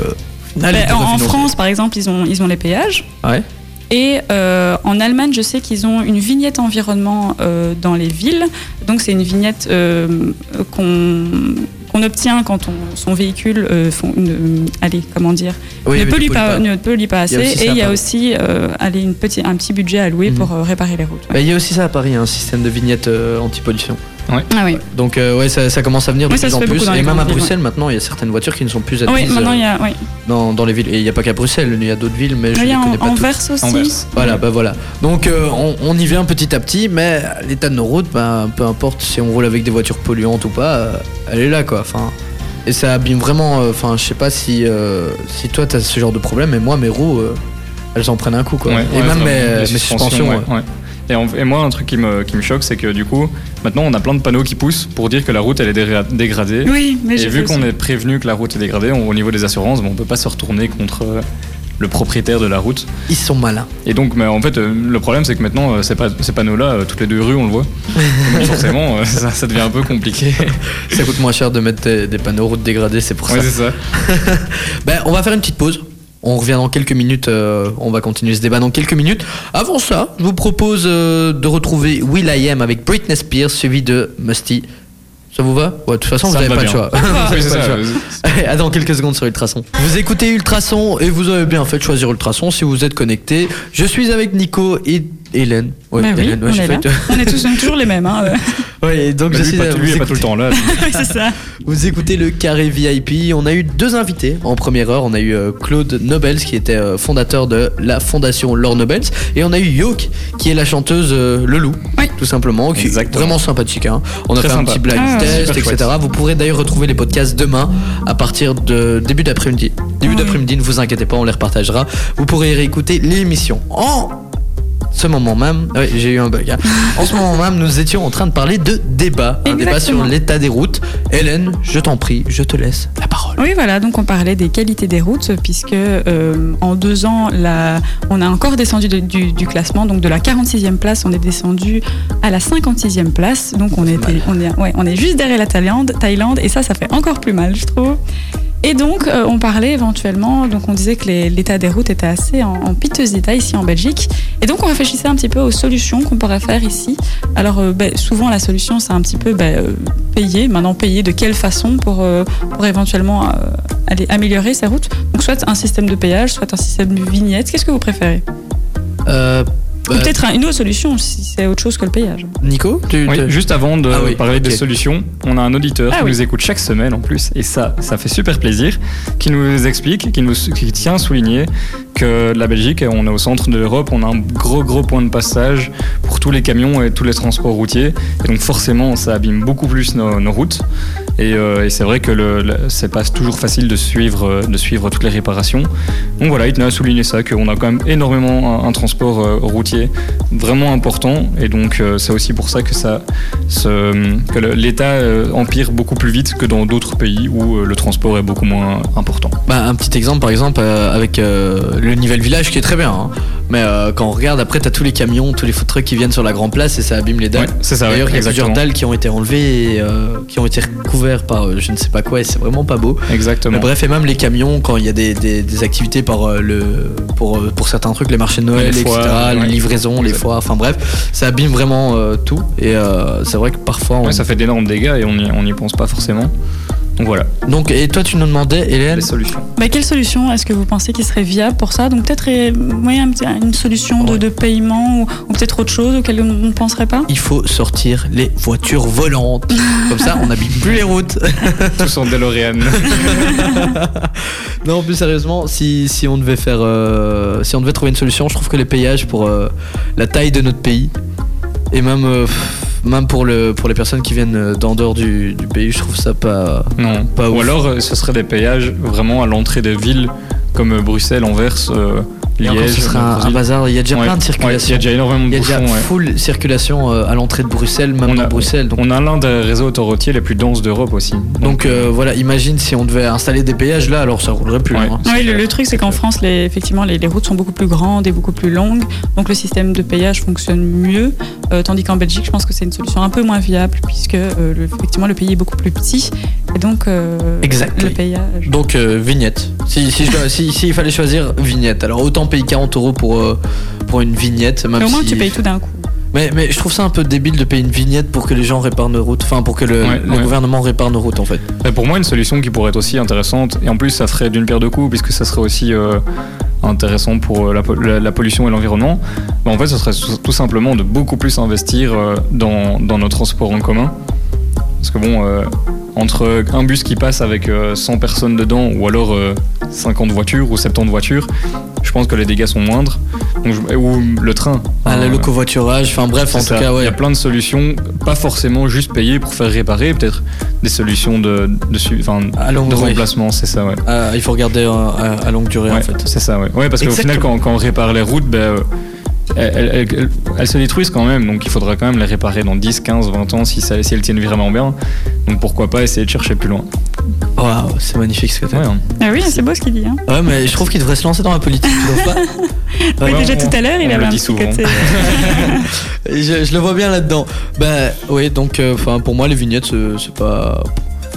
Speaker 1: au final,
Speaker 2: Ben,
Speaker 1: ils
Speaker 2: en,
Speaker 1: devraient
Speaker 2: en
Speaker 1: financer.
Speaker 2: France, par exemple, ils ont, ils ont les péages.
Speaker 1: Ah Ouais.
Speaker 2: Et euh, en Allemagne, je sais qu'ils ont une vignette environnement euh, dans les villes. Donc, c'est une vignette euh, qu'on qu'on obtient quand on, son véhicule euh, font une, allez, comment dire,
Speaker 1: Oui,
Speaker 2: ne,
Speaker 1: mais
Speaker 2: pollue
Speaker 1: tu pollues
Speaker 2: pas,
Speaker 1: pas.
Speaker 2: ne pollue pas
Speaker 1: Il y a
Speaker 2: assez.
Speaker 1: aussi ça,
Speaker 2: Et il y a
Speaker 1: pardon.
Speaker 2: aussi euh, allez, une petite, un petit budget à louer
Speaker 1: Mhm.
Speaker 2: pour euh, réparer les routes. ouais.
Speaker 1: Bah, Il y a aussi ça à Paris, un système de vignettes euh, anti-pollution.
Speaker 2: Ah oui.
Speaker 1: Donc, euh, ouais, ça, ça commence à venir de
Speaker 2: Oui, ça
Speaker 1: plus
Speaker 2: se
Speaker 1: en
Speaker 2: fait
Speaker 1: plus.
Speaker 2: beaucoup dans les
Speaker 1: Et même à
Speaker 2: grandes villes,
Speaker 1: Bruxelles, maintenant, il y a certaines voitures qui ne sont plus
Speaker 2: Ah oui,
Speaker 1: admises
Speaker 2: maintenant, il
Speaker 1: euh,
Speaker 2: y a, oui.
Speaker 1: dans, dans les villes. Et il n'y a pas qu'à Bruxelles, il y a d'autres villes, mais je ne
Speaker 2: Il y
Speaker 1: les
Speaker 2: a en,
Speaker 1: connais pas toutes.
Speaker 2: Anvers aussi.
Speaker 3: Anvers.
Speaker 1: Voilà, bah voilà. Donc euh, on, on y vient petit à petit, mais l'état de nos routes, bah, peu importe si on roule avec des voitures polluantes ou pas, euh, elle est là quoi. Enfin, et ça abîme vraiment. euh, Enfin, je sais pas si euh, si toi t'as ce genre de problème, mais moi mes roues, euh, elles en prennent un coup quoi.
Speaker 3: Ouais,
Speaker 1: et
Speaker 3: ouais,
Speaker 1: même
Speaker 3: vraiment,
Speaker 1: mes,
Speaker 3: les
Speaker 1: mes suspensions.
Speaker 3: ouais,
Speaker 1: ouais.
Speaker 3: ouais. Et, en- et moi, un truc qui me, qui me choque, c'est que du coup, maintenant, on a plein de panneaux qui poussent pour dire que la route, elle est dégra- dégradée.
Speaker 2: Oui, mais
Speaker 3: et
Speaker 2: j'ai
Speaker 3: vu
Speaker 2: fait
Speaker 3: qu'on
Speaker 2: aussi.
Speaker 3: est prévenu que la route est dégradée, on- au niveau des assurances, bon, on peut pas se retourner contre euh, le propriétaire de la route.
Speaker 1: euh, Ils sont malins.
Speaker 3: Et donc, mais en fait, euh, le problème, c'est que maintenant, euh, ces, pa- ces panneaux-là, euh, toutes les deux rues, on le voit. Donc, forcément, euh, ça, ça devient un peu compliqué.
Speaker 1: Ça coûte moins cher de mettre des, des panneaux routes dégradées, c'est pour ça.
Speaker 3: Ouais, c'est ça.
Speaker 1: Ben, on va faire une petite pause. On revient dans quelques minutes. euh, on va continuer ce débat dans quelques minutes. Avant ça, je vous propose euh, de retrouver Will I Am avec Britney Spears suivi de Musty. Ça vous va Ouais, De toute façon,
Speaker 3: Ça
Speaker 1: vous
Speaker 3: me
Speaker 1: n'avez
Speaker 3: va
Speaker 1: pas le choix.
Speaker 3: bien.
Speaker 1: Vous
Speaker 3: Oui,
Speaker 1: avez
Speaker 3: c'est
Speaker 1: pas le
Speaker 3: ça. Bah,
Speaker 1: choix. Allez, à dans quelques secondes sur Ultrason. Vous écoutez Ultrason et vous avez bien fait de choisir Ultrason si vous êtes connecté. Je suis avec Nico et Hélène. Ouais,
Speaker 2: Bah oui,
Speaker 1: Hélène, ouais,
Speaker 2: on,
Speaker 1: j'ai
Speaker 2: est là.
Speaker 1: failli te-
Speaker 2: on est tous, on est toujours les mêmes. Hein.
Speaker 1: Ouais, et donc
Speaker 3: Bah,
Speaker 1: je
Speaker 3: lui,
Speaker 1: suis
Speaker 3: pas,
Speaker 1: vous
Speaker 3: lui, est pas
Speaker 1: écoutez-
Speaker 3: tout le temps là.
Speaker 2: Oui, c'est ça.
Speaker 1: vous écoutez le carré VIP. On a eu deux invités en première heure. On a eu euh, Claude Nobels qui était euh, fondateur de la fondation Laure Nobels et on a eu Yoke qui est la chanteuse euh, Le Loup, tout simplement, qui est
Speaker 3: Exactement.
Speaker 1: vraiment sympathique. hein. On a
Speaker 3: Très
Speaker 1: fait
Speaker 3: sympa.
Speaker 1: un petit blind
Speaker 2: Ah,
Speaker 1: test,
Speaker 3: super
Speaker 1: etc.
Speaker 3: chouette.
Speaker 1: Vous pourrez d'ailleurs retrouver les podcasts demain à partir de début d'après-midi.
Speaker 3: Ah
Speaker 1: Début d'après-midi, ne vous inquiétez pas, on les repartagera. Vous pourrez réécouter l'émission. En ce moment même, oui, j'ai eu un bug. hein. En ce moment même, nous étions en train de parler de débat, un débat
Speaker 2: Exactement.
Speaker 1: sur l'état des routes. Hélène, je t'en prie, je te laisse la parole.
Speaker 2: Oui, voilà, donc on parlait des qualités des routes, puisque euh, en deux ans, la- on a encore descendu de- du, du classement, donc de la 46e place, on est descendu à la 56e place, donc on, était, on, est, ouais, on est juste derrière la Thaïlande, Thaïlande, et ça, ça fait encore plus mal, je trouve. Et donc, euh, on parlait éventuellement, donc on disait que les- l'état des routes était assez en, en piteux état ici en Belgique. Et donc, on réfléchissait un petit peu aux solutions qu'on pourrait faire ici. Alors, euh, ben, souvent, la solution, c'est un petit peu ben, euh, payer. Maintenant, payer de quelle façon pour, euh, pour éventuellement euh, aller améliorer sa route Donc, soit un système de péage, soit un système de vignette. Qu'est-ce que vous préférez
Speaker 1: Euh,
Speaker 2: Ou peut-être un- une autre solution si c'est autre chose que le péage.
Speaker 1: Nico tu-
Speaker 3: Oui,
Speaker 1: tu-
Speaker 3: juste avant de
Speaker 1: Ah oui,
Speaker 3: parler des
Speaker 1: ok.
Speaker 3: solutions, on a un auditeur
Speaker 2: Ah
Speaker 3: qui
Speaker 2: oui.
Speaker 3: nous écoute chaque semaine en plus, et ça, ça fait super plaisir, qui nous explique, qui, nous, qui tient à souligner que la Belgique, on est au centre de l'Europe, on a un gros gros point de passage pour tous les camions et tous les transports routiers, et donc forcément ça abîme beaucoup plus nos, nos routes, et, euh, et c'est vrai que le, le- c'est pas toujours facile de suivre, euh, de suivre toutes les réparations. Donc voilà, il tenait à souligner ça, qu'on a quand même énormément un, un transport euh, routier vraiment important, et donc euh, c'est aussi pour ça que ça ce- que le- l'État euh, empire beaucoup plus vite que dans d'autres pays où euh, le transport est beaucoup moins important.
Speaker 1: Bah, un petit exemple par exemple euh, avec euh, le Nivelle Village qui est très bien. hein. Mais euh, quand on regarde après t'as tous les camions, tous les food trucks qui viennent sur la Grand Place et ça abîme les dalles.
Speaker 3: Ouais, c'est ça, ouais,
Speaker 1: D'ailleurs il y a plusieurs
Speaker 3: exactement.
Speaker 1: dalles qui ont été enlevées et euh, qui ont été recouvertes par euh, je ne sais pas quoi et c'est vraiment pas beau.
Speaker 3: Exactement.
Speaker 1: Mais bref et même les camions quand il y a des, des- des activités par, euh, le, pour, euh, pour certains trucs, les marchés de Noël,
Speaker 3: Les foires,
Speaker 1: etc.
Speaker 3: ouais.
Speaker 1: Les livraisons, les foires, enfin bref, ça abîme vraiment euh, tout. Et euh, c'est vrai que parfois on...
Speaker 3: Ouais, ça fait d'énormes dégâts et on n'y on n'y pense pas forcément. Donc voilà,
Speaker 1: Donc et toi tu nous demandais Hélène
Speaker 3: les solutions.
Speaker 2: Bah, quelle solution est-ce que vous pensez qui serait viable pour ça Donc peut-être euh, ouais, un petit- une solution de,
Speaker 1: Ouais.
Speaker 2: de paiement ou, ou peut-être autre chose auquel on ne penserait pas
Speaker 1: il faut sortir les voitures volantes. Comme ça, on n'abîme plus les routes.
Speaker 3: Tous en DeLorean.
Speaker 1: Non, plus sérieusement, si, si on devait faire, euh, si on devait trouver une solution, je trouve que les péages pour euh, la taille de notre pays et même euh, pff, même pour le pour les personnes qui viennent euh, d'en dehors du, du pays, je trouve ça pas.
Speaker 3: non.
Speaker 1: Pas
Speaker 3: Ou
Speaker 1: ouf.
Speaker 3: alors euh, ce serait des péages vraiment à l'entrée des villes comme euh, Bruxelles, Anvers, euh,
Speaker 1: Et
Speaker 3: Liège.
Speaker 1: encore, ce serait un, un
Speaker 3: Varsovie.
Speaker 1: bazar. Il y a déjà
Speaker 3: Ouais,
Speaker 1: plein de
Speaker 3: ouais, Il y
Speaker 1: circulation.
Speaker 3: a déjà énormément de
Speaker 1: il y a déjà
Speaker 3: bouchons. ouais.
Speaker 1: full circulation euh, à l'entrée de Bruxelles, même
Speaker 3: On
Speaker 1: dans
Speaker 3: a-
Speaker 1: Bruxelles. Donc,
Speaker 3: On a l'un des réseaux autoroutiers les plus denses d'Europe aussi.
Speaker 1: donc euh, voilà, imagine si on devait installer des péages là, alors ça roulerait plus.
Speaker 3: Ouais.
Speaker 1: hein.
Speaker 2: Oui, le, le truc c'est qu'en France, les, effectivement, les, les routes sont beaucoup plus grandes et beaucoup plus longues, donc le système de péage fonctionne mieux, euh, tandis qu'en Belgique, je pense que c'est une solution un peu moins viable puisque euh, le- effectivement le pays est beaucoup plus petit et donc euh,
Speaker 1: Exactly.
Speaker 2: le péage.
Speaker 1: Donc euh, vignette. Si si je dois- si- s'il fallait choisir vignette, alors autant payer 40 euros pour euh, pour une vignette. Même
Speaker 2: Mais au moins
Speaker 1: si-
Speaker 2: tu payes tout d'un coup.
Speaker 1: Mais mais je trouve ça un peu débile de payer une vignette pour que les gens réparent nos routes, enfin pour que le,
Speaker 3: Ouais,
Speaker 1: le
Speaker 3: ouais.
Speaker 1: gouvernement répare nos routes en fait.
Speaker 3: Mais pour moi, une solution qui pourrait être aussi intéressante, et en plus, ça ferait d'une pierre deux coups, puisque ça serait aussi euh, intéressant pour euh, la, po- la- la pollution et l'environnement, bah, en fait, ce serait tout- tout simplement de beaucoup plus investir euh, dans, dans nos transports en commun. Parce que bon, euh, entre un bus qui passe avec euh, 100 personnes dedans, ou alors euh, 50 voitures ou 70 voitures, je pense que les dégâts sont moindres. Donc, je- ou le train.
Speaker 1: Ah,
Speaker 3: Euh,
Speaker 1: le covoiturage, enfin bref, en
Speaker 3: c'est
Speaker 1: tout
Speaker 3: ça.
Speaker 1: cas
Speaker 3: Il y
Speaker 1: ouais.
Speaker 3: a plein de solutions, pas forcément juste payer pour faire réparer, peut-être des solutions de, de, su- enfin,
Speaker 1: Allons
Speaker 3: de
Speaker 1: ouais.
Speaker 3: remplacement, c'est ça, ouais.
Speaker 1: Ah, il faut regarder euh, à, à longue durée en
Speaker 3: Ouais,
Speaker 1: fait.
Speaker 3: C'est ça, ouais. Ouais, parce qu'au final, quand, quand on répare les routes, ben, euh, elles, elles- elles- elles se détruisent quand même, donc il faudra quand même les réparer dans 10, 15, 20 ans si, ça, si elles tiennent vraiment bien. Donc pourquoi pas essayer de chercher plus loin.
Speaker 1: Waouh, c'est magnifique ce que tu
Speaker 3: Ouais, hein.
Speaker 2: Ah oui, c'est beau ce qu'il dit. Hein.
Speaker 1: Ouais, mais je trouve qu'il devrait se lancer dans la politique. tu trouves pas
Speaker 2: Oui,
Speaker 1: Ouais,
Speaker 2: déjà
Speaker 3: on-
Speaker 2: tout à l'heure,
Speaker 3: on
Speaker 2: il
Speaker 3: le
Speaker 2: avait un
Speaker 3: dit
Speaker 2: petit
Speaker 3: souvent.
Speaker 2: côté.
Speaker 1: je, je le vois bien là-dedans. Bah oui, donc euh, 'fin, pour moi les vignettes c'est c'est pas.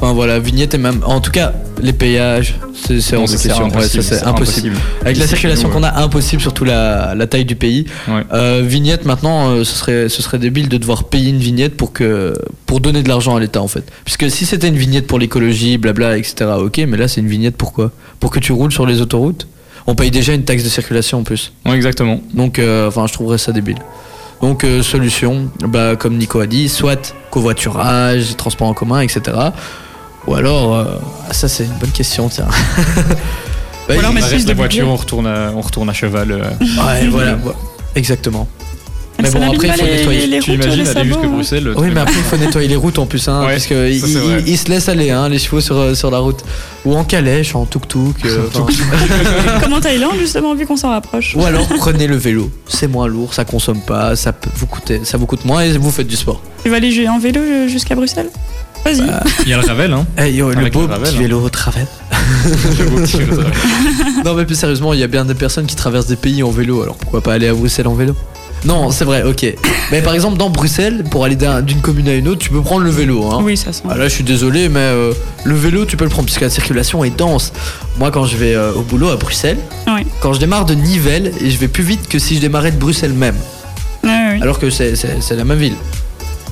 Speaker 1: Enfin voilà, vignettes et même. En tout cas, les péages, c'est c'est hors
Speaker 3: Non,
Speaker 1: de
Speaker 3: ça, c'est
Speaker 1: question. Ouais,
Speaker 3: impossible,
Speaker 1: ça, c'est
Speaker 3: c'est
Speaker 1: impossible.
Speaker 3: impossible.
Speaker 1: Avec la
Speaker 3: Ici,
Speaker 1: circulation
Speaker 3: chez
Speaker 1: qu'on
Speaker 3: nous,
Speaker 1: a, impossible, surtout la, la taille du pays.
Speaker 3: Ouais.
Speaker 1: Euh, vignette maintenant, euh, ce, serait, ce serait débile de devoir payer une vignette pour, que, pour donner de l'argent à l'État en fait. Puisque si c'était une vignette pour l'écologie, blabla, etc., ok, mais là c'est une vignette pour quoi Pour que tu roules sur les autoroutes On paye déjà une taxe de circulation en plus.
Speaker 3: Ouais, exactement.
Speaker 1: Donc, euh, enfin, je trouverais ça débile. Donc, euh, solution, bah, comme Nico a dit, soit covoiturage, transport en commun, etc. Ou alors, euh, ah, ça c'est une bonne question, tiens. Bah,
Speaker 2: Ou
Speaker 1: il-
Speaker 2: alors Mais
Speaker 3: On
Speaker 2: mettre
Speaker 3: arrête
Speaker 2: plus
Speaker 3: la
Speaker 2: de
Speaker 3: voiture,
Speaker 2: budget.
Speaker 3: on retourne à, on retourne à cheval. euh.
Speaker 1: ouais, voilà, ouais, exactement. Mais
Speaker 2: Ah, Ça
Speaker 1: bon,
Speaker 2: n'abîme
Speaker 1: après,
Speaker 2: pas
Speaker 1: il faut
Speaker 2: les-
Speaker 1: nettoyer.
Speaker 2: les
Speaker 3: tu
Speaker 2: routes,
Speaker 3: imagines
Speaker 2: les
Speaker 3: aller jusqu'à
Speaker 2: sabots, hein.
Speaker 3: Bruxelles
Speaker 1: Oui,
Speaker 3: tu-
Speaker 1: mais après, il faut nettoyer les routes en plus, hein,
Speaker 3: Ouais,
Speaker 1: parce que
Speaker 3: ça,
Speaker 1: ils,
Speaker 3: c'est vrai.
Speaker 1: ils- ils se laissent aller, hein, les chevaux sur, euh, sur la route. Ou en calèche, en tuk-tuk. euh, enfin.
Speaker 2: Comme en Thaïlande, justement, vu qu'on s'en rapproche.
Speaker 1: Ou alors, prenez le vélo. C'est moins lourd, ça consomme pas, ça, peut vous coûter, ça vous coûte moins et vous faites du sport.
Speaker 2: Tu vas aller ju- en vélo euh, jusqu'à Bruxelles Vas-y.
Speaker 1: Bah,
Speaker 3: Il y a le Ravel, hein.
Speaker 1: Eh, yo, le
Speaker 3: Avec
Speaker 1: beau
Speaker 3: le Ravel,
Speaker 1: petit
Speaker 3: hein.
Speaker 1: vélo au travers.
Speaker 3: Le beau petit Ravel.
Speaker 1: Non mais plus sérieusement, il y a bien des personnes qui traversent des pays en vélo, alors pourquoi pas aller à Bruxelles en vélo Non, c'est vrai, ok. Mais par exemple, dans Bruxelles, pour aller d'un- d'une commune à une autre, tu peux prendre le vélo. Hein.
Speaker 2: Oui, ça sent.
Speaker 1: Ah là, je suis désolé, mais euh, le vélo, tu peux le prendre, puisque la circulation est dense. Moi, quand je vais euh, au boulot à Bruxelles,
Speaker 2: Oui.
Speaker 1: quand je démarre de Nivelles, et je vais plus vite que si je démarrais de Bruxelles même,
Speaker 2: Ah, oui, oui.
Speaker 1: alors que c'est- c'est c'est la même ville.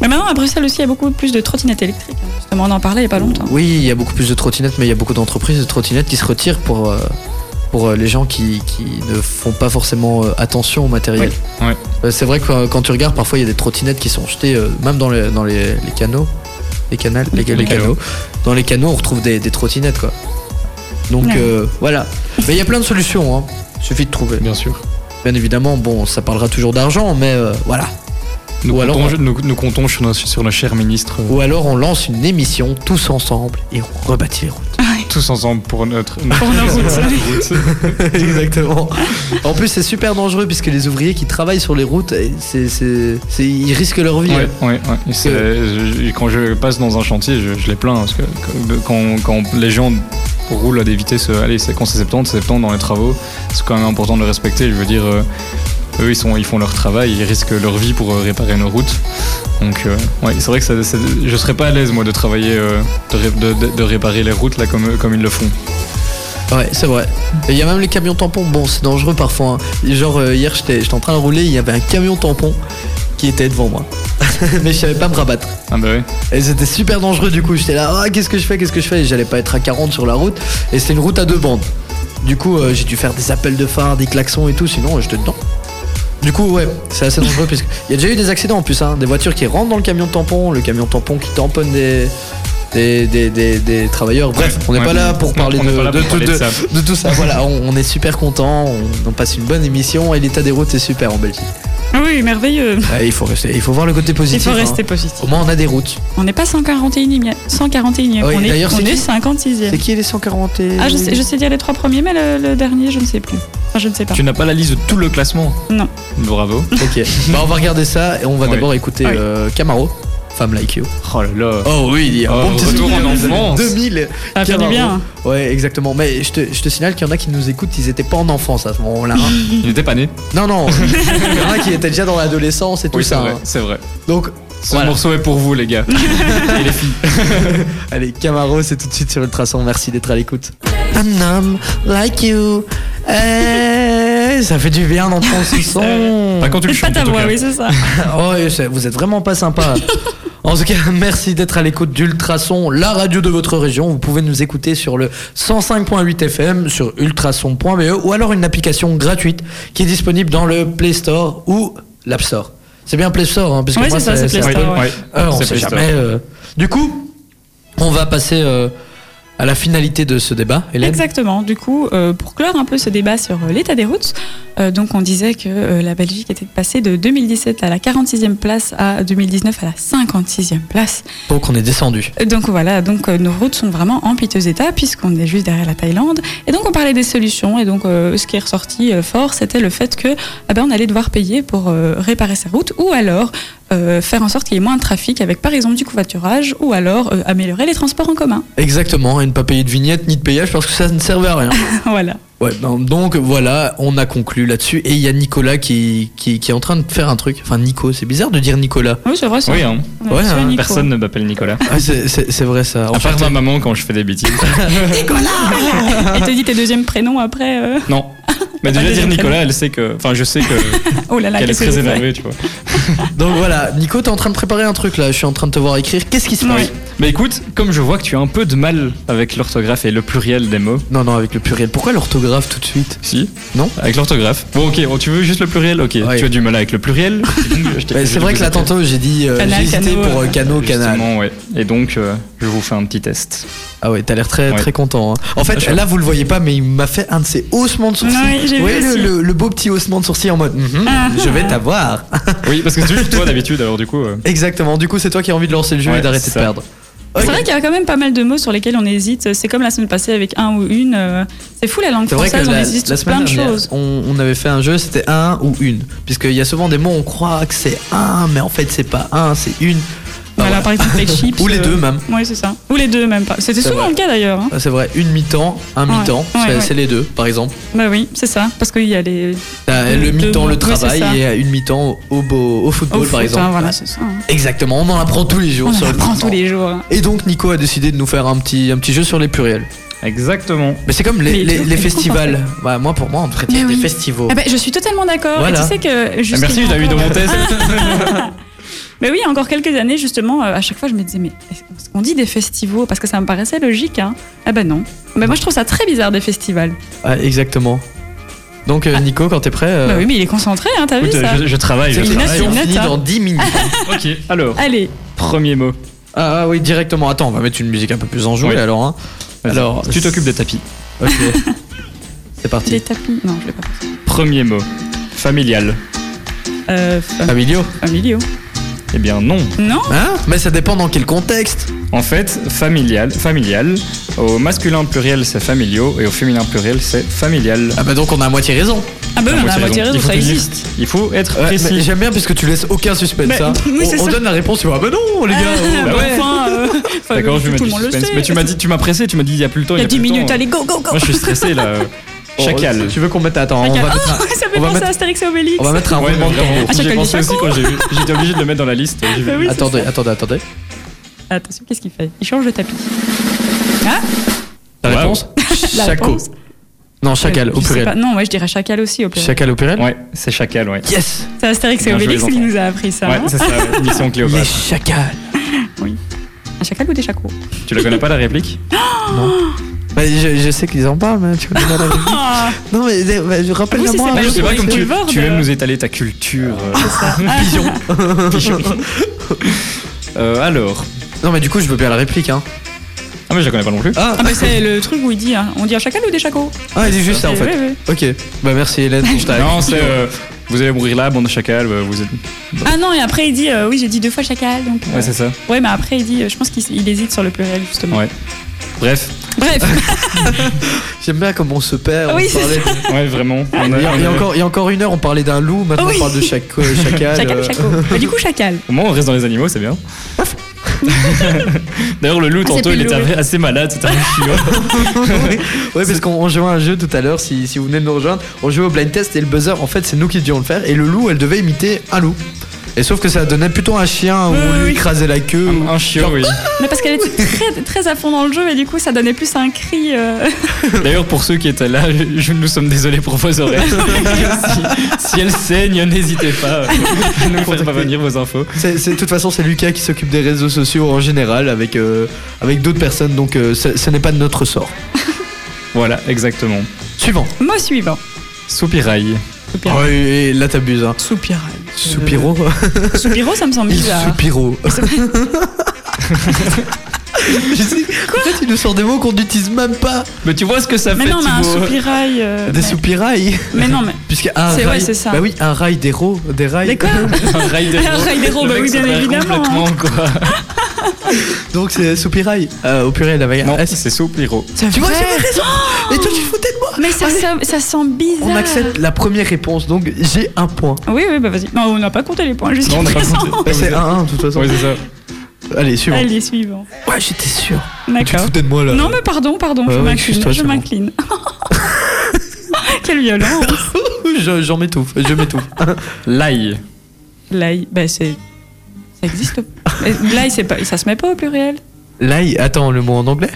Speaker 2: Mais maintenant, à Bruxelles aussi, il y a beaucoup plus de trottinettes électriques. hein. Justement, on en parlait il n'y a pas longtemps.
Speaker 1: Oui, il y a beaucoup plus de trottinettes, mais il y a beaucoup d'entreprises de trottinettes qui se retirent pour, euh, pour les gens qui, qui ne font pas forcément euh, attention au matériel.
Speaker 3: Oui. Ouais.
Speaker 1: Euh, C'est vrai que euh, quand tu regardes, parfois il y a des trottinettes qui sont jetées, euh, même dans les, dans les, les canaux, les canals, les, les
Speaker 3: Les
Speaker 1: canaux.
Speaker 3: canaux.
Speaker 1: Dans les canaux, on retrouve des, des trottinettes, quoi. Donc
Speaker 2: Ouais.
Speaker 1: euh, voilà. Mais il y a plein de solutions, hein. Suffit de trouver.
Speaker 3: Bien sûr.
Speaker 1: Bien évidemment, bon, ça parlera toujours d'argent, mais euh, voilà.
Speaker 3: Nous,
Speaker 1: Ou alors-
Speaker 3: comptons, nous- nous comptons sur nos, sur nos chers ministres, euh,
Speaker 1: Ou alors on lance une émission tous ensemble et on rebâtit les routes.
Speaker 3: tous ensemble pour notre, notre
Speaker 2: Pour nos routes.
Speaker 1: Exactement. En plus, c'est super dangereux puisque les ouvriers qui travaillent sur les routes, eh, c'est, c'est- c'est- ils risquent leur vie.
Speaker 3: Ouais,
Speaker 1: hein.
Speaker 3: ouais, ouais. Et c'est- je- quand je passe dans un chantier, je, je les plains parce que quand, quand les gens roulent à des vitesses, euh, allez, c'est quand c'est 70, c'est 70 dans les travaux, c'est quand même important de le respecter. Je veux dire, euh, eux, ils, sont, ils font leur travail, ils risquent leur vie pour euh, réparer nos routes. Donc, euh, ouais, c'est vrai que ça, ça- je serais pas à l'aise moi de travailler, euh, de, ré- de- de- de réparer les routes là comme, comme ils le font.
Speaker 1: hein. Ouais, c'est vrai. Et il y a même les camions tampons. Bon, c'est dangereux parfois. hein. Et Genre, euh, hier, j'étais, j'étais en train de rouler, il y avait un camion tampon qui était devant moi. Mais je savais pas me rabattre.
Speaker 3: Ah bah ouais.
Speaker 1: Et c'était super dangereux du coup. J'étais là, ah, qu'est-ce que je fais, qu'est-ce que je fais Et J'allais pas être à 40 sur la route. Et c'était une route à deux bandes. Du coup, euh, j'ai dû faire des appels de phare, des klaxons et tout, sinon euh, j'étais dedans. Du coup, ouais, c'est assez dangereux parce qu'il y a déjà eu des accidents en plus, hein, des voitures qui rentrent dans le camion tampon, le camion tampon qui tamponne des. Des, des, des- des travailleurs. Bref, on n'est
Speaker 3: Ouais,
Speaker 1: pas
Speaker 3: on-
Speaker 1: là pour
Speaker 3: on-
Speaker 1: parler
Speaker 3: on
Speaker 1: de,
Speaker 3: n'est pas là pour
Speaker 1: de-
Speaker 3: parler
Speaker 1: de-
Speaker 3: de ça.
Speaker 1: de tout ça. Voilà, on, on est super content, on, on passe une bonne émission et l'état des routes est super en Belgique.
Speaker 2: Ah Oui, merveilleux.
Speaker 1: Ouais, il faut rester, il faut voir le côté
Speaker 2: Il
Speaker 1: positif.
Speaker 2: faut
Speaker 1: hein.
Speaker 2: rester positif.
Speaker 1: Au moins, on a des routes.
Speaker 2: On n'est pas 141e, 141e.
Speaker 1: Oui,
Speaker 2: on est,
Speaker 1: d'ailleurs, c'est
Speaker 2: on est
Speaker 1: qui
Speaker 2: 56e.
Speaker 1: C'est qui les 140 et-
Speaker 2: Ah, je sais, je sais dire les trois premiers, mais le, le dernier, je ne sais plus. Enfin, je ne sais pas.
Speaker 3: Tu n'as pas la liste de tout le classement
Speaker 2: Non.
Speaker 3: Bravo.
Speaker 1: Ok, bah on va regarder ça et on va
Speaker 3: Ouais.
Speaker 1: d'abord écouter
Speaker 2: Ah oui.
Speaker 1: euh, Camaro, Femme Like You.
Speaker 3: Oh là là.
Speaker 1: Oh oui, il y a
Speaker 3: un bon petit souvenir des années
Speaker 1: 2000.
Speaker 2: Ça va faire du bien.
Speaker 1: Ouais, exactement. Mais je te, je te signale qu'il y en a qui nous écoutent, ils étaient pas en enfance à ce moment-là. hein.
Speaker 3: Il n'était pas né.
Speaker 1: non, non, il y en a qui étaient déjà dans l'adolescence et tout
Speaker 3: Oui, c'est
Speaker 1: ça.
Speaker 3: vrai.
Speaker 1: hein.
Speaker 3: C'est vrai.
Speaker 1: Donc,
Speaker 3: Ce
Speaker 1: Voilà.
Speaker 3: morceau est pour vous, les gars. Et les filles.
Speaker 1: allez, Camaro, c'est tout de suite sur Ultrason. Merci d'être à l'écoute. Un homme like you. Eh, ça fait du bien d'entendre ce son.
Speaker 3: Pas Bah, quand tu le
Speaker 2: C'est pas
Speaker 3: chantes,
Speaker 2: ta
Speaker 3: en tout
Speaker 2: voix,
Speaker 3: cas.
Speaker 2: oui, c'est ça.
Speaker 1: Oh, et c'est- vous êtes vraiment pas sympa. En tout cas, merci d'être à l'écoute d'Ultrason, la radio de votre région. Vous pouvez nous écouter sur le 105.8 FM, sur ultrason.be E, ou alors une application gratuite qui est disponible dans le Play Store ou l'App Store. C'est bien Play Store, hein, parce que
Speaker 2: Ouais,
Speaker 1: moi,
Speaker 2: c'est ça, c'est Play
Speaker 3: Oui,
Speaker 2: Store, ouais.
Speaker 3: ouais.
Speaker 1: Ah, on
Speaker 3: C'est
Speaker 1: sait
Speaker 3: Play Store.
Speaker 1: jamais. euh. Du coup, on va passer euh, à la finalité de ce débat. Hélène.
Speaker 2: Exactement. Du coup, euh, pour clore un peu ce débat sur euh, l'état des routes, euh, donc on disait que euh, la Belgique était passée de 2017 à la 46e place à 2019 à la 56e place.
Speaker 1: Donc, on est descendu.
Speaker 2: Euh, Donc voilà, donc euh, nos routes sont vraiment en piteux état puisqu'on est juste derrière la Thaïlande. Et donc on parlait des solutions et donc euh, ce qui est ressorti euh, fort, c'était le fait que ah ben, on allait devoir payer pour euh, réparer sa route ou alors euh, faire en sorte qu'il y ait moins de trafic avec par exemple du covoiturage ou alors euh, améliorer les transports en commun.
Speaker 1: Exactement, et ne pas payer de vignette ni de péage parce que ça ne servait à rien.
Speaker 2: voilà.
Speaker 1: Ouais, ben, donc voilà, on a conclu là-dessus. Et il y a Nicolas qui, qui, qui est en train de faire un truc. Enfin, Nico, c'est bizarre de dire Nicolas.
Speaker 2: Oui, c'est vrai. ça.
Speaker 3: Oui, hein.
Speaker 2: On a
Speaker 1: Ouais,
Speaker 2: reçu un
Speaker 1: hein,
Speaker 2: micro.
Speaker 3: personne ne m'appelle Nicolas.
Speaker 1: Ah, c'est- c'est c'est vrai ça.
Speaker 3: À part
Speaker 1: Enchanté.
Speaker 3: ma maman quand je fais des bêtises.
Speaker 2: Et te dit tes deuxièmes prénoms après. euh,
Speaker 3: non. Mais déjà dire Nicolas, elle sait que. Enfin, je sais que
Speaker 2: Oh là là,
Speaker 3: qu'elle est
Speaker 2: qu'est-ce que
Speaker 3: très
Speaker 2: vous faites
Speaker 3: énervée, tu vois.
Speaker 1: Donc voilà, Nico, t'es en train de préparer un truc là. Je suis en train de te voir écrire. Qu'est-ce qui se passe
Speaker 3: Oui. Mais écoute, comme je vois que tu as un peu de mal avec l'orthographe et le pluriel des mots.
Speaker 1: Non, non, avec le pluriel. Pourquoi l'orthographe tout de suite
Speaker 3: Si
Speaker 1: Non.
Speaker 3: Avec l'orthographe. Bon, ok, bon, tu veux juste le pluriel Ok.
Speaker 1: Ouais.
Speaker 3: Tu as du mal avec le pluriel Je t'ai-
Speaker 1: Ouais,
Speaker 3: je
Speaker 1: C'est
Speaker 3: t'ai
Speaker 1: vrai
Speaker 3: posé
Speaker 1: que là,
Speaker 3: la question.
Speaker 1: tantôt, j'ai dit. euh,
Speaker 2: Canal,
Speaker 1: j'ai hésité
Speaker 2: canal.
Speaker 1: pour euh, canot, canal.
Speaker 3: Justement, ouais. Et donc, euh, je vous fais un petit test.
Speaker 1: Ah ouais, t'as l'air très,
Speaker 3: Ouais.
Speaker 1: très content. hein. En fait,
Speaker 3: Je-
Speaker 1: là, vous le voyez pas, mais il m'a fait un de ces haussements de sourcils.
Speaker 2: Ouais, j'ai vu
Speaker 1: Ouais, le,
Speaker 2: aussi.
Speaker 1: le- le beau petit haussement de sourcils en mode Mhm, Je vais t'avoir.
Speaker 3: Oui, parce que c'est juste toi d'habitude, alors du coup. euh,
Speaker 1: Exactement, du coup, c'est toi qui as envie de lancer le jeu
Speaker 3: Ouais,
Speaker 1: et d'arrêter
Speaker 3: c'est
Speaker 1: de
Speaker 3: ça.
Speaker 1: perdre.
Speaker 2: C'est
Speaker 1: Ok.
Speaker 2: vrai qu'il y a quand même pas mal de mots sur lesquels on hésite. C'est comme la semaine passée avec un ou une. euh, C'est fou la langue
Speaker 1: C'est vrai que
Speaker 2: française, on
Speaker 1: la,
Speaker 2: hésite
Speaker 1: la
Speaker 2: sur plein
Speaker 1: semaine
Speaker 2: de
Speaker 1: dernière,
Speaker 2: choses.
Speaker 1: on, on avait fait un jeu, c'était un ou une. Puisqu'il y a souvent des mots, on croit que c'est un, mais en fait c'est pas un, c'est une. Bah,
Speaker 2: Voilà,
Speaker 1: voilà.
Speaker 2: par exemple les chips.
Speaker 1: Ou les
Speaker 2: euh,
Speaker 1: deux même.
Speaker 2: Ouais, c'est ça. Ou les deux même pas. C'était
Speaker 1: C'est
Speaker 2: souvent
Speaker 1: vrai.
Speaker 2: le cas d'ailleurs. hein.
Speaker 1: Ah, C'est vrai, une mi-temps, un
Speaker 2: Ouais.
Speaker 1: mi-temps, c'est
Speaker 2: Ouais, ouais.
Speaker 1: c'est les deux par exemple.
Speaker 2: Bah oui, c'est ça. Parce qu'il y a les.
Speaker 1: T'as
Speaker 2: Deux
Speaker 1: le mi-temps, le
Speaker 2: mots, oui,
Speaker 1: travail,
Speaker 2: c'est ça.
Speaker 1: et à une mi-temps au, beau- au
Speaker 2: au
Speaker 1: football
Speaker 2: foot,
Speaker 1: par
Speaker 2: hein,
Speaker 1: exemple.
Speaker 2: voilà, c'est ça. hein.
Speaker 1: Exactement, on en apprend tous les jours
Speaker 2: On
Speaker 1: sur
Speaker 2: en
Speaker 1: le Oh.
Speaker 2: apprend
Speaker 1: mi-temps.
Speaker 2: tous les jours. hein.
Speaker 1: Et donc Nico a décidé de nous faire un petit, un petit jeu sur les pluriels.
Speaker 3: Exactement. Eh,
Speaker 1: Mais c'est comme les,
Speaker 2: Mais il est
Speaker 1: les-
Speaker 2: trop-
Speaker 1: les
Speaker 2: il est trop
Speaker 1: festivals. Bah, moi pour moi on devrait dire
Speaker 2: Mais
Speaker 1: des
Speaker 2: oui. ben.
Speaker 1: festivals.
Speaker 2: Ah bah, je suis totalement d'accord.
Speaker 1: Voilà. Eh,
Speaker 2: Et tu sais que.
Speaker 3: Ah, merci, je
Speaker 2: justement,
Speaker 3: l'ai eu dans mon test.
Speaker 2: Mais oui, il y a encore quelques années, justement, euh, à chaque fois, je me disais, mais est-ce qu'on dit des festivals Parce que ça me paraissait logique. Hein. Ah ben non. Mais moi, je trouve ça très bizarre des festivals.
Speaker 1: Ah, exactement. Donc, euh, Nico, quand t'es prêt. euh,
Speaker 2: Ah. Bah oui, mais il est concentré, hein, t'as vu
Speaker 3: Écoute,
Speaker 2: ça
Speaker 3: je, je travaille, je
Speaker 1: c'est
Speaker 2: une
Speaker 3: travaille.
Speaker 2: nation.
Speaker 1: on
Speaker 2: note,
Speaker 1: finit
Speaker 2: hein.
Speaker 1: dans 10 minutes.
Speaker 3: Ok, alors,
Speaker 2: Allez,
Speaker 3: premier mot.
Speaker 1: Ah, ah oui, directement. Attends, on va mettre une musique un peu plus enjouée
Speaker 3: Oui.
Speaker 1: alors. Hein.
Speaker 3: Vas-y.
Speaker 1: Alors,
Speaker 3: tu t'occupes des tapis.
Speaker 1: Ok. c'est parti.
Speaker 2: les tapis. Non, je l'ai pas.
Speaker 3: Premier mot. Familial.
Speaker 2: Euh, fa-
Speaker 1: Familiaux
Speaker 3: Ah.
Speaker 2: familiaux.
Speaker 3: Eh bien non.
Speaker 2: Non
Speaker 1: Ah, Hein Mais ça dépend dans quel contexte.
Speaker 3: En fait, familial, familial, au masculin pluriel c'est familiaux et au féminin pluriel c'est familial.
Speaker 1: Ah bah donc on a à moitié raison.
Speaker 2: Ah bah oui,
Speaker 3: Ah,
Speaker 2: on a à
Speaker 3: moitié
Speaker 2: moitié
Speaker 3: raison.
Speaker 2: raison,
Speaker 3: Il faut
Speaker 2: ça
Speaker 3: tenir.
Speaker 2: existe.
Speaker 3: Il faut être
Speaker 1: Ouais,
Speaker 3: précis.
Speaker 1: mais J'aime bien parce que tu laisses aucun suspense.
Speaker 2: Mais-
Speaker 1: hein.
Speaker 2: oui, c'est
Speaker 1: on, on
Speaker 2: ça.
Speaker 1: donne la réponse, tu vois, ah bah non, les gars.
Speaker 2: Ah,
Speaker 1: euh,
Speaker 2: bah
Speaker 3: ouais.
Speaker 2: enfin, euh, enfin,
Speaker 3: D'accord, je vais mettre
Speaker 2: tout le
Speaker 3: du
Speaker 2: monde le
Speaker 3: suspense.
Speaker 2: sait.
Speaker 3: Mais tu m'as dit, tu m'as pressé, tu m'as dit il y a plus le temps.
Speaker 2: Il y a 10
Speaker 3: plus le
Speaker 2: minutes,
Speaker 3: temps. hein.
Speaker 2: allez, go, go, go
Speaker 3: Moi je suis stressé là. Oh,
Speaker 1: bon,
Speaker 3: Chacal.
Speaker 1: Tu veux qu'on mette attends, on va
Speaker 2: Chacal. Oh,
Speaker 1: mettre un,
Speaker 2: Ça fait
Speaker 1: on va
Speaker 2: penser
Speaker 1: mettre-
Speaker 2: à Astérix et Obélix.
Speaker 1: on va mettre un
Speaker 3: Ouais,
Speaker 1: roulement de
Speaker 3: vraiment.
Speaker 1: tambour.
Speaker 2: Ah, chacal
Speaker 3: J'y ai
Speaker 2: du
Speaker 3: pensé aussi
Speaker 2: chacal.
Speaker 3: quand j'ai vu. J'étais obligé de le mettre dans la liste. j'ai vu.
Speaker 2: Bah oui, c'est
Speaker 1: Attendez,
Speaker 2: ça.
Speaker 1: attendez, attendez.
Speaker 2: Attends, qu'est-ce qu'il fait Il change de tapis. Ah
Speaker 1: La
Speaker 3: Wow.
Speaker 1: réponse
Speaker 2: La
Speaker 1: Chaco.
Speaker 2: réponse.
Speaker 1: Non, chacal
Speaker 2: Je
Speaker 1: au
Speaker 2: sais pas.
Speaker 1: pluriel.
Speaker 2: Non, moi je dirais chacal aussi au pluriel.
Speaker 1: Chacal au pluriel
Speaker 3: Ouais, c'est chacal, ouais.
Speaker 1: Yes
Speaker 2: C'est Astérix et
Speaker 3: Bien joué,
Speaker 2: Obélix
Speaker 3: les
Speaker 2: qui
Speaker 3: enfants.
Speaker 2: nous a appris ça.
Speaker 3: Ouais,
Speaker 2: hein.
Speaker 3: c'est ça, ouais. mission
Speaker 1: Les
Speaker 3: Cléopâtre.
Speaker 1: chacals.
Speaker 2: Un chacal ou des chacos
Speaker 3: Tu la connais pas la réplique
Speaker 1: Bah, je, je sais qu'ils en parlent, mais tu vois. la vérité.
Speaker 2: Ah,
Speaker 1: non, mais euh, bah, je rappelle
Speaker 2: Oui,
Speaker 1: la
Speaker 2: c'est
Speaker 1: moi.
Speaker 2: ça,
Speaker 1: hein.
Speaker 2: mais
Speaker 3: Je sais pas,
Speaker 2: oui,
Speaker 3: comme
Speaker 2: c'est
Speaker 3: tu,
Speaker 2: Boulevard,
Speaker 3: tu
Speaker 2: mais-
Speaker 3: aimes nous étaler ta culture. euh,
Speaker 1: Pigeon.
Speaker 3: Euh, alors.
Speaker 1: Non, mais du coup, je veux bien la réplique. Hein.
Speaker 3: Ah, mais je la connais pas non plus.
Speaker 1: Ah,
Speaker 2: Ah bah c'est le truc où il dit, hein, on dit un chacal ou des chacos
Speaker 1: ah, il dit juste ça en
Speaker 2: Oui,
Speaker 1: fait.
Speaker 2: oui, oui.
Speaker 1: Ok, bah merci Hélène pour ta
Speaker 3: non, c'est. euh, vous allez mourir là, bande de chacal, vous êtes.
Speaker 2: Ah non, et après il dit, euh, oui j'ai dit deux fois chacal, donc... euh,
Speaker 3: Ouais, c'est ça.
Speaker 2: ouais, mais après il dit, euh, je pense qu'il il hésite sur le pluriel justement.
Speaker 3: Ouais. Bref.
Speaker 2: Bref,
Speaker 1: J'aime bien comment on se perd.
Speaker 2: Oui,
Speaker 1: on
Speaker 2: c'est
Speaker 1: parlait-
Speaker 3: Ouais, vraiment. On a-
Speaker 1: Ah, Il y, a, il y a
Speaker 3: on a-
Speaker 1: encore, il y a encore une heure, on parlait d'un loup, maintenant
Speaker 2: Oui.
Speaker 1: on parle de chac- euh, chacal.
Speaker 2: chacal
Speaker 1: euh.
Speaker 2: ou chaco Bah, Du coup chacal.
Speaker 3: Au moins, on reste dans les animaux, c'est bien. D'ailleurs, le loup,
Speaker 5: Ah,
Speaker 3: tantôt,
Speaker 5: c'est
Speaker 3: il était
Speaker 5: Pelou, oui.
Speaker 3: assez malade, c'était un chiot.
Speaker 1: ouais, parce qu'on on jouait à un jeu tout à l'heure, si, si vous venez de nous rejoindre, on jouait au blind test et le buzzer, en fait, c'est nous qui devions le faire. Et le loup, elle devait imiter un loup. Et sauf que ça donnait plutôt un chien où on lui écrasait la queue.
Speaker 3: Un, un chiot, oui.
Speaker 2: Mais parce qu'elle était très, très à fond dans le jeu, mais du coup ça donnait plus un cri... euh,
Speaker 3: D'ailleurs, pour ceux qui étaient là, je- je- nous sommes désolés pour vos oreilles. si, si elle saigne, n'hésitez pas à nous faire parvenir vos infos.
Speaker 1: C'est- c'est- De toute façon, c'est Lucas qui s'occupe des réseaux sociaux en général avec, euh, avec d'autres personnes, donc euh, ce ce n'est pas de notre sort.
Speaker 3: Voilà, exactement.
Speaker 1: Suivant.
Speaker 2: Mot suivant.
Speaker 3: Soupirail.
Speaker 2: Soupirail.
Speaker 1: Ah ouais, et là, t'abuses. Hein.
Speaker 2: Soupirail.
Speaker 1: Soupiro.
Speaker 2: Euh, Soupiro, ça me semble
Speaker 1: Il
Speaker 2: bizarre.
Speaker 1: soupiro. Je sais, en fait, il nous sort des mots qu'on n'utilise même pas.
Speaker 3: Mais tu vois ce que ça
Speaker 2: Mais
Speaker 3: fait,
Speaker 2: non, mais un
Speaker 3: Thibaut
Speaker 2: soupirail. euh,
Speaker 1: Des
Speaker 2: mais-
Speaker 1: soupirails.
Speaker 2: Mais non, mais.
Speaker 1: Puisque un
Speaker 2: C'est- ouais,
Speaker 1: rail.
Speaker 2: c'est ça.
Speaker 1: Bah oui, un rail des ro- Des rails.
Speaker 2: Des quoi
Speaker 3: Un rail des
Speaker 2: Un rail des
Speaker 3: Le
Speaker 2: bah
Speaker 3: mec
Speaker 2: oui,
Speaker 3: se
Speaker 2: bien
Speaker 3: barre
Speaker 2: évidemment. hein.
Speaker 3: complètement, quoi.
Speaker 1: Donc c'est soupirail. Euh, au purée, la vague.
Speaker 3: Non, c'est soupiro.
Speaker 1: Tu vois, j'avais raison. Et toi, tu te foutais de moi.
Speaker 2: Oh Mais ça,
Speaker 1: Allez,
Speaker 2: ça, ça sent bizarre.
Speaker 1: On accepte la première réponse, donc j'ai un point.
Speaker 2: Oui, oui, bah vas-y. Non, on n'a pas compté les points jusqu'à
Speaker 3: Non, on a
Speaker 2: présent.
Speaker 3: compté.
Speaker 1: Bah, c'est 1-1 de toute façon.
Speaker 3: Ouais, c'est ça.
Speaker 1: Allez, suivant.
Speaker 2: Allez, suivant.
Speaker 1: Ouais, j'étais sûr. Tu te
Speaker 2: D'accord.
Speaker 1: foutais de moi là.
Speaker 2: Non, mais pardon, pardon,
Speaker 1: Ouais, ouais,
Speaker 2: je m'incline.
Speaker 1: excuse-toi,
Speaker 2: Je
Speaker 1: c'est bon.
Speaker 2: m'incline. Quelle violence.
Speaker 1: Je- J'en m'étouffe. Je m'étouffe.
Speaker 3: L'ail.
Speaker 2: L'ail, bah c'est. Ça existe. Mais L'ail, c'est pas... ça se met pas au pluriel.
Speaker 1: L'ail. Attends, le mot en anglais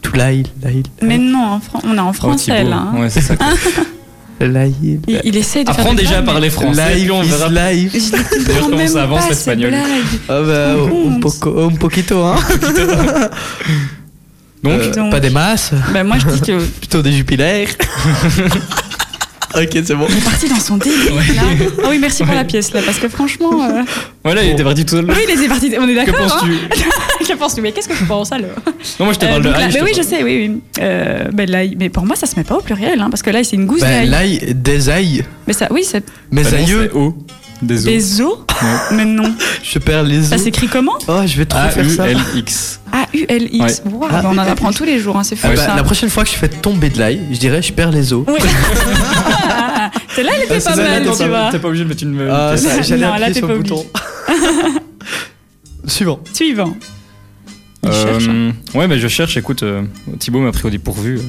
Speaker 1: Tout l'ail. L'ail.
Speaker 2: Mais non, en Fran- on est en français
Speaker 3: Thibaut.
Speaker 2: là. hein.
Speaker 3: Ouais, c'est ça.
Speaker 1: L'ail.
Speaker 2: Il, il essaie de
Speaker 3: Apprends
Speaker 2: faire. des
Speaker 3: déjà à
Speaker 2: blagues,
Speaker 3: parler français, puis
Speaker 1: Live
Speaker 3: on
Speaker 1: is
Speaker 3: verra.
Speaker 1: life.
Speaker 2: mais Je
Speaker 3: D'ailleurs,
Speaker 2: comprends
Speaker 3: comment
Speaker 2: même
Speaker 3: ça avance,
Speaker 2: pas ces
Speaker 3: l'espagnol
Speaker 2: blagues.
Speaker 1: Ah bah, un,
Speaker 2: Honte.
Speaker 1: poco, un poquito, hein.
Speaker 3: Donc,
Speaker 1: Euh,
Speaker 2: donc.
Speaker 1: pas des masses,
Speaker 2: Bah moi je dis que.
Speaker 1: plutôt des jupilaires. ok, c'est bon.
Speaker 2: Il est parti dans son délire là. Ah oui, merci pour la pièce là, parce que franchement. euh,
Speaker 3: voilà, il était parti tout seul.
Speaker 2: Oui, les est parti. On est
Speaker 3: Que
Speaker 2: d'accord. hein
Speaker 3: penses-tu
Speaker 2: que penses-tu Mais qu'est-ce que tu penses alors
Speaker 3: Non, moi je te
Speaker 2: Euh,
Speaker 3: parle de
Speaker 2: donc là-
Speaker 3: l'ail.
Speaker 2: Mais
Speaker 3: te
Speaker 2: oui, je
Speaker 3: parle-
Speaker 2: sais, oui, oui. Euh, ben, l'ail. Mais pour moi, ça se met pas au pluriel, hein, parce que l'ail, c'est une gousse
Speaker 3: Ben
Speaker 1: Bah,
Speaker 2: d'ail.
Speaker 1: l'ail, des aïeux.
Speaker 2: Mais ça, oui, c'est
Speaker 1: Mes
Speaker 3: Bah non,
Speaker 1: aïeux,
Speaker 3: c'est O. Des os.
Speaker 2: des os. Mais non.
Speaker 1: je perds les
Speaker 2: Ça
Speaker 1: os.
Speaker 2: s'écrit comment
Speaker 1: Oh, je vais
Speaker 3: Ah,
Speaker 1: trop faire ça.
Speaker 3: A-U-L-X.
Speaker 2: A-U-L-X.
Speaker 3: Ouais. Ah,
Speaker 2: Wow, ben, on en
Speaker 1: A-U-L-X.
Speaker 2: apprend tous les jours, hein, c'est fou
Speaker 1: Ah bah,
Speaker 2: ça.
Speaker 1: la prochaine fois que je fais tomber de l'ail, je dirais je perds les os.
Speaker 2: Oui. Celle-là, elle était
Speaker 1: Ah,
Speaker 2: pas
Speaker 1: celle-là,
Speaker 2: mal,
Speaker 1: elle
Speaker 2: tu vois.
Speaker 3: T'es pas obligé de mettre une.
Speaker 1: Ah, ça, j'allais
Speaker 2: Non, là,
Speaker 1: appuyer
Speaker 2: t'es
Speaker 1: sur
Speaker 2: pas
Speaker 1: le bouton. Suivant.
Speaker 2: Suivant. Il
Speaker 3: Euh,
Speaker 2: cherche. hein.
Speaker 1: hein.
Speaker 3: ouais, mais je cherche, écoute, euh, Thibaut m'a pris au dépourvu. Euh,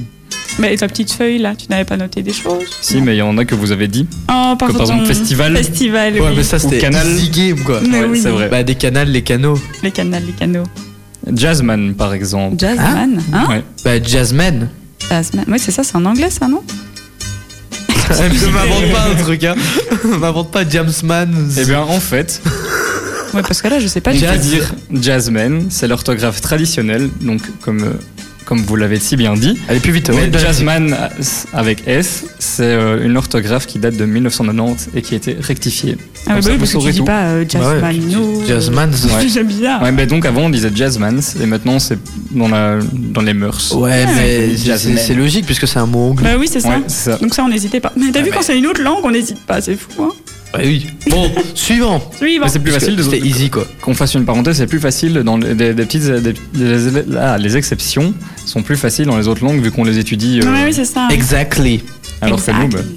Speaker 2: Mais ta petite feuille, là, tu n'avais pas noté des choses
Speaker 1: Ah.
Speaker 3: Si, mais il y en a que vous avez dit.
Speaker 2: Oh, pardon.
Speaker 3: Comme par exemple, festival.
Speaker 2: Festival,
Speaker 1: Ouais,
Speaker 2: oui.
Speaker 1: mais ça
Speaker 3: Ou
Speaker 1: c'était
Speaker 3: canal.
Speaker 1: easy game quoi.
Speaker 2: Mais
Speaker 3: Ouais,
Speaker 2: oui,
Speaker 3: c'est
Speaker 2: mais-
Speaker 3: vrai.
Speaker 1: Bah, des canals, les canaux.
Speaker 2: Les canals, les canaux.
Speaker 3: Jazzman, par exemple.
Speaker 2: Jazzman, hein
Speaker 3: ouais.
Speaker 1: Bah, jazzmen.
Speaker 2: Jazzman. Oui, c'est ça, c'est en anglais, ça, non
Speaker 1: ne m'invente pas un truc, hein. m'invente pas Jamsman.
Speaker 3: Eh bien, en fait,
Speaker 2: Ouais, parce que là, je sais pas
Speaker 3: On
Speaker 2: du
Speaker 3: peut
Speaker 2: tout.
Speaker 3: dire jazzman, c'est l'orthographe traditionnelle, donc comme, euh, comme vous l'avez si bien dit.
Speaker 1: Allez plus vite,
Speaker 3: Mais
Speaker 1: ouais,
Speaker 3: jazzman euh, s- avec S, c'est euh, une orthographe qui date de 1990 et qui a été rectifiée.
Speaker 2: Ah
Speaker 3: Comme
Speaker 2: oui,
Speaker 3: ça,
Speaker 2: bah oui,
Speaker 3: vous
Speaker 2: parce que tu
Speaker 3: saurez
Speaker 2: dis
Speaker 3: tout.
Speaker 2: pas euh, Jazzman,
Speaker 1: Bah ouais, tu dis
Speaker 2: no.
Speaker 1: Jazzman,
Speaker 2: euh,
Speaker 3: ouais.
Speaker 2: J'aime
Speaker 1: Ah.
Speaker 2: bien.
Speaker 3: Ouais, mais donc avant on disait jazzmans et maintenant c'est dans, la- dans les mœurs.
Speaker 1: Ouais, mais c'est-
Speaker 3: Jazzman.
Speaker 1: c'est logique puisque c'est un mot anglais.
Speaker 2: Bah oui, c'est ça.
Speaker 3: Ouais, c'est ça.
Speaker 2: Donc ça, on n'hésitait pas. Mais t'as vu, quand c'est une autre langue, on n'hésite pas, c'est fou. Hein
Speaker 1: Bah oui. Bon, suivant.
Speaker 2: Suivant.
Speaker 3: Mais c'est plus
Speaker 1: Parce que
Speaker 3: facile de
Speaker 1: C'était easy quoi.
Speaker 3: Qu'on fasse une parenthèse, c'est plus facile dans les, des, des petites. des- des- ah, les exceptions sont plus faciles dans les autres langues vu qu'on les étudie. euh,
Speaker 2: Ouais, oui, c'est ça.
Speaker 1: Exactly.
Speaker 3: alors que nous,
Speaker 2: Exact.
Speaker 3: bah,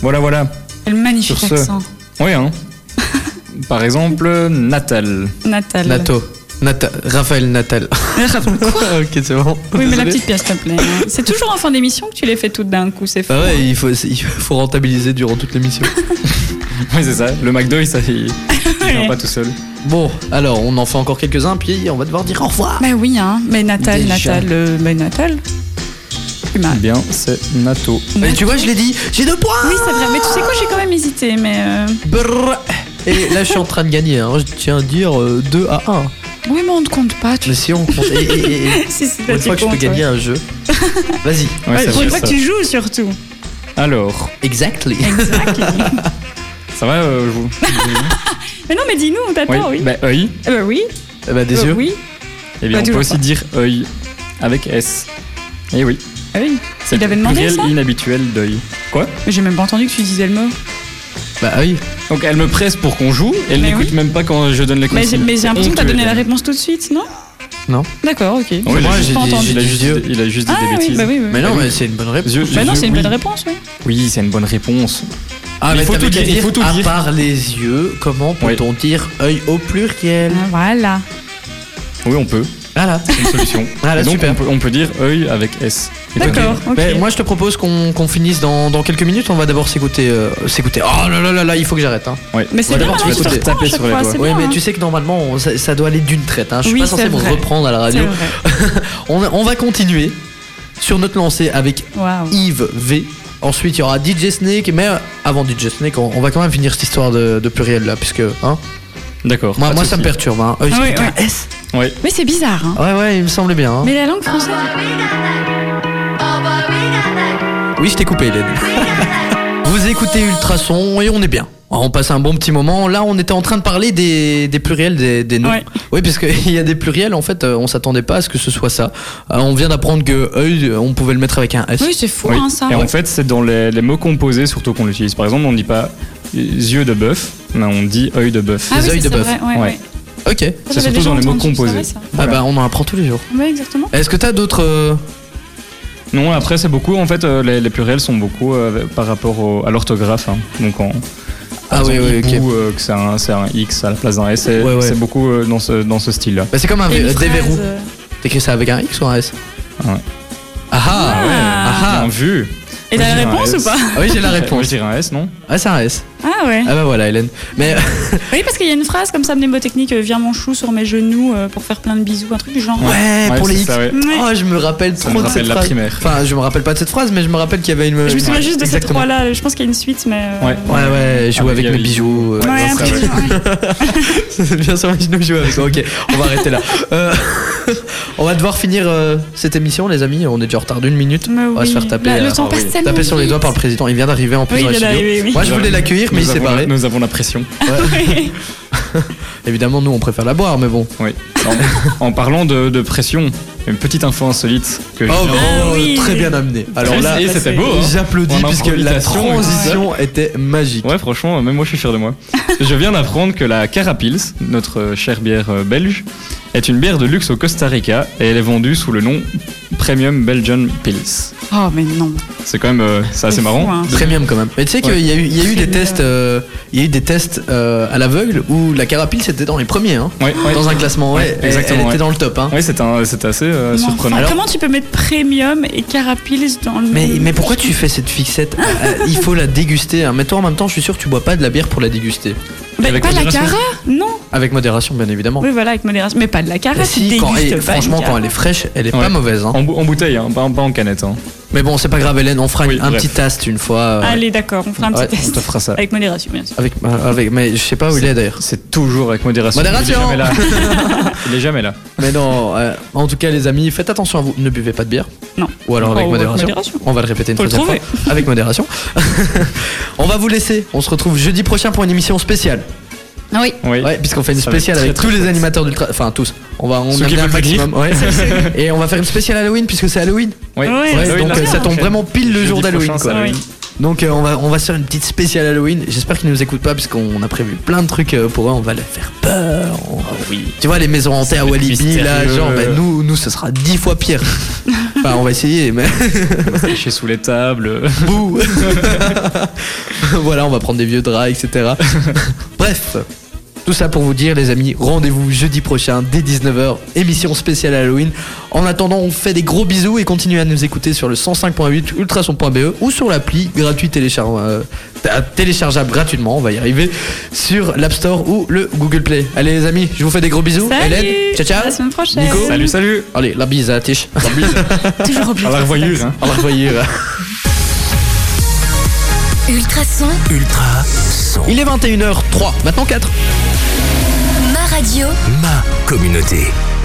Speaker 3: voilà, voilà.
Speaker 2: Quel magnifique
Speaker 3: Sur ce-
Speaker 2: accent.
Speaker 3: Oui, hein. Par exemple, euh, Natal.
Speaker 2: Natal.
Speaker 1: Nato. Nata- Raphaël Natal. ok, c'est bon.
Speaker 2: Oui, mais la
Speaker 1: Désolé.
Speaker 2: petite pièce, s'il te plaît. hein. C'est toujours en fin d'émission que tu les fais toutes d'un coup,
Speaker 3: Euh,
Speaker 2: c'est fou.
Speaker 1: Bah ouais, il faut, il faut rentabiliser durant toute l'émission.
Speaker 3: Oui, c'est ça. Le McDo, il, ça, il, il vient
Speaker 2: Ouais.
Speaker 3: pas tout seul.
Speaker 1: bon, alors on en fait encore quelques-uns, puis on va devoir dire au revoir.
Speaker 2: Bah oui, hein. Mais Natal,
Speaker 1: Déjà.
Speaker 2: Natal, euh, mais Natal. Tu m'as-
Speaker 3: Eh bien, c'est Nato.
Speaker 1: Mais tu vois, je l'ai dit, j'ai deux points
Speaker 2: Oui, c'est vrai. Mais tu sais quoi, j'ai quand même hésité, mais. euh,
Speaker 1: Brrr. Et là, je suis en train de gagner, hein. je tiens à dire 2 à 1.
Speaker 2: Oui, mais on ne compte pas. Tu...
Speaker 1: Mais si on compte. Et, et- et- et-
Speaker 2: si, si,
Speaker 1: pour
Speaker 2: t'as
Speaker 1: une
Speaker 2: tu
Speaker 1: fois que je peux
Speaker 2: comptes,
Speaker 1: gagner
Speaker 2: ouais.
Speaker 1: un jeu. Vas-y.
Speaker 3: Ouais, c'est
Speaker 2: Pour
Speaker 3: vrai,
Speaker 2: une fois que
Speaker 3: ça.
Speaker 2: tu joues, surtout.
Speaker 3: Alors,
Speaker 1: Exactly.
Speaker 3: ça va euh, je vous...
Speaker 2: Mais non, mais dis-nous, on
Speaker 3: Oui,
Speaker 2: t'attend, oui.
Speaker 3: bah, œil.
Speaker 2: Eh ben oui.
Speaker 1: Eh ben, des
Speaker 2: Euh,
Speaker 1: yeux.
Speaker 2: Oui.
Speaker 3: Eh bien,
Speaker 2: Bah,
Speaker 3: on peut
Speaker 2: toujours
Speaker 3: aussi
Speaker 2: pas.
Speaker 3: dire œil avec S. Eh oui.
Speaker 2: Ah oui.
Speaker 3: C'est
Speaker 2: Il
Speaker 3: le
Speaker 2: avait demandé,
Speaker 3: pluriel
Speaker 2: ça
Speaker 3: inhabituel d'œil. Quoi
Speaker 2: Mais j'ai même pas entendu que tu disais le mot.
Speaker 1: Bah oui.
Speaker 3: Donc elle me presse pour qu'on joue, elle
Speaker 2: Mais
Speaker 3: n'écoute
Speaker 2: Bah oui.
Speaker 3: même pas quand je donne les
Speaker 2: Mais j'ai
Speaker 3: consignes. euh,
Speaker 2: mais j'ai l'impression que t'as
Speaker 3: Honteux,
Speaker 2: donné la
Speaker 3: elle.
Speaker 2: réponse tout de suite, non
Speaker 1: Non.
Speaker 2: D'accord, ok.
Speaker 3: Non, il,
Speaker 1: Moi,
Speaker 3: a
Speaker 1: j'ai
Speaker 3: juste,
Speaker 2: dit-
Speaker 3: il, a
Speaker 1: j'ai
Speaker 3: juste,
Speaker 1: dit-
Speaker 3: il a juste dit
Speaker 2: Ah
Speaker 3: des
Speaker 2: oui,
Speaker 3: bêtises.
Speaker 2: bah oui, oui.
Speaker 1: Mais non, mais c'est une bonne réponse.
Speaker 3: Yeux-
Speaker 2: Bah non,
Speaker 3: yeux,
Speaker 2: c'est une bonne
Speaker 3: oui.
Speaker 2: réponse, oui.
Speaker 3: Oui, c'est une bonne réponse.
Speaker 1: Ah,
Speaker 3: Mais
Speaker 1: mais
Speaker 3: il faut
Speaker 1: faut
Speaker 3: tout dire, il faut tout
Speaker 1: à
Speaker 3: dire.
Speaker 1: part les yeux, comment
Speaker 3: Oui.
Speaker 1: peut-on dire œil au pluriel
Speaker 2: Ah, voilà.
Speaker 3: Oui, on peut.
Speaker 1: Voilà.
Speaker 3: C'est une solution.
Speaker 1: Ah, là,
Speaker 3: Et donc
Speaker 1: super.
Speaker 3: on peut, on peut dire œil avec S. Et toi,
Speaker 2: D'accord, ok.
Speaker 1: Ben, moi je te propose qu'on qu'on finisse dans, dans quelques minutes. On va d'abord s'écouter. euh, s'écouter. Oh là là là là, il faut que j'arrête. Hein.
Speaker 3: Ouais.
Speaker 2: Mais c'est
Speaker 3: Ouais,
Speaker 2: bien,
Speaker 3: d'abord,
Speaker 2: là,
Speaker 3: tu
Speaker 2: tu
Speaker 3: vas te
Speaker 2: te reprends à
Speaker 3: taper
Speaker 2: chaque
Speaker 3: sur les
Speaker 2: fois,
Speaker 3: doigts.
Speaker 2: c'est
Speaker 1: Ouais,
Speaker 2: bien.
Speaker 1: mais
Speaker 2: hein.
Speaker 1: tu sais que normalement on- ça, ça doit aller d'une traite. hein. Je suis
Speaker 2: Oui,
Speaker 1: pas censé
Speaker 2: c'est
Speaker 1: me
Speaker 2: vrai.
Speaker 1: reprendre à la
Speaker 2: C'est
Speaker 1: radio.
Speaker 2: vrai.
Speaker 1: On, on va continuer sur notre lancée avec
Speaker 2: Waouh.
Speaker 1: Yves V. Ensuite, il y aura DJ Snake. Mais euh, avant DJ Snake, on, on va quand même finir cette histoire de, de pluriel là, puisque hein,
Speaker 3: D'accord.
Speaker 1: moi,
Speaker 3: pas de
Speaker 1: moi ça me
Speaker 3: souci.
Speaker 1: perturbe. Hein. Euh,
Speaker 2: Ah oui,
Speaker 1: putain,
Speaker 2: oui.
Speaker 1: S.
Speaker 3: Ouais.
Speaker 2: Mais c'est bizarre, hein.
Speaker 1: Ouais, ouais, il me semblait bien. hein.
Speaker 2: Mais la langue française.
Speaker 1: Oui, je t'ai coupé, Hélène. Vous écoutez Ultrason et on est bien. On passe un bon petit moment. Là, on était en train de parler des, des pluriels des, des noms.
Speaker 2: Ouais.
Speaker 1: Oui, parce qu'il y a des pluriels, en fait, euh, on s'attendait pas à ce que ce soit ça. Euh, on vient d'apprendre que œil, euh, on pouvait le mettre avec un S.
Speaker 2: Oui, c'est fou,
Speaker 3: Oui.
Speaker 2: hein, ça.
Speaker 3: Et en fait, c'est dans les, les mots composés surtout qu'on l'utilise. Par exemple, on ne dit pas yeux de bœuf, mais on dit œil de bœuf.
Speaker 2: ah,
Speaker 1: les
Speaker 2: oui,
Speaker 1: œils
Speaker 2: c'est
Speaker 1: de bœuf.
Speaker 2: vrai, ouais,
Speaker 3: Ouais.
Speaker 2: ouais.
Speaker 1: Ok.
Speaker 2: Ça,
Speaker 3: C'est
Speaker 2: j'avais
Speaker 3: surtout dans
Speaker 2: déjà
Speaker 3: les mots
Speaker 2: entendu, c'est vrai,
Speaker 3: composés.
Speaker 2: ça. Ah
Speaker 1: Ah
Speaker 3: Voilà.
Speaker 1: bah, on en apprend tous les jours.
Speaker 2: Ouais, exactement.
Speaker 1: Est-ce que t'as d'autres. euh,
Speaker 3: Non, après, c'est beaucoup. En fait, euh, les, les pluriels sont beaucoup euh, par rapport au- à l'orthographe. hein. Donc, en,
Speaker 1: Ah oui, oui, ok.
Speaker 3: Ou euh, que c'est un, c'est un X à la place d'un S. C'est
Speaker 1: Ouais, ouais.
Speaker 3: c'est beaucoup euh, dans ce, dans ce style-là.
Speaker 1: Bah, c'est comme un
Speaker 2: Et une
Speaker 1: vé-
Speaker 2: phrase,
Speaker 1: déverrou.
Speaker 2: euh,
Speaker 1: T'écris ça avec un X ou un S
Speaker 3: Ah ouais.
Speaker 1: Ah ah
Speaker 3: Bien
Speaker 1: Ah
Speaker 3: vu.
Speaker 2: Et t'as la
Speaker 3: Moi, je
Speaker 2: réponse
Speaker 3: dirais
Speaker 2: ou pas
Speaker 1: ah. Ah oui, j'ai la
Speaker 3: Moi, je
Speaker 1: réponse.
Speaker 3: dirais un S, non
Speaker 1: Ah, c'est un S.
Speaker 2: Ah ouais.
Speaker 1: Ah bah voilà, Hélène. Mais
Speaker 2: Oui, parce qu'il y a une phrase comme ça mnémotechnique euh, Viens mon chou sur mes genoux euh, pour faire plein de bisous, un truc du genre.
Speaker 1: Ouais,
Speaker 3: Ouais,
Speaker 1: pour les
Speaker 3: c'est
Speaker 1: X.
Speaker 3: ça, ouais.
Speaker 1: Oh, je me rappelle
Speaker 3: Ça
Speaker 1: trop
Speaker 3: me
Speaker 1: de cette
Speaker 3: rappelle la
Speaker 1: phrase.
Speaker 3: primaire.
Speaker 1: Enfin, je me rappelle pas de cette phrase, mais je me rappelle qu'il y avait une.
Speaker 2: Je me souviens juste de ces
Speaker 1: Exactement.
Speaker 2: trois-là. Je pense qu'il y a une suite, mais. euh,
Speaker 3: Ouais.
Speaker 1: Ouais, ouais, jouer
Speaker 3: Ah,
Speaker 1: avec
Speaker 3: il
Speaker 1: mes
Speaker 3: y avait-
Speaker 1: bijoux. euh,
Speaker 2: Ouais,
Speaker 1: non,
Speaker 2: un
Speaker 1: ça,
Speaker 2: truc,
Speaker 1: ouais.
Speaker 2: ouais.
Speaker 1: C'est bien sûr, imaginons que je joue avec. Ok, on va arrêter là. Euh, on va devoir finir euh, cette émission, les amis. On est déjà en retard d'une minute.
Speaker 2: Mais
Speaker 1: On va se
Speaker 2: oui.
Speaker 1: faire taper.
Speaker 2: Là, le
Speaker 1: euh,
Speaker 2: temps passe tellement
Speaker 1: taper sur les
Speaker 2: vite.
Speaker 1: doigts par le président. Il vient d'arriver en plus
Speaker 2: Oui,
Speaker 1: dans
Speaker 2: il
Speaker 1: le
Speaker 2: vient
Speaker 1: studio.
Speaker 2: d'arriver, oui.
Speaker 1: Moi, je voulais l'accueillir, mais
Speaker 3: Nous
Speaker 1: il s'est
Speaker 3: avons-
Speaker 1: barré.
Speaker 3: Nous avons la pression.
Speaker 1: Évidemment, nous, on préfère la boire, mais bon.
Speaker 3: Oui. En, en parlant de, de pression, une petite info insolite que
Speaker 1: Oh,
Speaker 3: j'ai-
Speaker 1: bon,
Speaker 2: oui.
Speaker 1: très bien amené. Alors
Speaker 3: Et
Speaker 1: là,
Speaker 3: c'était
Speaker 2: c'est-
Speaker 3: beau. hein.
Speaker 1: j'applaudis
Speaker 3: On a
Speaker 1: puisque la
Speaker 3: improvisation, ouais.
Speaker 1: transition était magique.
Speaker 3: Ouais, franchement, même moi je suis fier de moi. je viens d'apprendre que la Carapils, notre euh, chère bière euh, belge, est une bière de luxe au Costa Rica et elle est vendue sous le nom Premium Belgian Pils.
Speaker 2: Oh, mais non.
Speaker 3: C'est quand même euh, c'est assez
Speaker 2: C'est fou,
Speaker 3: marrant.
Speaker 2: hein.
Speaker 1: Premium quand même. Mais tu sais qu'il y a eu, il y a eu des
Speaker 2: Premium.
Speaker 1: tests, euh, il y a eu des tests euh, à l'aveugle où la carapille c'était dans les premiers, hein.
Speaker 3: Ouais, ouais.
Speaker 1: dans un classement. Ouais,
Speaker 3: Ouais,
Speaker 1: elle-
Speaker 3: exactement,
Speaker 1: Elle était
Speaker 3: ouais.
Speaker 1: dans le top. Hein.
Speaker 3: Ouais, c'est un- c'est assez euh,
Speaker 2: Comment-
Speaker 3: surprenant.
Speaker 2: enfin, comment tu peux mettre premium et carapilis dans le.
Speaker 1: Mais, mais pourquoi tu fais cette fixette Euh, Il faut la déguster. hein. Mais toi en même temps, je suis sûr que tu bois pas de la bière pour la déguster.
Speaker 2: Bah,
Speaker 3: Avec
Speaker 2: Pas la
Speaker 3: modération.
Speaker 2: cara Non.
Speaker 1: Avec modération, bien évidemment.
Speaker 2: Oui, voilà, avec modération. Mais pas de la cara.
Speaker 1: Mais
Speaker 2: tu
Speaker 1: si, quand-
Speaker 2: dégustes
Speaker 1: et
Speaker 2: pas
Speaker 1: franchement,
Speaker 2: une
Speaker 1: quand
Speaker 2: cara.
Speaker 1: elle est fraîche, elle est
Speaker 3: Ouais.
Speaker 1: pas mauvaise. hein.
Speaker 3: En, bou- en bouteille, hein, pas, pas en canette. hein.
Speaker 1: Mais bon, c'est pas grave, Hélène, on fera un petit test une fois. euh,
Speaker 2: Allez, d'accord, on fera un petit
Speaker 1: Ouais,
Speaker 2: test.
Speaker 1: on te fera ça.
Speaker 2: Avec modération, bien sûr.
Speaker 1: Avec, euh, avec, mais je sais pas où il est d'ailleurs.
Speaker 3: C'est toujours avec modération.
Speaker 1: Modération
Speaker 3: Il est jamais là. Il est jamais là.
Speaker 1: Mais non, euh, en tout cas, les amis, faites attention à vous. Ne buvez pas de bière.
Speaker 2: Non.
Speaker 1: Ou alors avec,
Speaker 2: Oh, avec
Speaker 1: modération.
Speaker 2: modération.
Speaker 1: On va le répéter une
Speaker 2: Faut le
Speaker 1: troisième fois. Avec modération. on va vous laisser. On se retrouve jeudi prochain pour une émission spéciale.
Speaker 5: Ah oui.
Speaker 1: Ouais, puisqu'on fait une
Speaker 3: Ça va être
Speaker 1: spéciale
Speaker 3: très,
Speaker 1: avec
Speaker 3: très
Speaker 1: tous les animateurs d'Ultra. Enfin, tous. On va on
Speaker 3: Ceux
Speaker 1: aime
Speaker 3: qui
Speaker 1: bien
Speaker 3: peuvent
Speaker 1: le maximum.
Speaker 3: venir.
Speaker 1: ouais. Et on va faire une spéciale Halloween puisque c'est Halloween.
Speaker 2: Eh,
Speaker 3: Ouais.
Speaker 1: Ouais,
Speaker 3: Halloween,
Speaker 1: donc
Speaker 3: la
Speaker 1: euh, ça
Speaker 3: semaine
Speaker 1: tombe
Speaker 3: prochaine.
Speaker 1: vraiment pile le
Speaker 3: Jeudi
Speaker 1: jour d'Halloween.
Speaker 3: prochain, c'est
Speaker 1: quoi.
Speaker 3: Halloween.
Speaker 1: Donc euh, on va on va se faire une petite spéciale Halloween. J'espère qu'ils nous écoutent pas puisqu'on a prévu plein de trucs euh, pour eux. On va les faire peur. On- Tu vois les maisons hantées à
Speaker 3: va être
Speaker 1: Walibi là,
Speaker 3: mystérieux.
Speaker 1: genre bah, nous nous ce sera dix fois pire. enfin on va essayer mais
Speaker 3: Chez sous les tables.
Speaker 1: bouh. voilà on va prendre des vieux draps etc. Bref. Tout ça pour vous dire les amis, rendez-vous jeudi prochain dès 19h, émission spéciale Halloween. En attendant, on vous fait des gros bisous et continuez à nous écouter sur le 105.8 ultrason.be E ou sur l'appli gratuit téléchar- euh, t- téléchargeable gratuitement, on va y arriver, sur l'App Store ou le Google Play. Allez les amis, je vous fais des gros bisous.
Speaker 2: Salut
Speaker 1: Hélène, ciao
Speaker 2: À la
Speaker 1: ciao
Speaker 2: semaine prochaine.
Speaker 1: Nico
Speaker 3: Salut, salut.
Speaker 1: Allez, la bise à Tish.
Speaker 2: Toujours au
Speaker 3: À la revoyure. hein.
Speaker 1: Au revoir.
Speaker 6: Ultrason,
Speaker 9: Ultra son.
Speaker 1: Il est 21h03, maintenant 4.
Speaker 6: ma radio.
Speaker 9: Ma communauté.